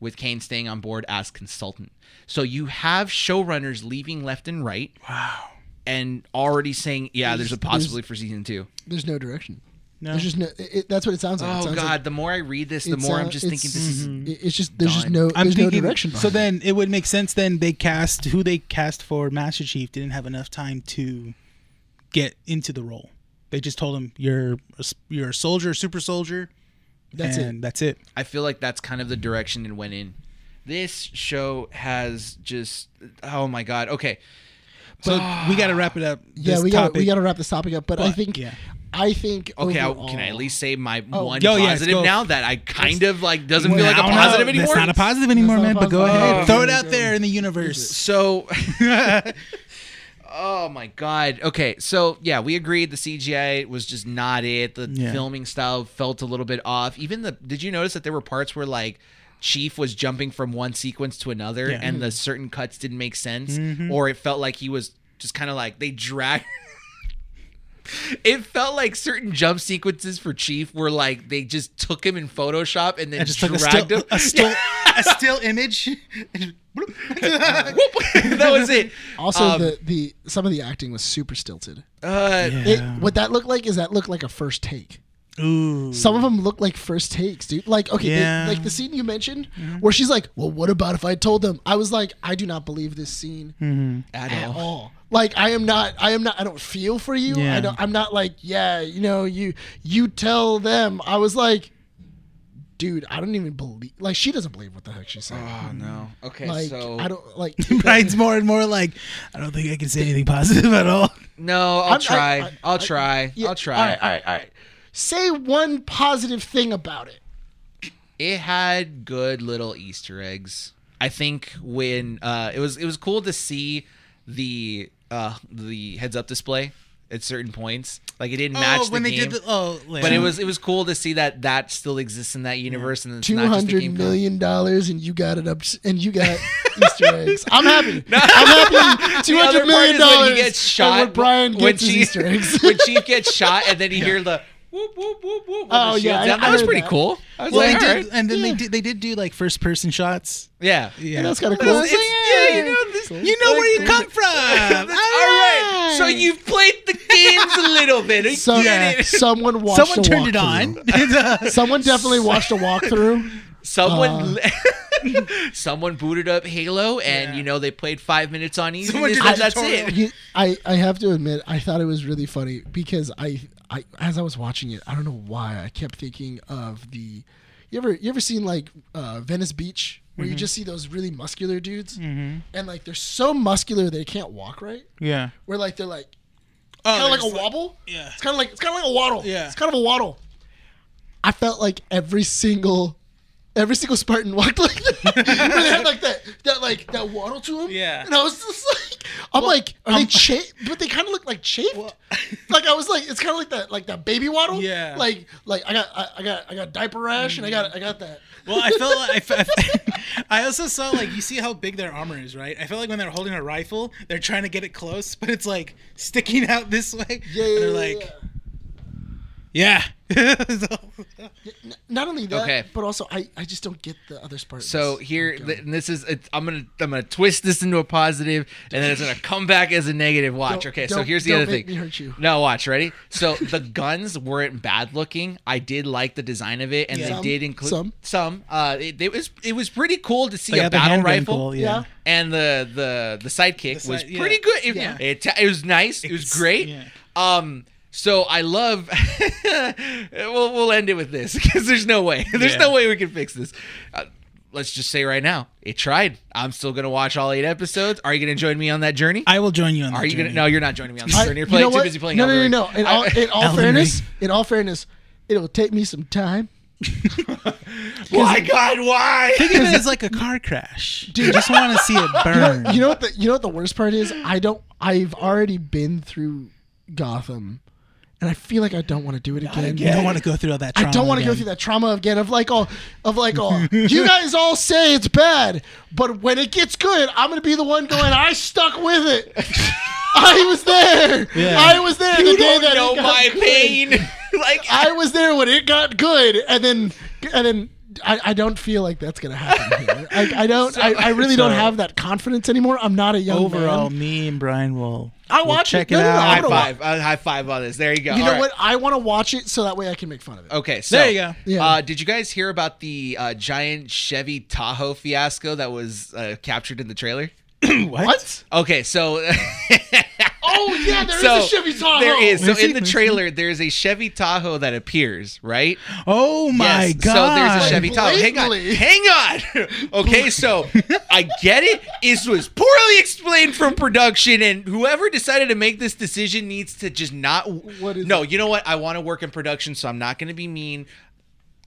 [SPEAKER 2] with Kane staying on board as consultant. So you have showrunners leaving left and right. Wow. And already saying, yeah, there's a possibility for season two.
[SPEAKER 3] There's no direction.
[SPEAKER 1] No.
[SPEAKER 3] There's just no. It, it- that's what it sounds like. It
[SPEAKER 2] Oh
[SPEAKER 3] sounds
[SPEAKER 2] God!
[SPEAKER 3] like
[SPEAKER 2] the more I read this, the
[SPEAKER 3] it's,
[SPEAKER 2] more
[SPEAKER 3] uh,
[SPEAKER 2] I'm just thinking
[SPEAKER 3] it's-
[SPEAKER 2] this is
[SPEAKER 3] it- It's just there's just
[SPEAKER 2] done.
[SPEAKER 3] no.
[SPEAKER 1] I'm
[SPEAKER 3] there's
[SPEAKER 1] thinking.
[SPEAKER 3] no direction.
[SPEAKER 1] so
[SPEAKER 3] behind it.
[SPEAKER 1] then it would make sense. Then they cast who they cast for Master Chief didn't have enough time to get into the role. They just told him you're a s- you're a soldier, a super soldier.
[SPEAKER 3] That's it.
[SPEAKER 1] and That's it.
[SPEAKER 2] I feel like that's kind of the direction it went in. This show has just oh my god. Okay.
[SPEAKER 1] So we got to wrap it up.
[SPEAKER 3] yeah,
[SPEAKER 1] this
[SPEAKER 3] we got
[SPEAKER 1] topic.
[SPEAKER 3] we got to wrap this topic up. But, I
[SPEAKER 1] But,
[SPEAKER 3] think
[SPEAKER 1] yeah.
[SPEAKER 3] I think
[SPEAKER 2] Okay, I,
[SPEAKER 3] overall,
[SPEAKER 2] can I at least say my one
[SPEAKER 1] Yo, yes,
[SPEAKER 2] positive
[SPEAKER 1] go.
[SPEAKER 2] now that I kind of like doesn't feel like a
[SPEAKER 1] Now, no,
[SPEAKER 2] positive anymore?
[SPEAKER 1] That's not a positive anymore,
[SPEAKER 3] not a
[SPEAKER 1] man. But go
[SPEAKER 3] positive.
[SPEAKER 1] ahead,
[SPEAKER 3] Oh.
[SPEAKER 1] throw it out there in the universe.
[SPEAKER 2] so Oh my god. Okay, so yeah, we agreed the CGI was just not it. The
[SPEAKER 1] Yeah.
[SPEAKER 2] filming style felt a little bit off. Even the did you notice that there were parts where like Chief was jumping from one sequence to another
[SPEAKER 1] Yeah. Mm-hmm.
[SPEAKER 2] and the certain cuts didn't make sense or it felt like he was just kind of like they dragged It felt like certain jump sequences for Chief were like they just took him in Photoshop and then
[SPEAKER 1] I just took
[SPEAKER 2] dragged
[SPEAKER 1] a still,
[SPEAKER 2] him.
[SPEAKER 1] a still, a still image. and just-
[SPEAKER 2] Whoop. that was it.
[SPEAKER 3] also
[SPEAKER 2] Um,
[SPEAKER 3] the the some of the acting was super stilted.
[SPEAKER 2] Uh,
[SPEAKER 3] It,
[SPEAKER 1] Yeah.
[SPEAKER 3] What that looked like is that looked like a first take.
[SPEAKER 1] Ooh.
[SPEAKER 3] Some of them look like first takes, dude. Like, okay, they-
[SPEAKER 1] Yeah. Mm-hmm.
[SPEAKER 3] like the scene you mentioned where she's like, "Well, what about if I told them?" I was like, "I do not believe this scene
[SPEAKER 1] Mm-hmm.
[SPEAKER 2] At
[SPEAKER 3] at
[SPEAKER 2] all.
[SPEAKER 3] all." Like, I am not, I am not, I don't feel for you.
[SPEAKER 1] Yeah.
[SPEAKER 3] I don't, I'm not like, yeah, you know, you you tell them. I was like, dude, I don't even believe. Like, she doesn't believe what the heck she's saying.
[SPEAKER 2] Oh no. Okay,
[SPEAKER 3] like,
[SPEAKER 2] so
[SPEAKER 3] I don't like.
[SPEAKER 1] Brian's more and more like, I don't think I can say anything positive at all.
[SPEAKER 2] no. I'll
[SPEAKER 3] I'm- I-
[SPEAKER 2] try.
[SPEAKER 3] I-
[SPEAKER 2] I, will try.
[SPEAKER 3] Yeah,
[SPEAKER 2] I'll try.
[SPEAKER 3] All right, all right, all right. Say one positive thing about it.
[SPEAKER 2] It had good little Easter eggs. I think when uh, it was it was cool to see the uh, the heads up display at certain points. Like it didn't match
[SPEAKER 1] oh, when
[SPEAKER 2] the
[SPEAKER 1] they
[SPEAKER 2] game.
[SPEAKER 1] did the oh,
[SPEAKER 2] but it was it was cool to see that that still exists in that universe and it's
[SPEAKER 3] two
[SPEAKER 2] not just a
[SPEAKER 3] hundred
[SPEAKER 2] game.
[SPEAKER 3] million dollars, and you got it up, and you got Easter eggs. I'm happy. I'm happy. Two hundred million dollars.
[SPEAKER 2] He gets shot.
[SPEAKER 3] And when Brian gets
[SPEAKER 2] when
[SPEAKER 3] his
[SPEAKER 2] Chief-
[SPEAKER 3] Easter eggs.
[SPEAKER 2] when Chief gets shot, and then you hear the whoop whoop whoop whoop. when
[SPEAKER 3] Oh,
[SPEAKER 2] the shield's
[SPEAKER 3] yeah, I-
[SPEAKER 2] down.
[SPEAKER 3] I
[SPEAKER 2] that was
[SPEAKER 3] heard
[SPEAKER 2] pretty
[SPEAKER 3] that.
[SPEAKER 2] cool. I was
[SPEAKER 1] Well,
[SPEAKER 2] like,
[SPEAKER 1] they
[SPEAKER 2] all
[SPEAKER 1] did,
[SPEAKER 2] right.
[SPEAKER 1] and then they
[SPEAKER 3] Yeah.
[SPEAKER 1] did they did do like first person shots.
[SPEAKER 2] Yeah.
[SPEAKER 1] Yeah,
[SPEAKER 3] And that's kind of
[SPEAKER 2] Well,
[SPEAKER 3] cool.
[SPEAKER 2] it's- yeah, you know, this-
[SPEAKER 1] You know where you come from. all
[SPEAKER 2] All right. So you've played the games a little bit. You
[SPEAKER 3] Some-
[SPEAKER 2] get it.
[SPEAKER 3] someone watched.
[SPEAKER 1] Someone
[SPEAKER 3] a
[SPEAKER 1] turned it on.
[SPEAKER 3] walkthrough. Someone definitely watched a walkthrough.
[SPEAKER 2] Someone
[SPEAKER 3] Uh.
[SPEAKER 2] someone booted up Halo and you know they played 5 minutes on easy.
[SPEAKER 1] Someone
[SPEAKER 2] This-
[SPEAKER 1] did a
[SPEAKER 2] that's
[SPEAKER 1] tutorial.
[SPEAKER 2] it.
[SPEAKER 3] You- I, I have to admit, I thought it was really funny because I, I as I was watching it, I don't know why I kept thinking of the. You ever you ever seen like uh, Venice Beach where you just see those really muscular dudes and like they're so muscular they can't walk right?
[SPEAKER 1] yeah.
[SPEAKER 3] Where like they're like
[SPEAKER 1] Oh,
[SPEAKER 3] kind of like
[SPEAKER 1] there's
[SPEAKER 3] a wobble.
[SPEAKER 1] yeah.
[SPEAKER 3] It's kind of like it's kind of like a waddle.
[SPEAKER 1] Yeah.
[SPEAKER 3] It's kind of a waddle. I felt like every single every single Spartan walked like that. Where they had like that that like that waddle to them.
[SPEAKER 1] Yeah.
[SPEAKER 3] And I was just like, I'm like, are they chafed? But they kind of look like chafed. like I was like, it's kind of like that like that baby waddle.
[SPEAKER 1] Yeah.
[SPEAKER 3] Like like I got I, I got I got diaper rash and I got I got that.
[SPEAKER 1] Well, I felt like I, fe- I also saw like you see how big their armor is, right? I felt like when they're holding a rifle, they're trying to get it close, but it's like sticking out this way.
[SPEAKER 3] Yeah.
[SPEAKER 1] and
[SPEAKER 3] yeah,
[SPEAKER 1] they're
[SPEAKER 3] yeah,
[SPEAKER 1] like,
[SPEAKER 3] yeah.
[SPEAKER 1] Yeah.
[SPEAKER 3] N- not only that,
[SPEAKER 2] Okay.
[SPEAKER 3] but also I, I just don't get the other part. of
[SPEAKER 2] So
[SPEAKER 3] this.
[SPEAKER 2] here,
[SPEAKER 3] Okay.
[SPEAKER 2] th- and this is it's, I'm gonna I'm gonna twist this into a positive, and then it's gonna come back as a negative. Watch,
[SPEAKER 3] Don't-
[SPEAKER 2] okay. So
[SPEAKER 3] don't-
[SPEAKER 2] here's the
[SPEAKER 3] don't
[SPEAKER 2] other
[SPEAKER 3] make
[SPEAKER 2] thing.
[SPEAKER 3] me hurt you.
[SPEAKER 2] No, watch, ready? So the guns weren't bad looking. I did like the design of it, and
[SPEAKER 3] Yeah.
[SPEAKER 2] they
[SPEAKER 3] Some-
[SPEAKER 2] did include
[SPEAKER 3] some.
[SPEAKER 2] Some, uh, it, it was it was pretty cool to see
[SPEAKER 1] They
[SPEAKER 2] a
[SPEAKER 1] got the
[SPEAKER 2] battle
[SPEAKER 1] handgun
[SPEAKER 2] rifle.
[SPEAKER 1] cool,
[SPEAKER 3] yeah.
[SPEAKER 2] And the the the sidekick
[SPEAKER 1] The
[SPEAKER 2] was
[SPEAKER 1] side- yeah.
[SPEAKER 2] pretty good. It,
[SPEAKER 3] Yeah.
[SPEAKER 2] it, ta- it was nice. It was
[SPEAKER 1] It's-
[SPEAKER 2] great.
[SPEAKER 1] yeah.
[SPEAKER 2] Um. So I love. we'll we'll end it with this because there's no way. There's
[SPEAKER 1] Yeah.
[SPEAKER 2] no way we can fix this. Uh, let's just say right now, it tried. I'm still gonna watch all eight episodes. Are you gonna join me on that journey?
[SPEAKER 1] I will join you on that.
[SPEAKER 2] Are you gonna?
[SPEAKER 1] journey.
[SPEAKER 2] No, you're not joining me on
[SPEAKER 3] I-
[SPEAKER 2] that journey. You're
[SPEAKER 3] you
[SPEAKER 2] playing,
[SPEAKER 3] know
[SPEAKER 2] too
[SPEAKER 3] what?
[SPEAKER 2] busy playing.
[SPEAKER 3] No,
[SPEAKER 2] Elden
[SPEAKER 3] no, no,
[SPEAKER 2] Ring.
[SPEAKER 3] no. In all,
[SPEAKER 2] I-
[SPEAKER 3] in all
[SPEAKER 1] Elden
[SPEAKER 3] fairness,
[SPEAKER 1] Ring.
[SPEAKER 3] in all fairness, it'll take me some time.
[SPEAKER 2] why God? Why?
[SPEAKER 1] Think of it as like a car crash. Dude, just want to see it
[SPEAKER 3] You
[SPEAKER 1] burn.
[SPEAKER 3] know, you know what? The, you know what the worst part is? I don't. I've already been through Gotham, and I feel like I don't want to do it again.
[SPEAKER 1] You don't want to go through all that. Trauma
[SPEAKER 3] I don't want to go
[SPEAKER 1] again.
[SPEAKER 3] through that trauma again of like all of like all you guys all say it's bad, but when it gets good, I'm gonna be the one going, I stuck with it. I was there.
[SPEAKER 1] Yeah.
[SPEAKER 3] I was there the
[SPEAKER 2] You
[SPEAKER 3] day
[SPEAKER 2] don't
[SPEAKER 3] that
[SPEAKER 2] know
[SPEAKER 3] it got
[SPEAKER 2] my
[SPEAKER 3] good.
[SPEAKER 2] pain. like
[SPEAKER 3] I was there when it got good and then and then I, I don't feel like that's gonna happen here. I, I don't I, I really don't
[SPEAKER 1] so-
[SPEAKER 3] have that confidence anymore. I'm not a young
[SPEAKER 1] Overall,
[SPEAKER 3] Oh, man.
[SPEAKER 1] me and Brian will.
[SPEAKER 3] I
[SPEAKER 1] will
[SPEAKER 3] watch it.
[SPEAKER 1] check it,
[SPEAKER 3] No, no, no,
[SPEAKER 1] out.
[SPEAKER 2] high
[SPEAKER 3] I wanna
[SPEAKER 2] five. Uh, high five on this. There you go.
[SPEAKER 3] You
[SPEAKER 2] All
[SPEAKER 3] know
[SPEAKER 2] right.
[SPEAKER 3] what? I wanna watch it so that way I can make fun of it.
[SPEAKER 2] Okay, so
[SPEAKER 1] There you go.
[SPEAKER 3] Yeah.
[SPEAKER 2] Uh, did you guys hear about the uh, giant Chevy Tahoe fiasco that was uh, captured in the trailer?
[SPEAKER 1] what?
[SPEAKER 3] What?
[SPEAKER 2] Okay, so
[SPEAKER 3] Oh yeah, there is
[SPEAKER 2] so
[SPEAKER 3] a Chevy Tahoe.
[SPEAKER 2] There is.
[SPEAKER 1] Let me
[SPEAKER 2] So
[SPEAKER 1] see,
[SPEAKER 2] in the
[SPEAKER 1] let me see.
[SPEAKER 2] trailer, there's a Chevy Tahoe that appears, right?
[SPEAKER 1] Oh my
[SPEAKER 2] Yes,
[SPEAKER 1] god!
[SPEAKER 2] So there's a Chevy Tahoe. Hang on.
[SPEAKER 3] Blatantly.
[SPEAKER 2] Hang on. okay, so I get it. This was poorly explained from production, and whoever decided to make this decision needs to just not.
[SPEAKER 3] What is
[SPEAKER 2] no, you know what? I want to work in production, so I'm not going to be mean.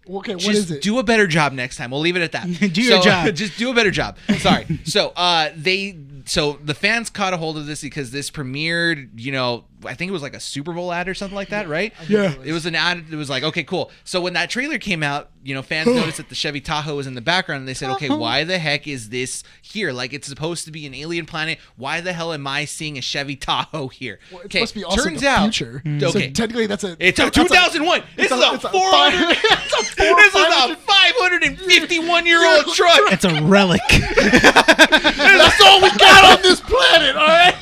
[SPEAKER 3] Okay, what
[SPEAKER 2] just
[SPEAKER 3] is it?
[SPEAKER 2] do a better job next time. We'll leave it at that.
[SPEAKER 1] Do your
[SPEAKER 2] So,
[SPEAKER 1] job.
[SPEAKER 2] Just do a better job. Sorry. so uh, they, so the fans caught a hold of this because this premiered. You know, I think it was like a Super Bowl ad or something like that, right?
[SPEAKER 3] Yeah.
[SPEAKER 2] It was an ad. It was like, okay, cool. So when that trailer came out, you know, fans noticed that the Chevy Tahoe was in the background, and they said,
[SPEAKER 3] Uh-huh.
[SPEAKER 2] okay, why the heck is this here? Like, it's supposed to be an alien planet. Why the hell am I seeing a Chevy Tahoe here?
[SPEAKER 3] Well, it's
[SPEAKER 2] Okay,
[SPEAKER 3] supposed to be also
[SPEAKER 2] turns
[SPEAKER 3] the
[SPEAKER 2] out, Mm.
[SPEAKER 3] future. So
[SPEAKER 2] Okay.
[SPEAKER 3] technically, that's a
[SPEAKER 2] It's a
[SPEAKER 3] that's a-
[SPEAKER 2] 2001. This
[SPEAKER 3] it's
[SPEAKER 2] is a,
[SPEAKER 3] it's
[SPEAKER 2] 400.
[SPEAKER 3] five- it's a four-
[SPEAKER 2] This is a
[SPEAKER 3] 500
[SPEAKER 2] 551 year old truck.
[SPEAKER 1] It's a relic.
[SPEAKER 3] That's all we got on this planet. All right,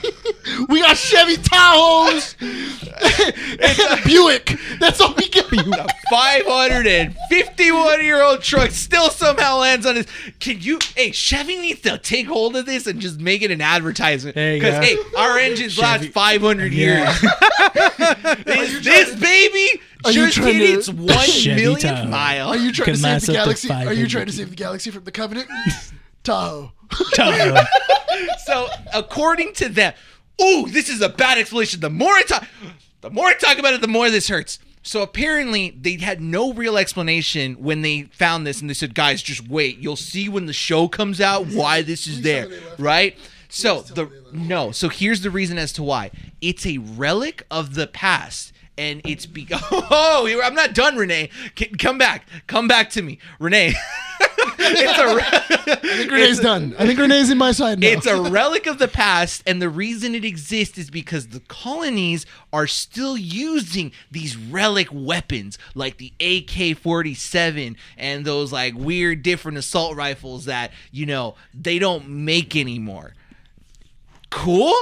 [SPEAKER 3] we got Chevy Tahoes and a Buick. That's all we get.
[SPEAKER 2] A 551 year old truck still somehow lands on his. Can you? Hey, Chevy needs to take hold of this and just make it an advertisement.
[SPEAKER 1] There you go.
[SPEAKER 2] hey, our engines last 500
[SPEAKER 1] Yeah.
[SPEAKER 2] years. this, this baby
[SPEAKER 3] Are you
[SPEAKER 2] just
[SPEAKER 3] trying
[SPEAKER 2] hit
[SPEAKER 3] to-
[SPEAKER 2] its one
[SPEAKER 1] Chevy Tahoe.
[SPEAKER 2] millionth mile.
[SPEAKER 3] Are you trying
[SPEAKER 1] Can
[SPEAKER 3] to
[SPEAKER 1] last
[SPEAKER 3] save the
[SPEAKER 1] up to
[SPEAKER 3] galaxy? Are you
[SPEAKER 1] 500.
[SPEAKER 3] trying to save the galaxy from the Covenant? Tahoe.
[SPEAKER 1] Tahoe.
[SPEAKER 2] So, according to them, ooh, this is a bad explanation. The more I talk, the more I talk about it, the more this hurts. So apparently, they had no real explanation when they found this, and they said, "Guys, just wait. You'll see when the show comes out why this is
[SPEAKER 3] Please
[SPEAKER 2] there,
[SPEAKER 3] tell me they left.
[SPEAKER 2] right?" So
[SPEAKER 3] tell
[SPEAKER 2] the
[SPEAKER 3] me they left.
[SPEAKER 2] no. So here's the reason as to why it's a relic of the past. And it's be oh, you- I'm not done, Renee. C- Come back, come back to me, Renee. it's a re-
[SPEAKER 3] Renee's done. I think Renee's in my side now.
[SPEAKER 2] it's a relic of the past, and the reason it exists is because the colonies are still using these relic weapons like the AK 47 and those like weird different assault rifles that, you know, they don't make anymore. Cool?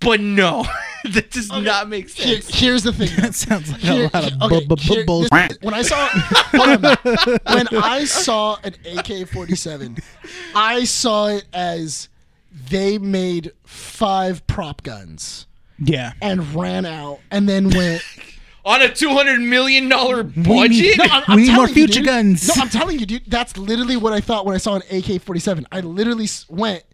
[SPEAKER 2] But no, that does not make
[SPEAKER 3] Here-
[SPEAKER 2] sense.
[SPEAKER 3] here's the thing. though.
[SPEAKER 1] that sounds like
[SPEAKER 3] Here-
[SPEAKER 1] a lot of
[SPEAKER 3] okay,
[SPEAKER 1] bu- bu- bu-
[SPEAKER 3] here-
[SPEAKER 1] bull-
[SPEAKER 3] here's- When I saw hold on a minute. when I saw an AK-47, I saw it as they made five prop guns
[SPEAKER 1] Yeah.
[SPEAKER 3] and ran out and then went.
[SPEAKER 2] On a $200
[SPEAKER 1] We
[SPEAKER 2] million
[SPEAKER 1] need-
[SPEAKER 2] budget?
[SPEAKER 1] No,
[SPEAKER 3] I'm- I'm
[SPEAKER 1] We need more
[SPEAKER 3] telling you,
[SPEAKER 1] future
[SPEAKER 3] dude.
[SPEAKER 1] guns.
[SPEAKER 3] No, I'm telling you, dude. That's literally what I thought when I saw an AK-47. I literally s- went,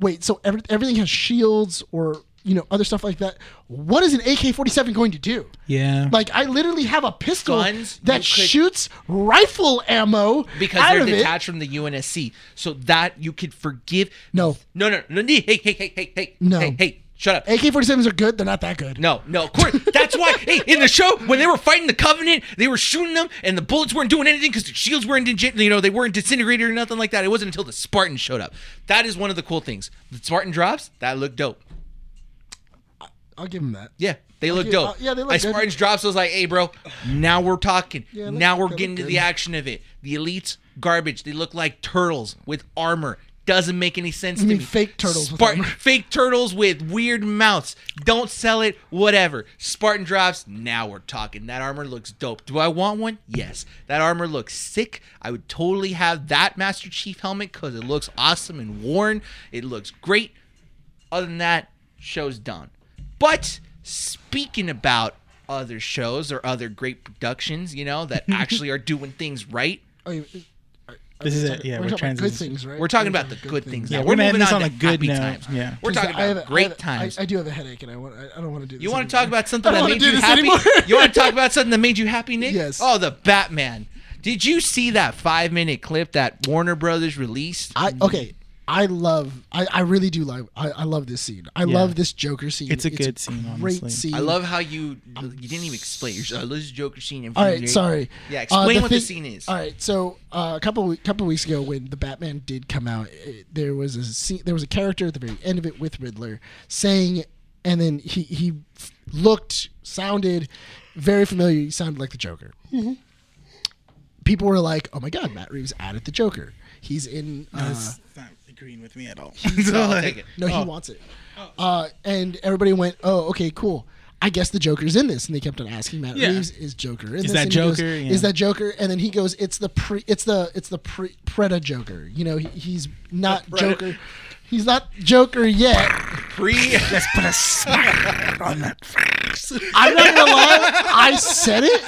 [SPEAKER 3] wait. So every, everything has shields or you know other stuff like that. What is an AK-47 going to do?
[SPEAKER 1] Yeah.
[SPEAKER 3] Like I literally have a pistol
[SPEAKER 2] Guns, you
[SPEAKER 3] that
[SPEAKER 2] could-
[SPEAKER 3] shoots rifle ammo
[SPEAKER 2] because
[SPEAKER 3] out
[SPEAKER 2] they're
[SPEAKER 3] of it.
[SPEAKER 2] detached from the UNSC. So that you could forgive.
[SPEAKER 3] No.
[SPEAKER 2] No, no, no. Hey, hey, hey, hey, hey.
[SPEAKER 3] No.
[SPEAKER 2] Hey, hey, shut up.
[SPEAKER 3] AK-47s are good. They're not that good.
[SPEAKER 2] No, no, of course. That's why, hey, in the show, when they were fighting the Covenant, they were shooting them, and the bullets weren't doing anything because the shields weren't, dig- you know, they weren't disintegrated or nothing like that. It wasn't until the Spartan showed up. That is one of the cool things. The Spartan drops, that looked dope.
[SPEAKER 3] I'll give them that.
[SPEAKER 2] Yeah, They look
[SPEAKER 3] yeah,
[SPEAKER 2] dope.
[SPEAKER 3] uh, yeah, they look
[SPEAKER 2] I
[SPEAKER 3] good.
[SPEAKER 2] Spartans drops. I was like, hey, bro, now we're talking.
[SPEAKER 3] Yeah, they
[SPEAKER 2] now
[SPEAKER 3] look-
[SPEAKER 2] we're
[SPEAKER 3] they
[SPEAKER 2] getting
[SPEAKER 3] look
[SPEAKER 2] to
[SPEAKER 3] good.
[SPEAKER 2] the action of it. The elites garbage. They look like turtles with armor. Doesn't make any sense to
[SPEAKER 3] mean
[SPEAKER 2] me.
[SPEAKER 3] fake turtles with
[SPEAKER 2] Spartan,
[SPEAKER 3] armor.
[SPEAKER 2] fake turtles with weird mouths. Don't sell it. Whatever. Spartan drops. Now we're talking. That armor looks dope. Do I want one? Yes. That armor looks sick. I would totally have that Master Chief helmet because it looks awesome and worn. It looks great. Other than that, show's done. But speaking about other shows or other great productions, you know, that actually are doing things right.
[SPEAKER 3] Oh, you- are- are
[SPEAKER 1] This
[SPEAKER 3] we
[SPEAKER 1] is it,
[SPEAKER 3] talking-
[SPEAKER 1] yeah,
[SPEAKER 3] We're,
[SPEAKER 1] we're
[SPEAKER 3] talking about good
[SPEAKER 1] transitioning.
[SPEAKER 3] things, right?
[SPEAKER 2] We're talking
[SPEAKER 3] We're
[SPEAKER 2] about the good things.
[SPEAKER 1] Yeah,
[SPEAKER 2] now.
[SPEAKER 1] we're gonna end this on
[SPEAKER 2] to
[SPEAKER 1] a good
[SPEAKER 2] happy
[SPEAKER 1] note.
[SPEAKER 2] times.
[SPEAKER 1] Yeah.
[SPEAKER 2] We're talking
[SPEAKER 3] I have- I
[SPEAKER 2] about
[SPEAKER 3] have-
[SPEAKER 2] great times.
[SPEAKER 3] I, I do have a headache, and I want. I, I don't want to do. This
[SPEAKER 2] You want to
[SPEAKER 3] anymore.
[SPEAKER 2] talk about something
[SPEAKER 3] I
[SPEAKER 2] that
[SPEAKER 3] don't
[SPEAKER 2] made
[SPEAKER 3] wanna do
[SPEAKER 2] you
[SPEAKER 3] this
[SPEAKER 2] happy?
[SPEAKER 3] anymore.
[SPEAKER 2] you want to talk about something that made you happy, Nick?
[SPEAKER 3] Yes.
[SPEAKER 2] Oh, the Batman. Did you see that five minute clip that Warner Brothers released?
[SPEAKER 3] I okay. I love. I, I really do like. I, I love this scene. I
[SPEAKER 1] Yeah.
[SPEAKER 3] love this Joker scene.
[SPEAKER 1] It's a good scene,
[SPEAKER 3] Great
[SPEAKER 1] honestly.
[SPEAKER 3] scene.
[SPEAKER 2] I love how you you didn't even explain yourself. I lose Joker scene. in
[SPEAKER 3] All right,
[SPEAKER 2] Fury.
[SPEAKER 3] sorry.
[SPEAKER 2] Yeah,
[SPEAKER 3] Uh,
[SPEAKER 2] explain what the
[SPEAKER 3] thing-
[SPEAKER 2] scene is.
[SPEAKER 3] All right, so uh, a couple we- couple weeks ago, when the Batman did come out, it, there was a scene, there was a character at the very end of it with Riddler saying, and then he he f- looked sounded very familiar. He sounded like the Joker. People were like, "Oh my God, Matt Reeves added the Joker. He's in." Uh,
[SPEAKER 1] That's not agreeing with me at all.
[SPEAKER 2] So I'll take it.
[SPEAKER 3] no, he
[SPEAKER 1] Oh.
[SPEAKER 3] wants it. Uh, and everybody went, "Oh, okay, cool. I guess the Joker's in this." And they kept on asking Matt
[SPEAKER 1] Yeah.
[SPEAKER 3] Reeves, "Is Joker in this?"
[SPEAKER 1] that
[SPEAKER 3] And he goes,
[SPEAKER 1] Joker? Yeah.
[SPEAKER 3] Is that Joker? And then he goes, "It's the pre. It's the it's the pre Preda Joker. You know, he, he's not Joker. He's not Joker yet.
[SPEAKER 2] Pre.
[SPEAKER 1] Let's put a smile on that face.
[SPEAKER 3] I'm not gonna lie. I said it.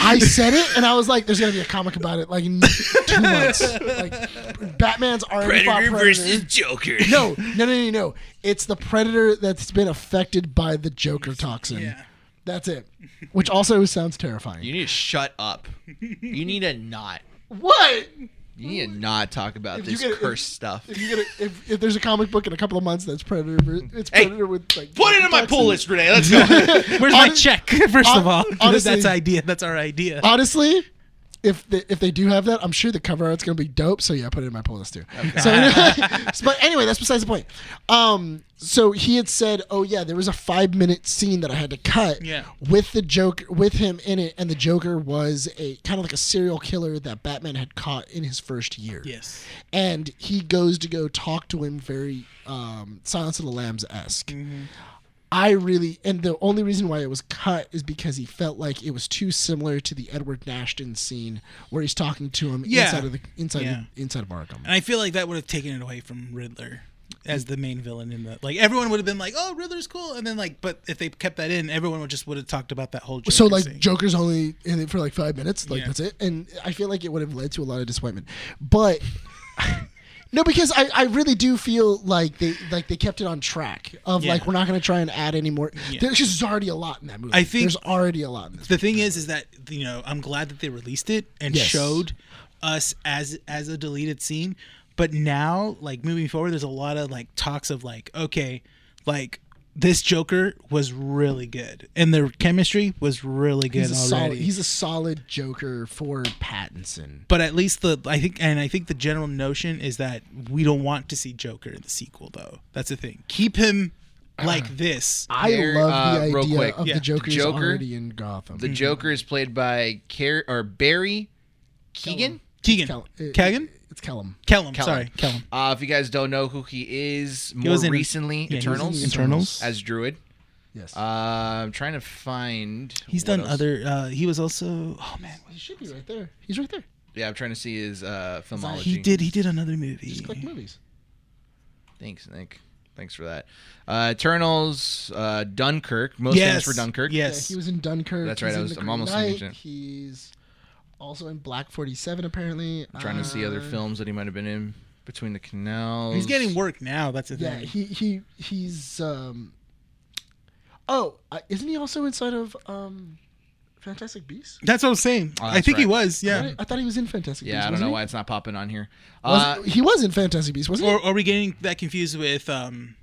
[SPEAKER 3] I said it, and I was like, "There's gonna be a comic about it, like in two months. Like Batman's already fought
[SPEAKER 2] Predator
[SPEAKER 3] Predator
[SPEAKER 2] versus Joker.
[SPEAKER 3] No, no, no, no, no. It's the predator that's been affected by the Joker toxin.
[SPEAKER 1] Yeah.
[SPEAKER 3] That's it. Which also sounds terrifying.
[SPEAKER 2] You need to shut up. You need to not.
[SPEAKER 3] what?
[SPEAKER 2] You need to not talk about
[SPEAKER 3] If you
[SPEAKER 2] this
[SPEAKER 3] get- if-
[SPEAKER 2] cursed stuff.
[SPEAKER 3] If you get a, if, if there's a comic book in a couple of months that's predator, ver- it's
[SPEAKER 2] Hey,
[SPEAKER 3] predator with like
[SPEAKER 2] Put it in my
[SPEAKER 3] toxin.
[SPEAKER 2] pool list, Renee. Let's go.
[SPEAKER 1] Where's my check? First of all,
[SPEAKER 3] honestly-
[SPEAKER 1] that's idea. That's our idea.
[SPEAKER 3] Honestly. If they, if they do have that, I'm sure the cover art's gonna be dope. So yeah, put it in my pool list too. So, but anyway, that's besides the point. Um, so he had said, "Oh yeah, there was a five minute scene that I had to cut
[SPEAKER 1] Yeah.
[SPEAKER 3] with the Joker with him in it, and the Joker was a kind of like a serial killer that Batman had caught in his first year.
[SPEAKER 1] Yes.
[SPEAKER 3] and he goes to go talk to him, very um, Silence of the Lambs esque.
[SPEAKER 1] Mm-hmm.
[SPEAKER 3] I really, and the only reason why it was cut is because he felt like it was too similar to the Edward Nashton scene where he's talking to him
[SPEAKER 1] Yeah.
[SPEAKER 3] inside of the inside
[SPEAKER 1] Yeah.
[SPEAKER 3] of, inside of Arkham.
[SPEAKER 1] And I feel like that would have taken it away from Riddler as the main villain in the like everyone would have been like, "Oh, Riddler's cool." And then like but if they kept that in, everyone would just would have talked about that whole Joker
[SPEAKER 3] so like
[SPEAKER 1] scene.
[SPEAKER 3] Joker's only in it for like five minutes, like
[SPEAKER 1] Yeah.
[SPEAKER 3] that's it, and I feel like it would have led to a lot of disappointment. But no, because I, I really do feel like they like they kept it on track of
[SPEAKER 1] Yeah.
[SPEAKER 3] like we're not going to try and add any more.
[SPEAKER 1] Yeah.
[SPEAKER 3] There's just already a lot in that movie.
[SPEAKER 1] I think-
[SPEAKER 3] there's already a lot in this.
[SPEAKER 1] the thing is is that you know i'm glad that they released it and
[SPEAKER 3] Yes.
[SPEAKER 1] showed us as as a deleted scene but now like moving forward there's a lot of like talks of like okay like this joker was really good and their chemistry was really good
[SPEAKER 3] He's a solid.
[SPEAKER 1] already
[SPEAKER 3] He's a solid Joker for Pattinson.
[SPEAKER 1] but at least the i think and i think the general notion is that we don't want to see joker in the sequel though that's the thing keep him
[SPEAKER 3] Uh,
[SPEAKER 1] like this
[SPEAKER 3] I
[SPEAKER 2] There,
[SPEAKER 3] love the
[SPEAKER 2] uh, real
[SPEAKER 3] idea
[SPEAKER 2] quick,
[SPEAKER 3] of
[SPEAKER 1] yeah, Hmm.
[SPEAKER 3] the Joker's
[SPEAKER 2] Joker-
[SPEAKER 3] already in Gotham.
[SPEAKER 2] The Joker is played by Car- or Barry Keegan.
[SPEAKER 1] keegan
[SPEAKER 3] Cal- it-
[SPEAKER 1] Kagan?
[SPEAKER 3] It's uh, Kellum.
[SPEAKER 1] Kellum,
[SPEAKER 2] Kellum.
[SPEAKER 1] sorry Kellum.
[SPEAKER 2] Uh, if you guys don't know who he is, more
[SPEAKER 1] was in-
[SPEAKER 2] recently
[SPEAKER 1] yeah, he was in
[SPEAKER 2] Eternals
[SPEAKER 1] Eternals.
[SPEAKER 2] as Druid.
[SPEAKER 3] Yes.
[SPEAKER 2] Uh, I'm trying to find.
[SPEAKER 1] he's
[SPEAKER 2] what
[SPEAKER 1] done
[SPEAKER 2] else.
[SPEAKER 1] other uh he was also oh man
[SPEAKER 3] he should be right there. He's right there.
[SPEAKER 2] Yeah, I'm trying to see his uh, filmology.
[SPEAKER 1] He did. He did another movie.
[SPEAKER 3] Just click movies.
[SPEAKER 2] Thanks, Nick. Thanks for that. Uh, Eternals, uh, Dunkirk, most famous for Dunkirk.
[SPEAKER 1] Yes.
[SPEAKER 3] Yeah, he was in Dunkirk.
[SPEAKER 2] That's right,
[SPEAKER 3] He's
[SPEAKER 2] I
[SPEAKER 3] in
[SPEAKER 2] was- I'm
[SPEAKER 3] The Green
[SPEAKER 2] almost
[SPEAKER 3] Knight.
[SPEAKER 2] thinking it.
[SPEAKER 3] He's also in Black 47, apparently.
[SPEAKER 2] I'm trying to see other
[SPEAKER 3] Uh,
[SPEAKER 2] films that he might have been in between the canals.
[SPEAKER 1] He's getting work now. That's the
[SPEAKER 3] Yeah,
[SPEAKER 1] thing.
[SPEAKER 3] he he he's um. Oh, uh, isn't he also inside of um, Fantastic Beasts?
[SPEAKER 1] that's what I'm saying.
[SPEAKER 2] Oh,
[SPEAKER 1] I
[SPEAKER 2] that's
[SPEAKER 1] think he
[SPEAKER 2] right.
[SPEAKER 1] was.
[SPEAKER 3] I,
[SPEAKER 1] Yeah.
[SPEAKER 3] thought- I thought he was in Fantastic Beasts.
[SPEAKER 2] Yeah, I don't
[SPEAKER 3] wasn't
[SPEAKER 2] know
[SPEAKER 3] he?
[SPEAKER 2] why it's not popping on here.
[SPEAKER 3] Was-
[SPEAKER 2] Uh,
[SPEAKER 3] he was in Fantastic Beasts, wasn't he?
[SPEAKER 1] Or are we getting that confused with? um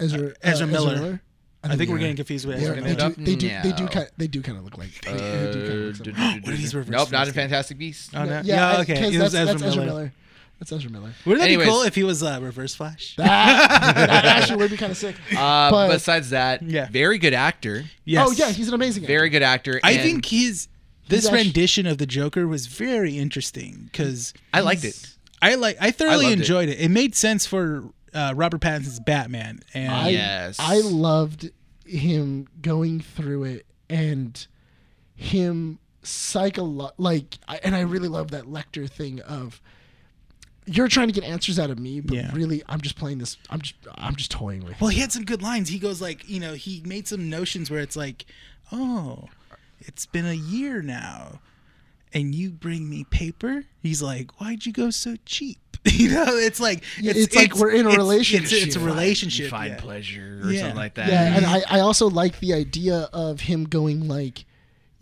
[SPEAKER 3] Ezra, uh,
[SPEAKER 1] Ezra Miller. I think
[SPEAKER 3] they
[SPEAKER 1] we're
[SPEAKER 3] are.
[SPEAKER 1] getting confused with.
[SPEAKER 3] They,
[SPEAKER 1] Ezra
[SPEAKER 3] are,
[SPEAKER 2] gonna
[SPEAKER 3] they,
[SPEAKER 1] Miller.
[SPEAKER 2] look it
[SPEAKER 3] do,
[SPEAKER 2] up
[SPEAKER 3] they do. They do.
[SPEAKER 2] now.
[SPEAKER 3] Kind. They do kind of look like. They,
[SPEAKER 2] Uh,
[SPEAKER 3] they do kind of look similar.
[SPEAKER 1] What are these reverse
[SPEAKER 2] Nope, not in
[SPEAKER 1] things?
[SPEAKER 2] Fantastic Beasts.
[SPEAKER 1] Oh, no.
[SPEAKER 3] I-
[SPEAKER 1] Yeah. Okay.
[SPEAKER 3] 'cause
[SPEAKER 1] It was
[SPEAKER 3] that's,
[SPEAKER 1] Ezra
[SPEAKER 3] that's Ezra
[SPEAKER 1] Miller.
[SPEAKER 3] Miller. That's Ezra Miller.
[SPEAKER 1] Wouldn't that
[SPEAKER 2] Anyways.
[SPEAKER 1] be cool if he was uh, Reverse Flash?
[SPEAKER 3] Oh, That, that actually would be kind of sick.
[SPEAKER 2] Uh,
[SPEAKER 3] But-
[SPEAKER 2] besides that,
[SPEAKER 1] Yeah.
[SPEAKER 2] very good actor.
[SPEAKER 1] yes.
[SPEAKER 3] Oh yeah, he's an amazing. actor.
[SPEAKER 2] Very good actor.
[SPEAKER 1] I
[SPEAKER 2] and
[SPEAKER 1] think his this
[SPEAKER 3] actu-
[SPEAKER 1] rendition of the Joker was very interesting because
[SPEAKER 2] I liked it.
[SPEAKER 1] I like I thoroughly
[SPEAKER 2] loved it.
[SPEAKER 1] enjoyed it. it. made sense for uh, Robert Pattinson's Batman, and
[SPEAKER 3] I,
[SPEAKER 2] Yes.
[SPEAKER 3] I loved him going through it and him psycholo like I, and I really love that Lecter thing of you're trying to get answers out of me, but
[SPEAKER 1] Yeah.
[SPEAKER 3] really I'm just playing this I'm just I'm just toying with you.
[SPEAKER 1] well, he had some good lines. He goes like, you know, he made some notions where it's like, oh, it's been a year now, and you bring me paper. He's like, why'd you go so cheap? You know, it's like
[SPEAKER 3] Yeah, it's like we're in a
[SPEAKER 1] it's- It's,
[SPEAKER 3] relationship.
[SPEAKER 1] it's a
[SPEAKER 3] You find-
[SPEAKER 1] relationship.
[SPEAKER 2] you find
[SPEAKER 1] yeah.
[SPEAKER 2] pleasure or
[SPEAKER 1] Yeah.
[SPEAKER 2] something like that.
[SPEAKER 3] Yeah, and I, I also like the idea of him going like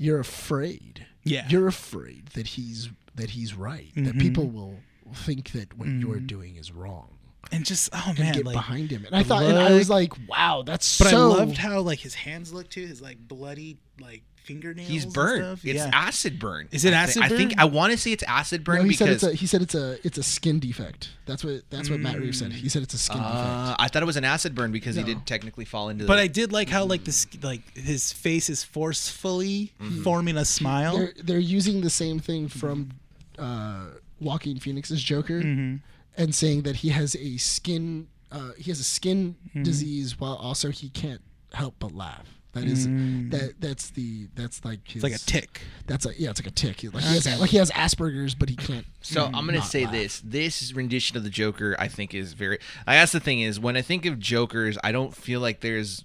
[SPEAKER 3] you're afraid.
[SPEAKER 1] Yeah.
[SPEAKER 3] You're afraid that he's that he's right.
[SPEAKER 2] Mm-hmm.
[SPEAKER 3] That people will think that what you're doing is wrong.
[SPEAKER 1] and just oh
[SPEAKER 3] and
[SPEAKER 1] man,
[SPEAKER 3] get
[SPEAKER 1] like,
[SPEAKER 3] behind him. And I thought, and I was like, wow, that's
[SPEAKER 1] But
[SPEAKER 3] so.
[SPEAKER 1] I loved how like his hands look too. His like bloody like fingernails.
[SPEAKER 2] He's
[SPEAKER 1] and
[SPEAKER 2] burnt.
[SPEAKER 1] stuff.
[SPEAKER 2] It's
[SPEAKER 1] yeah.
[SPEAKER 2] acid burn.
[SPEAKER 1] Is it
[SPEAKER 2] I thi-
[SPEAKER 1] acid
[SPEAKER 2] I think
[SPEAKER 1] burn?
[SPEAKER 2] I want to say it's acid burn
[SPEAKER 3] No, he said
[SPEAKER 2] because
[SPEAKER 3] it's a he said it's a it's a skin defect. That's what that's what Matt Reeves said. He said it's a skin
[SPEAKER 1] Mm-hmm.
[SPEAKER 2] uh, I thought it was an acid burn because he did technically fall into.
[SPEAKER 1] But
[SPEAKER 2] the,
[SPEAKER 1] I did like how like this
[SPEAKER 2] Mm.
[SPEAKER 1] like his face is forcefully
[SPEAKER 2] Mm-hmm.
[SPEAKER 1] forming a smile.
[SPEAKER 3] defect. They're they're using the same thing from uh, Joaquin Phoenix's Joker,
[SPEAKER 1] Mm-hmm.
[SPEAKER 3] and saying that he has a skin uh, he has a skin
[SPEAKER 1] Mm-hmm.
[SPEAKER 3] disease while also he can't help but laugh. That is that that's the that's like his,
[SPEAKER 1] Mm. it's like a tick.
[SPEAKER 3] That's a yeah, it's like a tick. Like he has like he has Asperger's, but he can't.
[SPEAKER 2] So I'm gonna
[SPEAKER 3] not
[SPEAKER 2] say
[SPEAKER 3] laugh.
[SPEAKER 2] this: this rendition of the Joker, I think, is very. I guess the thing is, when I think of Jokers, I don't feel like there's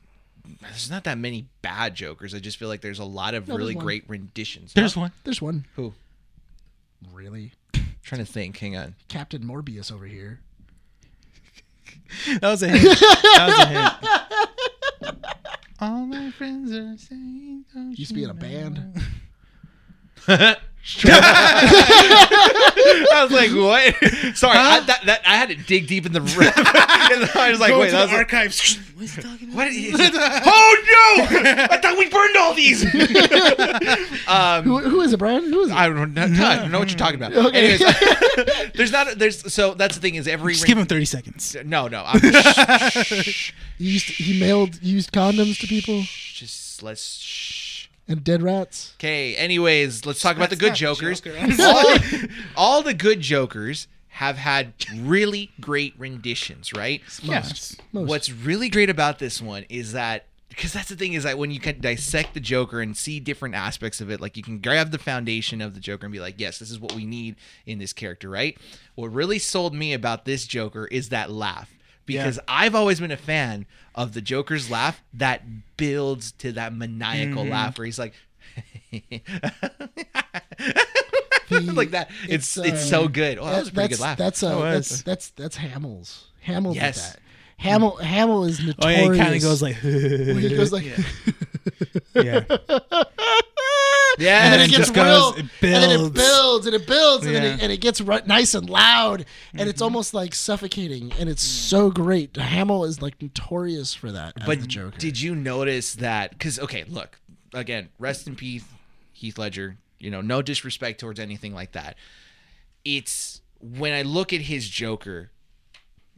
[SPEAKER 2] there's not that many bad Jokers. I just feel like there's a lot of
[SPEAKER 3] there's
[SPEAKER 2] really
[SPEAKER 3] one.
[SPEAKER 2] great renditions.
[SPEAKER 1] There's
[SPEAKER 2] Huh?
[SPEAKER 1] one.
[SPEAKER 3] There's one
[SPEAKER 2] Who?
[SPEAKER 3] really
[SPEAKER 2] I'm trying to think. Hang on.
[SPEAKER 3] Captain Morbius over here.
[SPEAKER 1] That was a hint. that was a hint. All my friends are saying. don't
[SPEAKER 3] Used to be
[SPEAKER 1] you
[SPEAKER 3] in a
[SPEAKER 1] know?
[SPEAKER 3] band.
[SPEAKER 2] I was like, what? Sorry, I, that, that I had to dig deep in the. and I was like,
[SPEAKER 1] Go
[SPEAKER 2] wait,
[SPEAKER 1] to
[SPEAKER 2] that was.
[SPEAKER 1] the
[SPEAKER 2] a-
[SPEAKER 1] archives. What's he talking about?
[SPEAKER 2] What is oh no! I thought we burned all these. um,
[SPEAKER 3] Who, who is it, Brian? Who is it?
[SPEAKER 2] I don't know. I don't know what you're talking about.
[SPEAKER 3] Okay.
[SPEAKER 2] Anyways, there's not. There's so that's the thing is every.
[SPEAKER 1] Just give him 30 seconds.
[SPEAKER 2] No, no. I'm shh,
[SPEAKER 3] He used he mailed used condoms to people
[SPEAKER 2] just let's. Shh.
[SPEAKER 3] and dead rats.
[SPEAKER 2] Okay. Anyways, let's talk about the good
[SPEAKER 1] That's not
[SPEAKER 2] jokers.
[SPEAKER 1] Joker, I'm
[SPEAKER 2] all, all the good jokers have had really great renditions, right?
[SPEAKER 1] Yes.
[SPEAKER 3] Most.
[SPEAKER 2] What's really great about this one is that because that's the thing is that when you can dissect the Joker and see different aspects of it, like you can grab the foundation of the Joker and be like, yes, this is what we need in this character, right? What really sold me about this Joker is that laugh. Because I've always been a fan of the Joker's laugh that builds to that maniacal
[SPEAKER 3] Mm-hmm.
[SPEAKER 2] laugh where he's like, like that. It's it's,
[SPEAKER 3] uh,
[SPEAKER 2] so good. Oh, that, was a pretty
[SPEAKER 3] that's,
[SPEAKER 2] good laugh.
[SPEAKER 3] That's uh,
[SPEAKER 1] That was.
[SPEAKER 3] that's that's that's Hamill's. Hamill
[SPEAKER 2] Yes.
[SPEAKER 3] did that. Hamill Hamill is notorious.
[SPEAKER 1] Oh, yeah, he kind of goes like.
[SPEAKER 3] When he goes like,
[SPEAKER 1] yeah.
[SPEAKER 2] yeah,
[SPEAKER 3] and then
[SPEAKER 1] it
[SPEAKER 3] it gets
[SPEAKER 1] just goes- it
[SPEAKER 3] real, and then it
[SPEAKER 1] builds.
[SPEAKER 3] builds, and it builds, and, then
[SPEAKER 1] Yeah.
[SPEAKER 3] it, and it gets ri- nice and loud, and it's almost like suffocating, and it's so great. Hamill is like notorious for that. as
[SPEAKER 2] But
[SPEAKER 3] the Joker.
[SPEAKER 2] did you notice that? Because okay, look again. Rest in peace, Heath Ledger. You know, no disrespect towards anything like that. It's when I look at his Joker.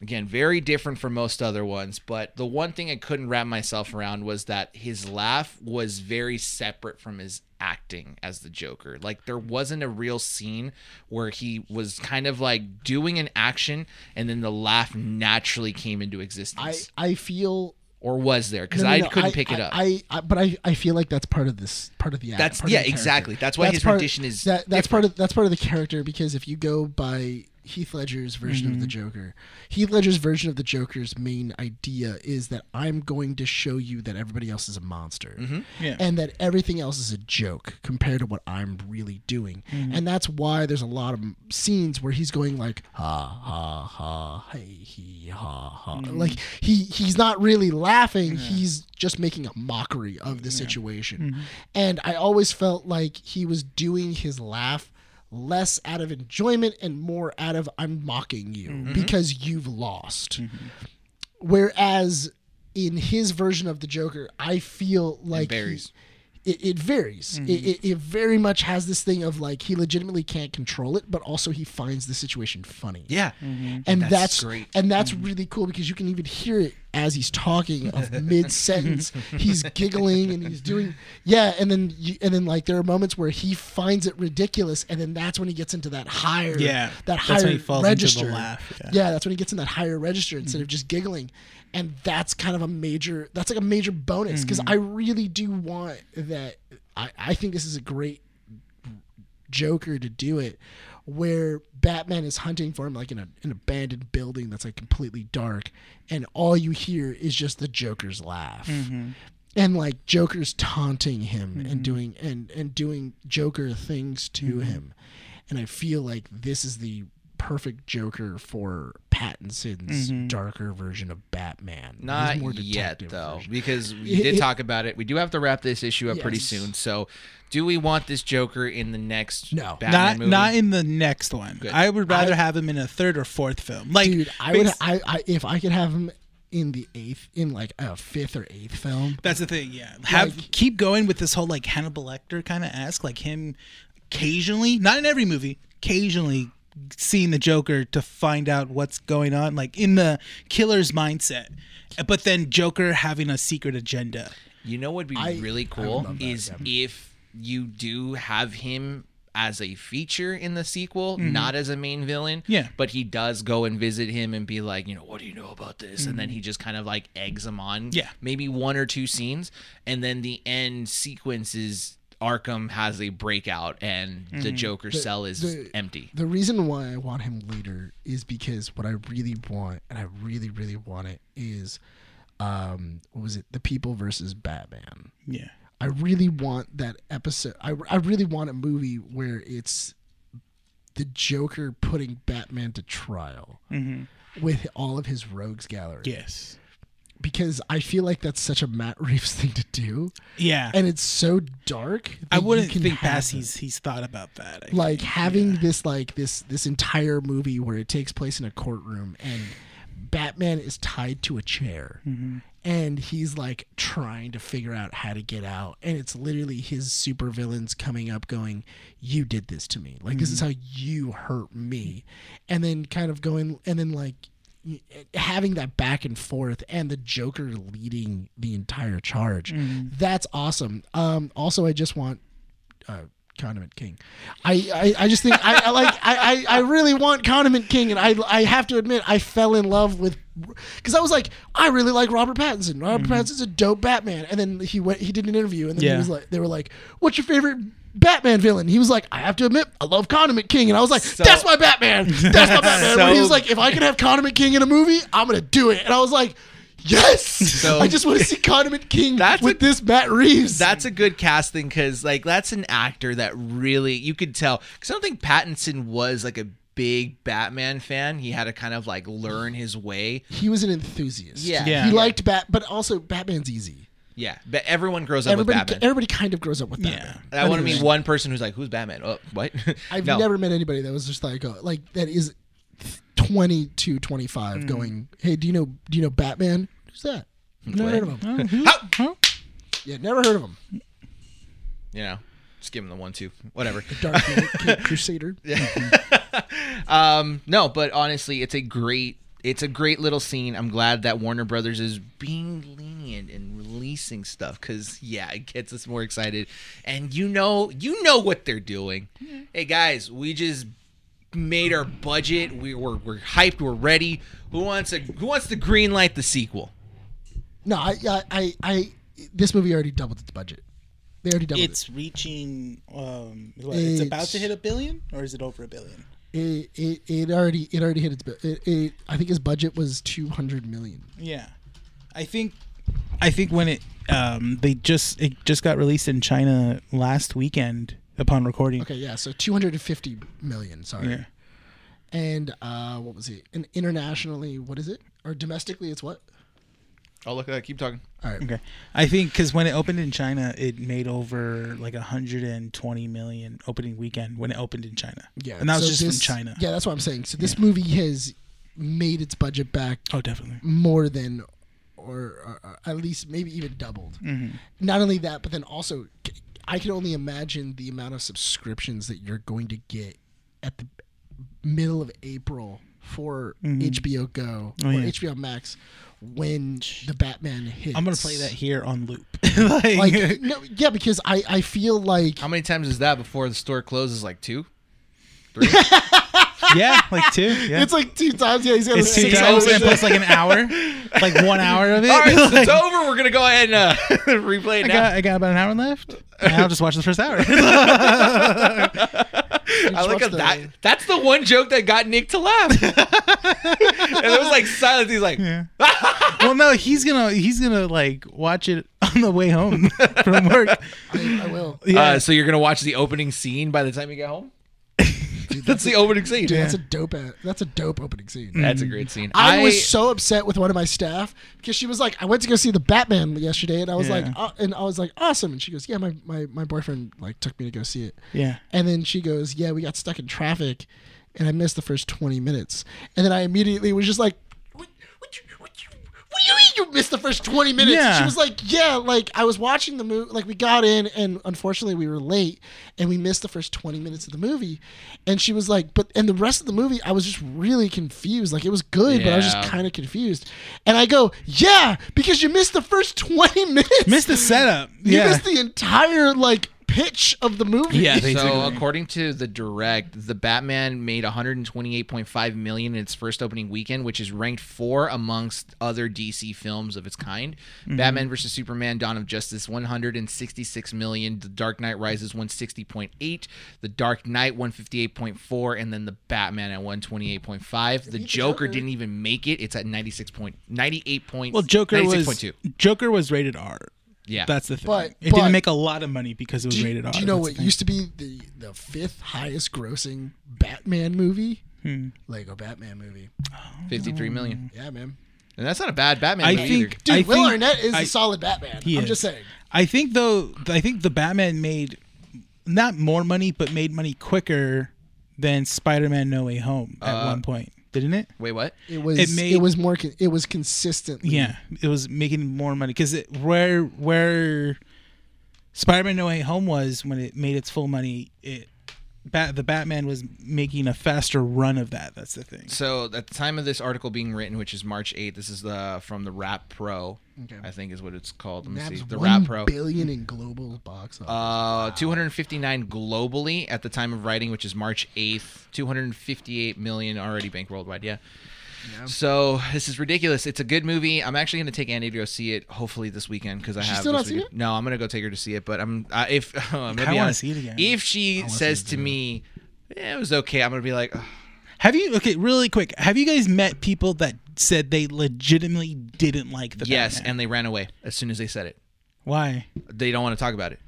[SPEAKER 2] Again, very different from most other ones, but the one thing I couldn't wrap myself around was that his laugh was very separate from his acting as the Joker. Like there wasn't a real scene where he was kind of like doing an action and then the laugh naturally came into
[SPEAKER 3] I
[SPEAKER 2] existence
[SPEAKER 3] I feel
[SPEAKER 2] or was there? Because
[SPEAKER 3] No, no,
[SPEAKER 2] I
[SPEAKER 3] no,
[SPEAKER 2] couldn't pick it up.
[SPEAKER 3] I, I but I, I feel like that's part of this part of the act.
[SPEAKER 2] That's-
[SPEAKER 3] part of
[SPEAKER 2] yeah,
[SPEAKER 3] the character.
[SPEAKER 2] exactly. That's why his rendition is
[SPEAKER 3] that, that's part of that's part of the character because if you go by Heath Ledger's version of the
[SPEAKER 2] Mm-hmm.
[SPEAKER 3] Joker, Heath Ledger's version of the Joker's main idea is that I'm going to show you that everybody else is a monster
[SPEAKER 2] Mm-hmm.
[SPEAKER 1] Yeah.
[SPEAKER 3] and that everything else is a joke compared to what I'm really doing. And that's why there's a lot of m- scenes where he's going like ha ha ha hey he ha ha. Like he he's not really laughing, he's just making a mockery of the situation. And I always felt like he was doing his laugh less out of enjoyment and more out of I'm mocking you because you've lost. Whereas in his version of the Joker, I feel like he-
[SPEAKER 2] Barry's.
[SPEAKER 3] it, it varies.
[SPEAKER 2] Mm-hmm.
[SPEAKER 3] It, it, it very much has this thing of like he legitimately can't control it, but also he finds the situation funny.
[SPEAKER 2] Yeah.
[SPEAKER 3] And that's,
[SPEAKER 2] That's great. Mm-hmm.
[SPEAKER 3] And that's really cool because you can even hear it as he's talking of mid sentence. he's giggling and he's doing yeah, and then you, and then like there are moments where he finds it ridiculous, and then that's when he gets into that higher
[SPEAKER 1] Yeah.
[SPEAKER 3] that
[SPEAKER 1] That's when
[SPEAKER 3] higher
[SPEAKER 1] he falls into the
[SPEAKER 3] register.
[SPEAKER 1] laugh, yeah. Mm-hmm.
[SPEAKER 3] Yeah. that's when he gets in that higher register instead of just giggling, and that's kind of a major that's like a major bonus because
[SPEAKER 1] Mm-hmm.
[SPEAKER 3] I really do want that. I I think this is a great Joker to do it, where Batman is hunting for him like in a, an abandoned building that's like completely dark, and all you hear is just the Joker's laugh,
[SPEAKER 1] Mm-hmm.
[SPEAKER 3] and like Joker's taunting him
[SPEAKER 2] Mm-hmm.
[SPEAKER 3] and doing and and doing Joker things to him, and I feel like this is the perfect Joker for Pattinson's darker version of Batman. His
[SPEAKER 2] Mm-hmm. Not
[SPEAKER 3] more
[SPEAKER 2] yet,
[SPEAKER 3] detective
[SPEAKER 2] though,
[SPEAKER 3] version.
[SPEAKER 2] because we did
[SPEAKER 3] it-
[SPEAKER 2] talk about it. We do have to wrap this issue up pretty
[SPEAKER 3] Yes.
[SPEAKER 2] soon. So, do we want this Joker in the next
[SPEAKER 3] No.
[SPEAKER 2] Batman
[SPEAKER 1] not
[SPEAKER 2] movie?
[SPEAKER 1] not in the next one. I would rather have him in a third or fourth film. Like
[SPEAKER 3] Dude, I would
[SPEAKER 1] bas-
[SPEAKER 3] I, I if I could have him in the eighth in like a fifth or eighth film.
[SPEAKER 1] That's the thing, yeah. Have
[SPEAKER 3] Like-
[SPEAKER 1] keep going with this whole like Hannibal Lecter kind of ask, like him occasionally, not in every movie, occasionally seeing the Joker to find out what's going on, like in the killer's mindset. But then Joker having a secret agenda.
[SPEAKER 2] You know what'd be
[SPEAKER 3] I-
[SPEAKER 2] really
[SPEAKER 3] I would
[SPEAKER 2] cool
[SPEAKER 3] love that,
[SPEAKER 2] is if you do have him as a feature in the sequel,
[SPEAKER 3] Mm-hmm.
[SPEAKER 2] not as a main villain.
[SPEAKER 1] Yeah.
[SPEAKER 2] But he does go and visit him and be like, you know, what do you know about this? And
[SPEAKER 3] Mm-hmm.
[SPEAKER 2] then he just kind of like eggs him on.
[SPEAKER 1] Yeah.
[SPEAKER 2] Maybe one or two scenes. And then the end sequence is Arkham has a breakout and the Joker cell is
[SPEAKER 3] Mm-hmm. the-
[SPEAKER 2] empty.
[SPEAKER 3] The reason why I want him later is because what I really want, and I really, really want it, is um, what was it? The People versus Batman.
[SPEAKER 1] Yeah.
[SPEAKER 3] I really want that episode. I, I really want a movie where it's the Joker putting Batman to trial
[SPEAKER 1] Mm-hmm.
[SPEAKER 3] with all of his rogues gallery.
[SPEAKER 1] Yes.
[SPEAKER 3] Because I feel like that's such a Matt Reeves thing to do.
[SPEAKER 1] Yeah.
[SPEAKER 3] And it's so dark. that
[SPEAKER 1] I
[SPEAKER 3] you
[SPEAKER 1] wouldn't
[SPEAKER 3] can
[SPEAKER 1] think
[SPEAKER 3] have
[SPEAKER 1] past
[SPEAKER 3] it
[SPEAKER 1] he's he's thought about that. I
[SPEAKER 3] like having this like this this entire movie where it takes place in a courtroom and Batman is tied to a chair and he's like trying to figure out how to get out and it's literally his supervillains coming up going you did this to me like this is how you hurt me and then kind of going and then like y- having that back and forth and the joker leading the entire charge that's awesome um also i just want uh, Condiment King. I, I, I just think I, I like I, I, I really want Condiment King, and I I have to admit I fell in love with because I was like I really like Robert Pattinson.
[SPEAKER 2] Mm-hmm.
[SPEAKER 3] Robert Pattinson's a dope Batman, and then he went he did an interview, and then
[SPEAKER 1] Yeah.
[SPEAKER 3] he was like they were like, "What's your favorite?" Batman villain. He was like, I have to admit, I love Condiment King, and I was like, that's my Batman. That's my Batman. But he was
[SPEAKER 2] So-
[SPEAKER 3] like, if I can have Condiment King in a movie, I'm gonna do it. And I was like, yes.
[SPEAKER 2] So-
[SPEAKER 3] I just want to see Condiment King
[SPEAKER 2] That's
[SPEAKER 3] with
[SPEAKER 2] a-
[SPEAKER 3] this Matt Reeves.
[SPEAKER 2] That's a good casting because like that's an actor that really you could tell because I don't think Pattinson was like a big Batman fan. He had to kind of like learn his way.
[SPEAKER 3] he was an enthusiast.
[SPEAKER 2] Yeah.
[SPEAKER 1] Yeah.
[SPEAKER 3] He liked Bat, but also Batman's easy.
[SPEAKER 2] Yeah, but everyone grows up
[SPEAKER 3] Everybody,
[SPEAKER 2] with Batman.
[SPEAKER 3] everybody kind of grows up with Batman.
[SPEAKER 2] And I want to meet one person who's like, "Who's Batman?" Oh, what?
[SPEAKER 3] I've
[SPEAKER 2] No.
[SPEAKER 3] never met anybody that was just like, oh, like that is twenty to twenty
[SPEAKER 1] Hmm.
[SPEAKER 3] going. Hey, do you know? Do you know Batman? Who's that? Never heard of him.
[SPEAKER 2] How?
[SPEAKER 3] Yeah, never heard of him.
[SPEAKER 2] You know, just give him the one, two, whatever.
[SPEAKER 3] Dark Knight, Cape Crusader.
[SPEAKER 2] Um, no, but honestly, it's a great, it's a great little scene. I'm glad that Warner Brothers is being lenient and releasing stuff because yeah, it gets us more excited. And you know, you know what they're doing. Hey guys, we just made our budget. We were we're hyped. We're ready. Who wants a Who wants to green light the sequel?
[SPEAKER 3] No, I, I, I, I, this movie already doubled its budget. They already doubled
[SPEAKER 1] it's reaching um what, it's about
[SPEAKER 3] It's-
[SPEAKER 1] to hit a billion or is it over a billion?
[SPEAKER 3] it. It, it. it already, it already hit its. bu- It, it, I think his budget was two hundred million.
[SPEAKER 1] Yeah, I think, I think when it, um, they just it just got released in China last weekend upon recording.
[SPEAKER 3] Okay, yeah, so two hundred and fifty million. Sorry.
[SPEAKER 1] Yeah.
[SPEAKER 3] and uh, what was it? And internationally, what is it? Or domestically, it's what?
[SPEAKER 2] Oh look at that. Keep talking.
[SPEAKER 3] All right.
[SPEAKER 1] Okay. I think because when it opened in China, it made over like 120 million opening weekend when it opened in China. and that was
[SPEAKER 3] so
[SPEAKER 1] just
[SPEAKER 3] this-
[SPEAKER 1] from China.
[SPEAKER 3] Yeah, that's what I'm saying. So this movie has made its budget back
[SPEAKER 1] Oh, definitely.
[SPEAKER 3] more than or, or at least maybe even doubled.
[SPEAKER 1] Mm-hmm.
[SPEAKER 3] Not only that, but then also, c- I can only imagine the amount of subscriptions that you're going to get at the middle of April for HBO Go or
[SPEAKER 1] Mm-hmm. Oh, yeah.
[SPEAKER 3] HBO Max when the Batman hits.
[SPEAKER 1] I'm gonna play that here on loop. like,
[SPEAKER 3] Like no, yeah, because I I feel like
[SPEAKER 2] How many times is that before the store closes? Like two.
[SPEAKER 1] yeah, like two. Yeah.
[SPEAKER 3] it's like two times. Yeah, he's got
[SPEAKER 1] It's two
[SPEAKER 2] six
[SPEAKER 1] times
[SPEAKER 2] hours.
[SPEAKER 1] and plus like an hour, like one hour of it.
[SPEAKER 2] All right, so
[SPEAKER 1] Like,
[SPEAKER 2] it's over. We're gonna go ahead and uh, replay it
[SPEAKER 1] I
[SPEAKER 2] now.
[SPEAKER 1] got, I got about an hour left. and I'll just watch the first hour.
[SPEAKER 2] I like
[SPEAKER 3] watch
[SPEAKER 2] how
[SPEAKER 3] the-
[SPEAKER 2] that. That's the one joke that got Nick to laugh. and it was like silence. He's like, uh,
[SPEAKER 1] well, no, he's gonna he's gonna like watch it on the way home from work.
[SPEAKER 3] Uh, I, I will.
[SPEAKER 1] Yeah,
[SPEAKER 2] uh, so you're gonna watch the opening scene by the time you get home. that's the opening scene.
[SPEAKER 3] Dude, that's a dope. a- That's a dope opening scene.
[SPEAKER 2] That's a great scene.
[SPEAKER 3] I, was so upset with one of my staff because she was like, I went to go see the Batman yesterday, and I was like,
[SPEAKER 1] Yeah.
[SPEAKER 3] uh, and I was like, awesome. And she goes, yeah, my, my my boyfriend like took me to go see it.
[SPEAKER 1] yeah.
[SPEAKER 3] And then she goes, yeah, we got stuck in traffic, and I missed the first twenty minutes. And then I immediately was just like, what, what, you, what, you, what do you mean you missed the first twenty minutes? And
[SPEAKER 1] Yeah.
[SPEAKER 3] she was like, yeah, like I was watching the movie, like we got in, and unfortunately we were late, and we missed the first twenty minutes of the movie. And she was like, but and the rest of the movie, I was just really confused. Like it was good, but I was
[SPEAKER 2] Yeah.
[SPEAKER 3] just kind of confused. And I go, yeah, because you missed the first twenty minutes.
[SPEAKER 1] Missed the setup.
[SPEAKER 3] you
[SPEAKER 1] Yeah.
[SPEAKER 3] missed the entire like pitch of the movie.
[SPEAKER 1] Yeah.
[SPEAKER 2] So
[SPEAKER 1] basically.
[SPEAKER 2] according to the direct, the Batman made 128.5 million in its first opening weekend, which is ranked four amongst other DC films of its kind.
[SPEAKER 1] Mm-hmm.
[SPEAKER 2] Batman vs Superman: Dawn of Justice 166 million, The Dark Knight Rises 160.8, The Dark Knight 158.4, and then the Batman at 128.5. The Joker
[SPEAKER 3] Joker.
[SPEAKER 2] didn't even make it; it's at 96 point 98 point.
[SPEAKER 1] well, Joker was
[SPEAKER 2] 96.2.
[SPEAKER 1] Joker was rated R.
[SPEAKER 2] Yeah.
[SPEAKER 1] That's the thing.
[SPEAKER 3] But-
[SPEAKER 1] it
[SPEAKER 3] but-
[SPEAKER 1] didn't make a lot of money because it was
[SPEAKER 3] Do you,
[SPEAKER 1] rated R.
[SPEAKER 3] do you know
[SPEAKER 1] That's
[SPEAKER 3] what
[SPEAKER 1] the
[SPEAKER 3] used to be the, the fifth highest grossing Batman movie?
[SPEAKER 1] Hmm.
[SPEAKER 3] Lego Batman movie.
[SPEAKER 2] 53 million,
[SPEAKER 3] Yeah, man.
[SPEAKER 2] and that's not a bad Batman.
[SPEAKER 1] thing. I
[SPEAKER 2] movie
[SPEAKER 1] think
[SPEAKER 2] either.
[SPEAKER 3] Dude,
[SPEAKER 1] I
[SPEAKER 3] Will
[SPEAKER 1] think-
[SPEAKER 3] Arnett is
[SPEAKER 1] I-
[SPEAKER 3] a solid Batman.
[SPEAKER 1] He
[SPEAKER 3] I'm
[SPEAKER 1] is.
[SPEAKER 3] just saying.
[SPEAKER 1] I think though I think the Batman made not more money but made money quicker than Spider-Man No Way Home at
[SPEAKER 3] Uh,
[SPEAKER 1] one point, didn't it?
[SPEAKER 2] Wait, what?
[SPEAKER 3] It was
[SPEAKER 1] It
[SPEAKER 3] it,
[SPEAKER 1] made-
[SPEAKER 3] was more con- it was consistently
[SPEAKER 1] Yeah, it was making more money because where where Spider-Man No Way Home was when it made its full money, it Bat, the Batman was making a faster run of that. That's the thing.
[SPEAKER 2] So at the time of this article being written, which is March 8th, this is the from the Rap Pro,
[SPEAKER 3] Okay.
[SPEAKER 2] I think is what it's called. Let me
[SPEAKER 3] nabs
[SPEAKER 2] see. The
[SPEAKER 3] one
[SPEAKER 2] Rap Pro.
[SPEAKER 3] billion in global box office.
[SPEAKER 2] Uh, 259 globally at the time of writing, which is March 8th. 258 million already bank worldwide. Yeah. So this is ridiculous. It's a good movie. I'm actually going to take Annie to go see it. Hopefully this weekend because I have.
[SPEAKER 3] still
[SPEAKER 2] this
[SPEAKER 3] not seen
[SPEAKER 2] weekend- No, I'm going to go take her to see it. But I'm uh, if I'm gonna
[SPEAKER 1] I
[SPEAKER 2] be
[SPEAKER 1] wanna
[SPEAKER 2] honest,
[SPEAKER 1] see it again.
[SPEAKER 2] If she says to me, "Eh, "It was okay," I'm going to be like, "Ugh,
[SPEAKER 1] Have you okay? Really quick, have you guys met people that said they legitimately didn't like the
[SPEAKER 2] "Yes,"
[SPEAKER 1] Batman?
[SPEAKER 2] and they ran away as soon as they said it.
[SPEAKER 1] why?
[SPEAKER 2] They don't want to talk about it.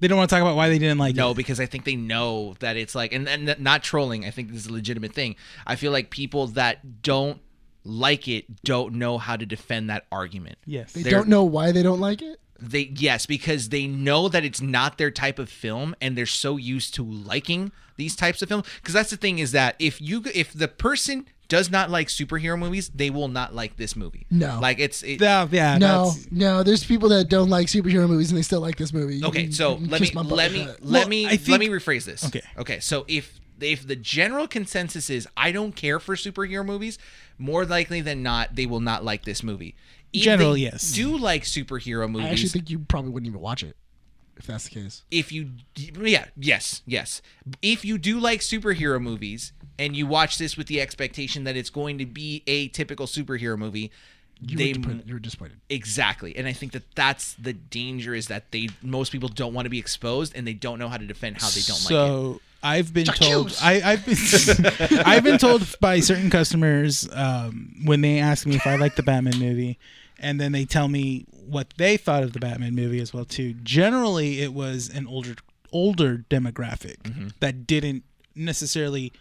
[SPEAKER 1] They don't want to talk about why they didn't like
[SPEAKER 2] No,
[SPEAKER 1] it.
[SPEAKER 2] because I think they know that it's like, and, and not trolling. I think this is a legitimate thing. I feel like people that don't like it don't know how to defend that argument.
[SPEAKER 1] Yes.
[SPEAKER 3] they
[SPEAKER 2] they're-
[SPEAKER 3] don't know why they don't like it.
[SPEAKER 2] They yes, because they know that it's not their type of film, and they're so used to liking these types of films. Because that's the thing is that if you if the person does not like superhero movies, they will not like this movie.
[SPEAKER 3] No.
[SPEAKER 2] like it's it,
[SPEAKER 1] Yeah, yeah.
[SPEAKER 3] No,
[SPEAKER 1] that's-
[SPEAKER 3] no, there's people that don't like superhero movies and they still like this movie. You
[SPEAKER 2] Okay,
[SPEAKER 3] can-
[SPEAKER 2] so
[SPEAKER 3] you can
[SPEAKER 2] let me
[SPEAKER 3] kiss my butt
[SPEAKER 2] let
[SPEAKER 3] with
[SPEAKER 2] me
[SPEAKER 3] that.
[SPEAKER 2] let
[SPEAKER 1] Well,
[SPEAKER 2] me
[SPEAKER 1] I
[SPEAKER 2] let
[SPEAKER 1] think-
[SPEAKER 2] me rephrase this.
[SPEAKER 1] Okay.
[SPEAKER 2] Okay. So if if the general consensus is I don't care for superhero movies, more likely than not they will not like this movie. If
[SPEAKER 1] General,
[SPEAKER 2] they
[SPEAKER 1] yes.
[SPEAKER 2] Do like superhero
[SPEAKER 3] I actually
[SPEAKER 2] movies?
[SPEAKER 3] think you probably wouldn't even watch it if that's the case.
[SPEAKER 2] if you yeah yes yes if you do like superhero movies and you watch this with the expectation that it's going to be a typical superhero movie,
[SPEAKER 3] You
[SPEAKER 2] they
[SPEAKER 3] were disappointed. You were disappointed.
[SPEAKER 2] Exactly. And I think that that's the danger is that they most people don't want to be exposed and they don't know how to defend how they don't like it.
[SPEAKER 1] so I've been told
[SPEAKER 3] Juice.
[SPEAKER 1] I, I've been I've been told by certain customers um, when they ask me if I like the Batman movie, and then they tell me what they thought of the Batman movie as well too. Generally, it was an older older demographic
[SPEAKER 2] Mm-hmm.
[SPEAKER 1] that didn't necessarily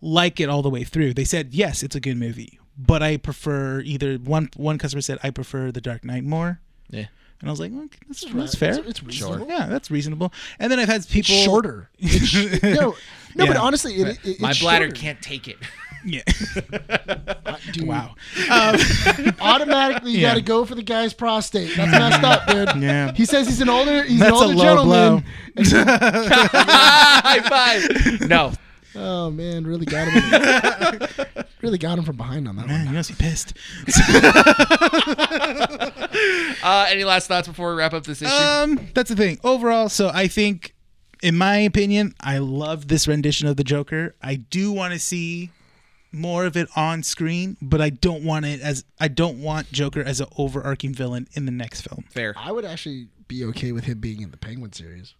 [SPEAKER 1] like it all the way through. They said yes, it's a good movie, but I prefer either one one customer said I prefer The Dark Knight more,
[SPEAKER 2] Yeah.
[SPEAKER 1] and I was like, okay, that's, that's fair.
[SPEAKER 3] It's, it's reasonable.
[SPEAKER 1] yeah, that's reasonable. And then I've had people
[SPEAKER 3] shorter. It's sh- no, no, but
[SPEAKER 1] Yeah.
[SPEAKER 3] honestly, it, it, it's
[SPEAKER 2] My bladder
[SPEAKER 3] shorter.
[SPEAKER 2] can't take it.
[SPEAKER 1] Yeah.
[SPEAKER 3] I- dude,
[SPEAKER 1] wow.
[SPEAKER 3] Automatically, you
[SPEAKER 1] Yeah.
[SPEAKER 3] got to go for the guy's prostate. That's messed up, dude.
[SPEAKER 1] Yeah.
[SPEAKER 3] He says he's an older, he's
[SPEAKER 1] That's a
[SPEAKER 3] an older
[SPEAKER 1] low
[SPEAKER 3] gentleman.
[SPEAKER 2] High five. No.
[SPEAKER 3] Oh man, really got him. really got him from behind on that
[SPEAKER 1] Man,
[SPEAKER 3] one.
[SPEAKER 1] you must be pissed.
[SPEAKER 2] Uh, any last thoughts before we wrap up this issue?
[SPEAKER 3] Uh,
[SPEAKER 1] Um, that's the thing. Overall, so I think, in my opinion, I love this rendition of the Joker. I do want to see more of it on screen, but I don't want it as I don't want Joker as an overarching villain in the next film.
[SPEAKER 2] Fair.
[SPEAKER 3] I would actually be okay with him being in the Penguin series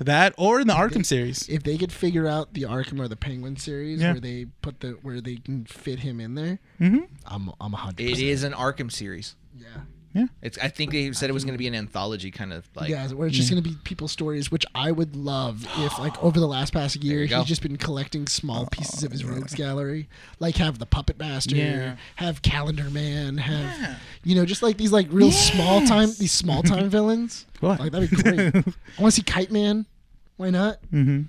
[SPEAKER 1] That or in the Arkham series.
[SPEAKER 3] if they could figure out the Arkham or the Penguin series
[SPEAKER 1] Yeah. Mm-hmm.
[SPEAKER 3] where they put the where they can fit him in there. I'm I'm a hundred.
[SPEAKER 2] It
[SPEAKER 3] percent.
[SPEAKER 2] is an Arkham series.
[SPEAKER 3] Yeah,
[SPEAKER 2] It's. I think they said it was going to be an anthology kind of like.
[SPEAKER 3] yeah. Where it's just
[SPEAKER 1] mm.
[SPEAKER 3] gonna be people's stories, which I would love if like over the last past year
[SPEAKER 2] you
[SPEAKER 3] he's
[SPEAKER 2] go.
[SPEAKER 3] just been collecting small pieces of his rogues gallery, like have the Puppet Master,
[SPEAKER 1] Yeah.
[SPEAKER 3] have Calendar Man, have you know just like these like real small time these small time villains.
[SPEAKER 1] What?
[SPEAKER 3] Like that'd be great. I want to see Kite Man. Why not?
[SPEAKER 1] Mm. Mm-hmm.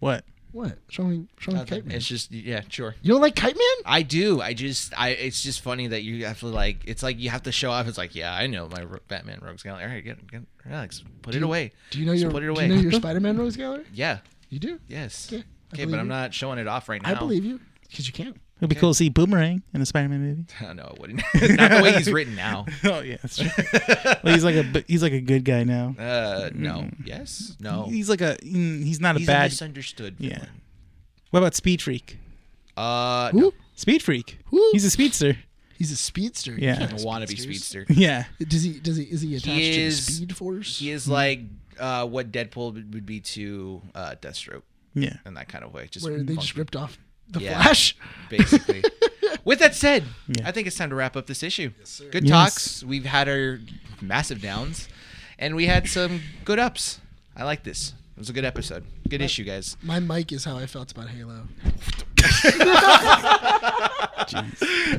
[SPEAKER 1] What?
[SPEAKER 3] What? Show me, show me Kite
[SPEAKER 2] Nothing.
[SPEAKER 3] Man.
[SPEAKER 2] It's just yeah, sure.
[SPEAKER 3] You don't like Kite Man?
[SPEAKER 2] I do. I just. I. It's just funny that you have to like. It's like you have to show off. It's like yeah, I know my Ro- Batman Rogues Gallery. All right, get, get relax. Put it away.
[SPEAKER 3] Do you know
[SPEAKER 2] Just
[SPEAKER 3] your
[SPEAKER 2] Put it
[SPEAKER 3] Do
[SPEAKER 2] away.
[SPEAKER 3] you know your Spider Man rogues gallery?
[SPEAKER 2] yeah.
[SPEAKER 3] You do.
[SPEAKER 2] Yes.
[SPEAKER 3] Yeah, I
[SPEAKER 2] okay,
[SPEAKER 3] believe
[SPEAKER 2] but I'm
[SPEAKER 3] you.
[SPEAKER 2] not showing it off right now.
[SPEAKER 3] I believe you because you can.
[SPEAKER 1] It'd be cool to see Boomerang in a Spider-Man movie.
[SPEAKER 2] Oh, no, it wouldn't. not the way he's written now.
[SPEAKER 1] Oh yeah, that's true. well, he's like a bu- he's like a good guy now.
[SPEAKER 2] Uh, no. Yes. No.
[SPEAKER 1] He's like a mm, he's not a
[SPEAKER 2] Oh. He's a
[SPEAKER 1] bad.
[SPEAKER 2] misunderstood.
[SPEAKER 1] yeah.
[SPEAKER 2] villain.
[SPEAKER 1] What about Speed Freak?
[SPEAKER 2] Uh,
[SPEAKER 3] Who?
[SPEAKER 1] Speed Freak.
[SPEAKER 3] Who?
[SPEAKER 1] He's a speedster.
[SPEAKER 3] He's a speedster. You
[SPEAKER 1] Yeah.
[SPEAKER 3] can't have
[SPEAKER 2] wannabe
[SPEAKER 3] speedsters.
[SPEAKER 2] speedster.
[SPEAKER 1] Yeah.
[SPEAKER 3] Does he? Does he? Is he attached to the
[SPEAKER 2] is-
[SPEAKER 3] Speed Force?
[SPEAKER 2] He is like uh, what Deadpool would be to uh, Deathstroke
[SPEAKER 1] Yeah.
[SPEAKER 2] in that kind of way. Just
[SPEAKER 3] where they just
[SPEAKER 2] funky,
[SPEAKER 3] ripped off the
[SPEAKER 2] Yeah.
[SPEAKER 3] Flash.
[SPEAKER 2] basically. With that said,
[SPEAKER 1] Yeah.
[SPEAKER 2] I think it's time to wrap up this issue. Good
[SPEAKER 1] Yes.
[SPEAKER 2] talks. We've had our massive downs, and we had some good ups. I like this. It was a good episode. Good issue, guys.
[SPEAKER 3] My mic is how I felt about Halo.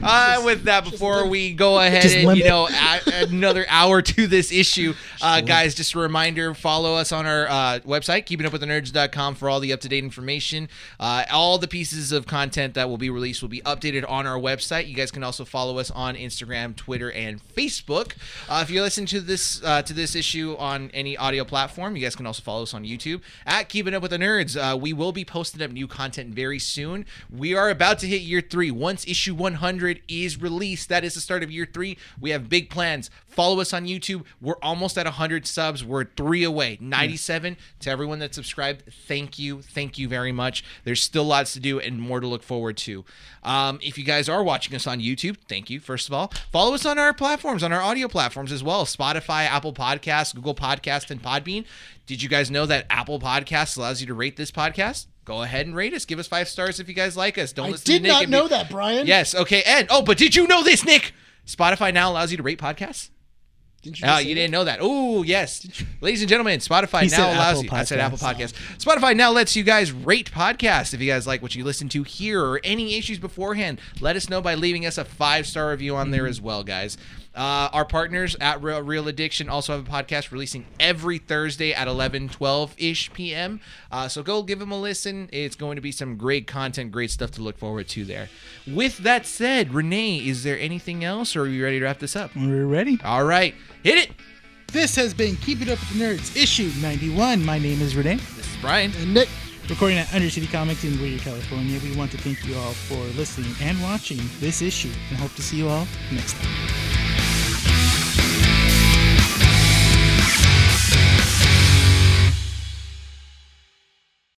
[SPEAKER 2] Uh, with that, before we go ahead
[SPEAKER 1] Just
[SPEAKER 2] and
[SPEAKER 1] limp
[SPEAKER 2] you know add another hour to this issue, uh, guys, just a reminder: follow us on our uh, website, keepingupwiththenerds.com, for all the up-to-date information. Uh, all the pieces of content that will be released will be updated on our website. You guys can also follow us on Instagram, Twitter, and Facebook. Uh, if you listen to this uh, to this issue on any audio platform, you guys can also follow us on YouTube at Keeping Up with the Nerds. Uh, we will be posting up new content very soon. We are about to hit year three. Once issue 100 is released, that is the start of year three. We have big plans. Follow us on YouTube. We're almost at 100 subs. We're three away, 97. To everyone that subscribed, thank you. Thank you very much. There's still lots to do and more to look forward to. Um, if you guys are watching us on YouTube, thank you, first of all. Follow us on our platforms, on our audio platforms as well Spotify, Apple Podcasts, Google Podcasts, and Podbean. Did you guys know that Apple Podcasts allows you to rate this podcast? Go ahead and rate us. Give us five stars if you guys like us. Don't
[SPEAKER 3] I
[SPEAKER 2] listen to
[SPEAKER 3] did
[SPEAKER 2] Nick
[SPEAKER 3] not
[SPEAKER 2] and
[SPEAKER 3] know
[SPEAKER 2] be-
[SPEAKER 3] that, Brian.
[SPEAKER 2] Yes. Okay. And oh, but did you know this, Nick? Spotify now allows you to rate podcasts.
[SPEAKER 3] Didn't
[SPEAKER 2] Oh,
[SPEAKER 3] just say
[SPEAKER 2] you
[SPEAKER 3] that?
[SPEAKER 2] didn't know that. Oh, yes. Ladies and gentlemen, Spotify
[SPEAKER 1] He
[SPEAKER 2] now
[SPEAKER 1] said
[SPEAKER 2] allows
[SPEAKER 1] Apple
[SPEAKER 2] you. I said
[SPEAKER 1] Podcasts.
[SPEAKER 2] Apple Podcasts. Spotify now lets you guys rate podcasts. If you guys like what you listen to here or any issues beforehand, let us know by leaving us a five star review on there as well, guys. Uh, our partners at Real, Real Addiction also have a podcast releasing every Thursday at 11, 12 ish p.m. Uh, so go give them a listen. It's going to be some great content, great stuff to look forward to there. With that said, Renee, is there anything else or are you ready to wrap this up?
[SPEAKER 1] We're ready.
[SPEAKER 2] All right, hit it.
[SPEAKER 1] This has been Keep It Up with the Nerds, issue 91. My name is Renee.
[SPEAKER 2] This is Brian.
[SPEAKER 3] And Nick,
[SPEAKER 1] Recording at Undercity Comics in Whittier, California, we want to thank you all for listening and watching this issue and hope to see you all next time.